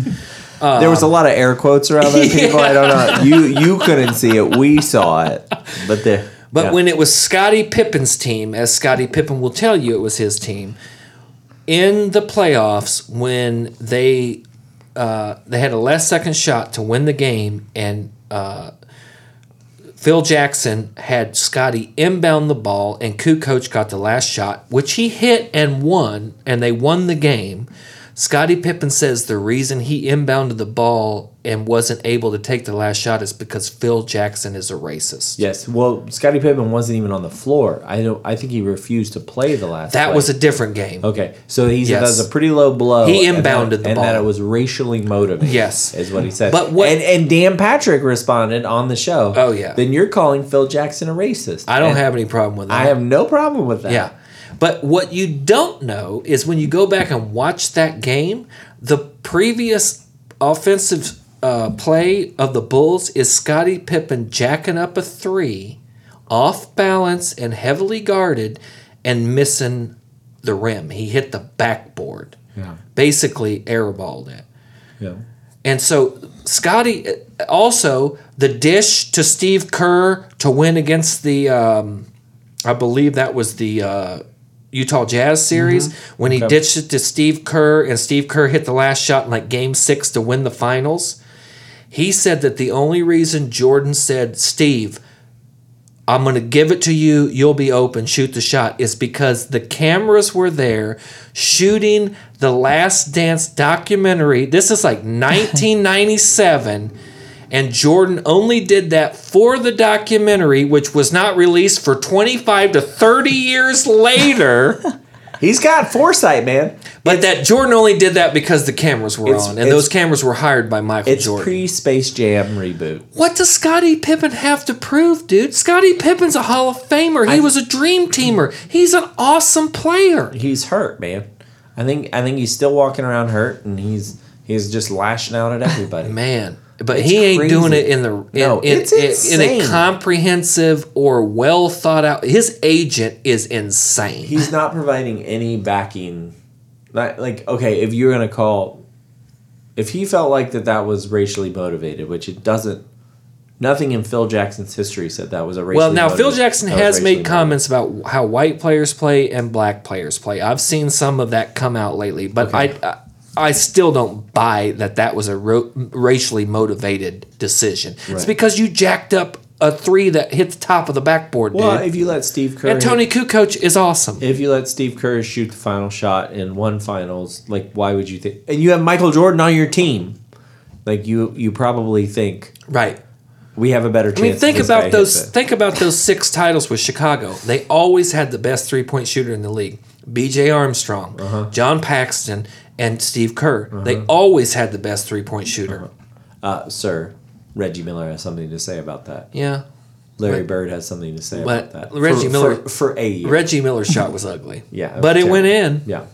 [SPEAKER 1] Uh,
[SPEAKER 2] There was a lot of air quotes around that people. I don't know. You you couldn't see it. We saw it. But the
[SPEAKER 1] But
[SPEAKER 2] yeah.
[SPEAKER 1] when it was Scottie Pippen's team, as Scottie Pippen will tell you, it was his team. In the playoffs, when they uh, they had a last second shot to win the game, and uh, Phil Jackson had Scotty inbound the ball, and Kukoc got the last shot, which he hit and won, and they won the game. Scottie Pippen says the reason he inbounded the ball and wasn't able to take the last shot is because Phil Jackson is a racist.
[SPEAKER 2] Yes. Well, Scottie Pippen wasn't even on the floor. I don't. I think he refused to play the last.
[SPEAKER 1] That
[SPEAKER 2] play.
[SPEAKER 1] was a different game.
[SPEAKER 2] Okay, so he said that
[SPEAKER 1] Yes.
[SPEAKER 2] was a pretty low blow.
[SPEAKER 1] He
[SPEAKER 2] and that-
[SPEAKER 1] inbounded the
[SPEAKER 2] and that
[SPEAKER 1] ball.
[SPEAKER 2] it was racially motivated.
[SPEAKER 1] Yes.
[SPEAKER 2] is what he said.
[SPEAKER 1] But what-
[SPEAKER 2] And, and Dan Patrick responded on the show.
[SPEAKER 1] Oh, yeah.
[SPEAKER 2] Then you're calling Phil Jackson a racist.
[SPEAKER 1] I don't
[SPEAKER 2] And
[SPEAKER 1] have any problem with that.
[SPEAKER 2] I have no problem with that.
[SPEAKER 1] Yeah. But what you don't know is when you go back and watch that game, the previous offensive uh, play of the Bulls is Scottie Pippen jacking up a three off balance and heavily guarded and missing the rim. He hit the backboard.
[SPEAKER 2] Yeah.
[SPEAKER 1] Basically airballed it.
[SPEAKER 2] Yeah.
[SPEAKER 1] And so Scotty uh, also the dish to Steve Kerr to win against the um, I believe that was the uh, Utah Jazz series when he ditched it to Steve Kerr and Steve Kerr hit the last shot in like game 6 to win the finals. He said that the only reason Jordan said, "Steve, I'm going to give it to you. You'll be open. Shoot the shot. It's because the cameras were there shooting the Last Dance documentary. This is like 1997. And Jordan only did that for the documentary, which was not released for 25 to 30 years later.
[SPEAKER 2] He's got foresight, man.
[SPEAKER 1] But that Jordan only did that because the cameras were
[SPEAKER 2] It's-
[SPEAKER 1] on. And
[SPEAKER 2] it's-
[SPEAKER 1] those cameras were hired by Michael
[SPEAKER 2] It's
[SPEAKER 1] Jordan.
[SPEAKER 2] pre Space Jam reboot.
[SPEAKER 1] What does Scottie Pippen have to prove, dude? Scottie Pippen's a Hall of Famer. He was a dream teamer. He's an awesome player.
[SPEAKER 2] He's hurt, man. I think I think he's still walking around hurt, and he's he's just lashing out at everybody.
[SPEAKER 1] Man. But he ain't
[SPEAKER 2] crazy.
[SPEAKER 1] doing it in the in,
[SPEAKER 2] No,
[SPEAKER 1] in,
[SPEAKER 2] it's
[SPEAKER 1] in, in a
[SPEAKER 2] insane.
[SPEAKER 1] comprehensive or well thought out. His agent is insane.
[SPEAKER 2] he's not providing any backing. Not, like okay, if you're gonna call, if he felt like that that was racially motivated, which it doesn't. Nothing in Phil Jackson's history said that was a racially.
[SPEAKER 1] well, now Phil
[SPEAKER 2] motivated-
[SPEAKER 1] Jackson
[SPEAKER 2] that was
[SPEAKER 1] has
[SPEAKER 2] racially
[SPEAKER 1] made comments about how white players play and black players play. I've seen some of that come out lately, but I, I I still don't buy that that was a ro- racially motivated decision. It's
[SPEAKER 2] Right.
[SPEAKER 1] because you jacked up a three that hit the top of the backboard,
[SPEAKER 2] motivated. Well,
[SPEAKER 1] dude.
[SPEAKER 2] if you let Steve Kerr,
[SPEAKER 1] and Tony Kukoc is awesome.
[SPEAKER 2] if you let Steve Kerr shoot the final shot in one finals, like why would you think? And you have Michael Jordan on your team, like you you probably think
[SPEAKER 1] right.
[SPEAKER 2] we have a better
[SPEAKER 1] I
[SPEAKER 2] chance.
[SPEAKER 1] mean,
[SPEAKER 2] if
[SPEAKER 1] think
[SPEAKER 2] this guy
[SPEAKER 1] about
[SPEAKER 2] hits
[SPEAKER 1] those.
[SPEAKER 2] it.
[SPEAKER 1] Think about those six titles with Chicago. They always had the best three point shooter in the league: B.J. Armstrong,
[SPEAKER 2] Uh-huh.
[SPEAKER 1] John Paxton, and Steve Kerr. They always had the best three point shooter.
[SPEAKER 2] uh, sir. Reggie Miller has something to say about that.
[SPEAKER 1] Yeah,
[SPEAKER 2] Larry Bird has something to say
[SPEAKER 1] But
[SPEAKER 2] about that.
[SPEAKER 1] Reggie
[SPEAKER 2] for,
[SPEAKER 1] Miller-
[SPEAKER 2] for, for a year.
[SPEAKER 1] Reggie Miller's shot was ugly.
[SPEAKER 2] Yeah, it
[SPEAKER 1] but
[SPEAKER 2] was
[SPEAKER 1] it went
[SPEAKER 2] terrible.
[SPEAKER 1] in.
[SPEAKER 2] yeah.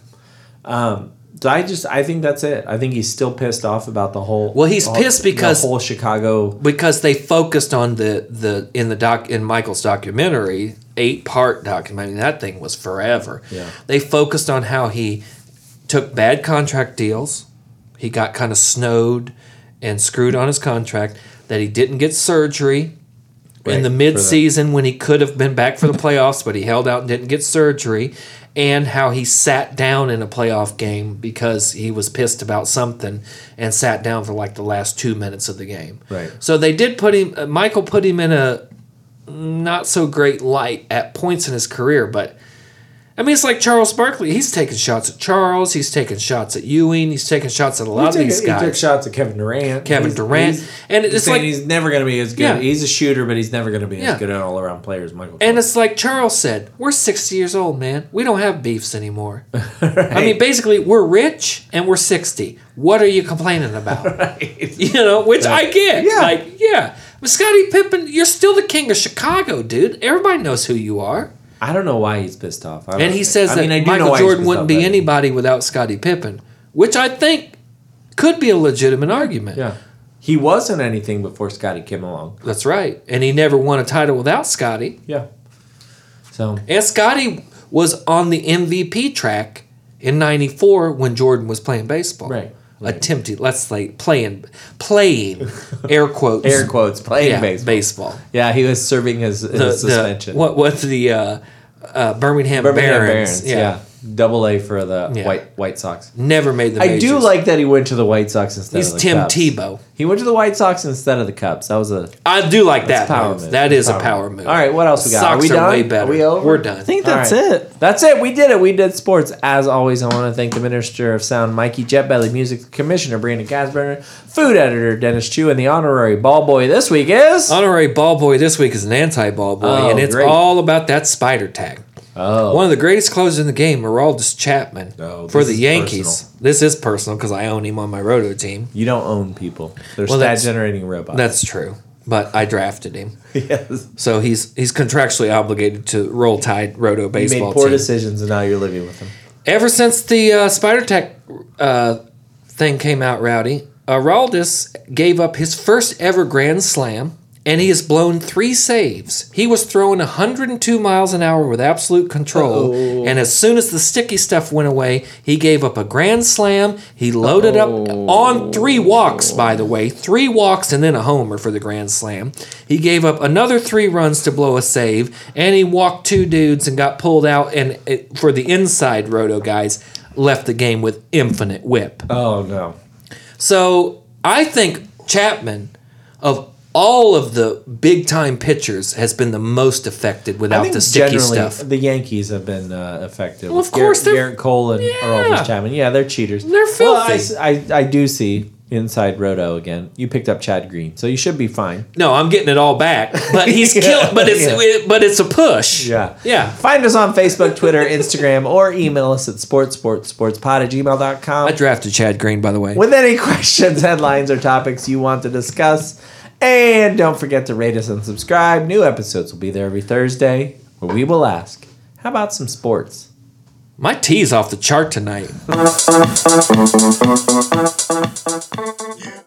[SPEAKER 2] Um, so I just I think that's it. I think he's still pissed off about the whole.
[SPEAKER 1] Well, he's
[SPEAKER 2] the
[SPEAKER 1] pissed because-
[SPEAKER 2] the whole Chicago.
[SPEAKER 1] because they focused on the the in the doc in Michael's documentary eight part documentary that thing was forever.
[SPEAKER 2] Yeah.
[SPEAKER 1] They focused on how he took bad contract deals. He got kind of snowed and screwed on his contract that he didn't get surgery
[SPEAKER 2] Right,
[SPEAKER 1] in the
[SPEAKER 2] for the-
[SPEAKER 1] midseason when he could have been back for the playoffs, but he held out and didn't get surgery, and how he sat down in a playoff game because he was pissed about something and sat down for like the last two minutes of the game.
[SPEAKER 2] Right.
[SPEAKER 1] So they did put him, uh, Michael put him in a not so great light at points in his career, but. I mean, it's like Charles Barkley. He's taking shots at Charles. He's taking shots at Ewing. He's taking shots at a lot
[SPEAKER 2] He
[SPEAKER 1] of
[SPEAKER 2] took,
[SPEAKER 1] these
[SPEAKER 2] he took
[SPEAKER 1] guys.
[SPEAKER 2] shots at Kevin Durant.
[SPEAKER 1] Kevin
[SPEAKER 2] He's-
[SPEAKER 1] Durant,
[SPEAKER 2] he's-
[SPEAKER 1] and
[SPEAKER 2] he's
[SPEAKER 1] it's
[SPEAKER 2] saying
[SPEAKER 1] like
[SPEAKER 2] he's never going to be as good.
[SPEAKER 1] Yeah.
[SPEAKER 2] He's a shooter, but he's never going to be
[SPEAKER 1] Yeah.
[SPEAKER 2] as good an all around player as Michael.
[SPEAKER 1] And it's like Charles said, we're 60 years old, man. We don't have beefs anymore. I mean, basically, we're rich and we're 60. What are you complaining about? You know, which I get.
[SPEAKER 2] Yeah.
[SPEAKER 1] Like, yeah. But Scottie Pippen, you're still the king of Chicago, dude. Everybody knows who you are.
[SPEAKER 2] I don't know why he's pissed off. I don't-
[SPEAKER 1] And he says
[SPEAKER 2] I
[SPEAKER 1] that
[SPEAKER 2] mean, I do know
[SPEAKER 1] Michael
[SPEAKER 2] why he's
[SPEAKER 1] Jordan
[SPEAKER 2] pissed
[SPEAKER 1] wouldn't
[SPEAKER 2] off
[SPEAKER 1] be
[SPEAKER 2] at him.
[SPEAKER 1] anybody without Scottie Pippen, which I think could be a legitimate argument.
[SPEAKER 2] Yeah, he wasn't anything before Scotty came along.
[SPEAKER 1] That's right. And he never won a title without Scottie.
[SPEAKER 2] Yeah, so
[SPEAKER 1] And Scotty was on the MVP track in '94 when Jordan was playing baseball.
[SPEAKER 2] Right, right.
[SPEAKER 1] Attempting, let's say, playing, playing, air quotes,
[SPEAKER 2] air quotes playing
[SPEAKER 1] yeah,
[SPEAKER 2] baseball.
[SPEAKER 1] baseball.
[SPEAKER 2] Yeah, he was serving his, his
[SPEAKER 1] The, the-
[SPEAKER 2] suspension.
[SPEAKER 1] what was the uh, uh, Birmingham,
[SPEAKER 2] Birmingham
[SPEAKER 1] Barons?
[SPEAKER 2] Barons, yeah. Double A for the
[SPEAKER 1] Yeah.
[SPEAKER 2] White White Sox.
[SPEAKER 1] Never made the
[SPEAKER 2] I do
[SPEAKER 1] majors.
[SPEAKER 2] like that he went to the White Sox instead
[SPEAKER 1] He's
[SPEAKER 2] of the
[SPEAKER 1] Tim
[SPEAKER 2] Cubs.
[SPEAKER 1] Tebow.
[SPEAKER 2] He went to the White Sox instead of the Cubs. That was a
[SPEAKER 1] I do like that
[SPEAKER 2] power
[SPEAKER 1] move.
[SPEAKER 2] move.
[SPEAKER 1] That
[SPEAKER 2] That's
[SPEAKER 1] is
[SPEAKER 2] power
[SPEAKER 1] a power
[SPEAKER 2] move.
[SPEAKER 1] move.
[SPEAKER 2] All right, what else we got? Are
[SPEAKER 1] Sox
[SPEAKER 2] we
[SPEAKER 1] are
[SPEAKER 2] done?
[SPEAKER 1] way
[SPEAKER 2] Are
[SPEAKER 1] better.
[SPEAKER 2] we over?
[SPEAKER 1] We're done.
[SPEAKER 3] I think
[SPEAKER 2] All
[SPEAKER 3] that's
[SPEAKER 2] right.
[SPEAKER 3] it.
[SPEAKER 2] That's it. We did it. We did sports. As always, I want to thank the Minister of Sound, Mikey Jetbelly, Music Commissioner, Brandon Casburner, Food Editor, Dennis Chu, and the Honorary Ball Boy this week is.
[SPEAKER 1] Honorary ball boy this week is an anti ball boy,
[SPEAKER 2] Oh,
[SPEAKER 1] and it's
[SPEAKER 2] great.
[SPEAKER 1] all about that spider tag.
[SPEAKER 2] Oh.
[SPEAKER 1] One of the greatest closers in the game, Meraldus Chapman
[SPEAKER 2] Oh,
[SPEAKER 1] for
[SPEAKER 2] this
[SPEAKER 1] the
[SPEAKER 2] is
[SPEAKER 1] Yankees.
[SPEAKER 2] personal.
[SPEAKER 1] This is personal because I own him on my roto team.
[SPEAKER 2] You don't own people. They're
[SPEAKER 1] Well,
[SPEAKER 2] stat
[SPEAKER 1] that's-
[SPEAKER 2] generating robots.
[SPEAKER 1] That's true, but I drafted him,
[SPEAKER 2] yes.
[SPEAKER 1] so he's he's contractually obligated to roll tide roto
[SPEAKER 2] You
[SPEAKER 1] baseball
[SPEAKER 2] made poor
[SPEAKER 1] team.
[SPEAKER 2] decisions and now you're living with them.
[SPEAKER 1] Ever since the uh, spider tech uh, thing came out, Rowdy Araldis gave up his first ever grand slam. And he has blown three saves. He was throwing 102 miles an hour with absolute control. And as soon as the sticky stuff went away, he gave up a grand slam. He loaded up on three walks, by the way. Three walks and then a homer for the grand slam. He gave up another three runs to blow a save. And he walked two dudes and got pulled out. And it, for the inside roto guys, left the game with infinite whip.
[SPEAKER 2] Oh, no.
[SPEAKER 1] So I think Chapman, of all of the big time pitchers, has been the most affected
[SPEAKER 2] I
[SPEAKER 1] without
[SPEAKER 2] think
[SPEAKER 1] the sticky
[SPEAKER 2] generally
[SPEAKER 1] stuff.
[SPEAKER 2] the Yankees have been uh, affected.
[SPEAKER 1] Well, of
[SPEAKER 2] With
[SPEAKER 1] course
[SPEAKER 2] Garrett,
[SPEAKER 1] they're-
[SPEAKER 2] Garrett Cole and
[SPEAKER 1] Yeah.
[SPEAKER 2] Aroldis Chapman. Yeah, they're cheaters.
[SPEAKER 1] They're
[SPEAKER 2] Well, I
[SPEAKER 1] filthy.
[SPEAKER 2] s- I, I do see inside Roto again. You picked up Chad Green, so you should be fine.
[SPEAKER 1] No, I'm getting it all back, but he's
[SPEAKER 2] Yeah,
[SPEAKER 1] killed. But it's
[SPEAKER 2] yeah.
[SPEAKER 1] it- but it's a push.
[SPEAKER 2] Yeah.
[SPEAKER 1] yeah.
[SPEAKER 2] Find us on Facebook, Twitter, Instagram, or email us at sportsportsportspod at gmail.com.
[SPEAKER 1] I drafted Chad Green, by the way.
[SPEAKER 2] with any questions, headlines, or topics you want to discuss. And don't forget to rate us and subscribe. New episodes will be there every Thursday where we will ask, how about some sports?
[SPEAKER 1] My tea's off the chart tonight.
[SPEAKER 4] Yeah.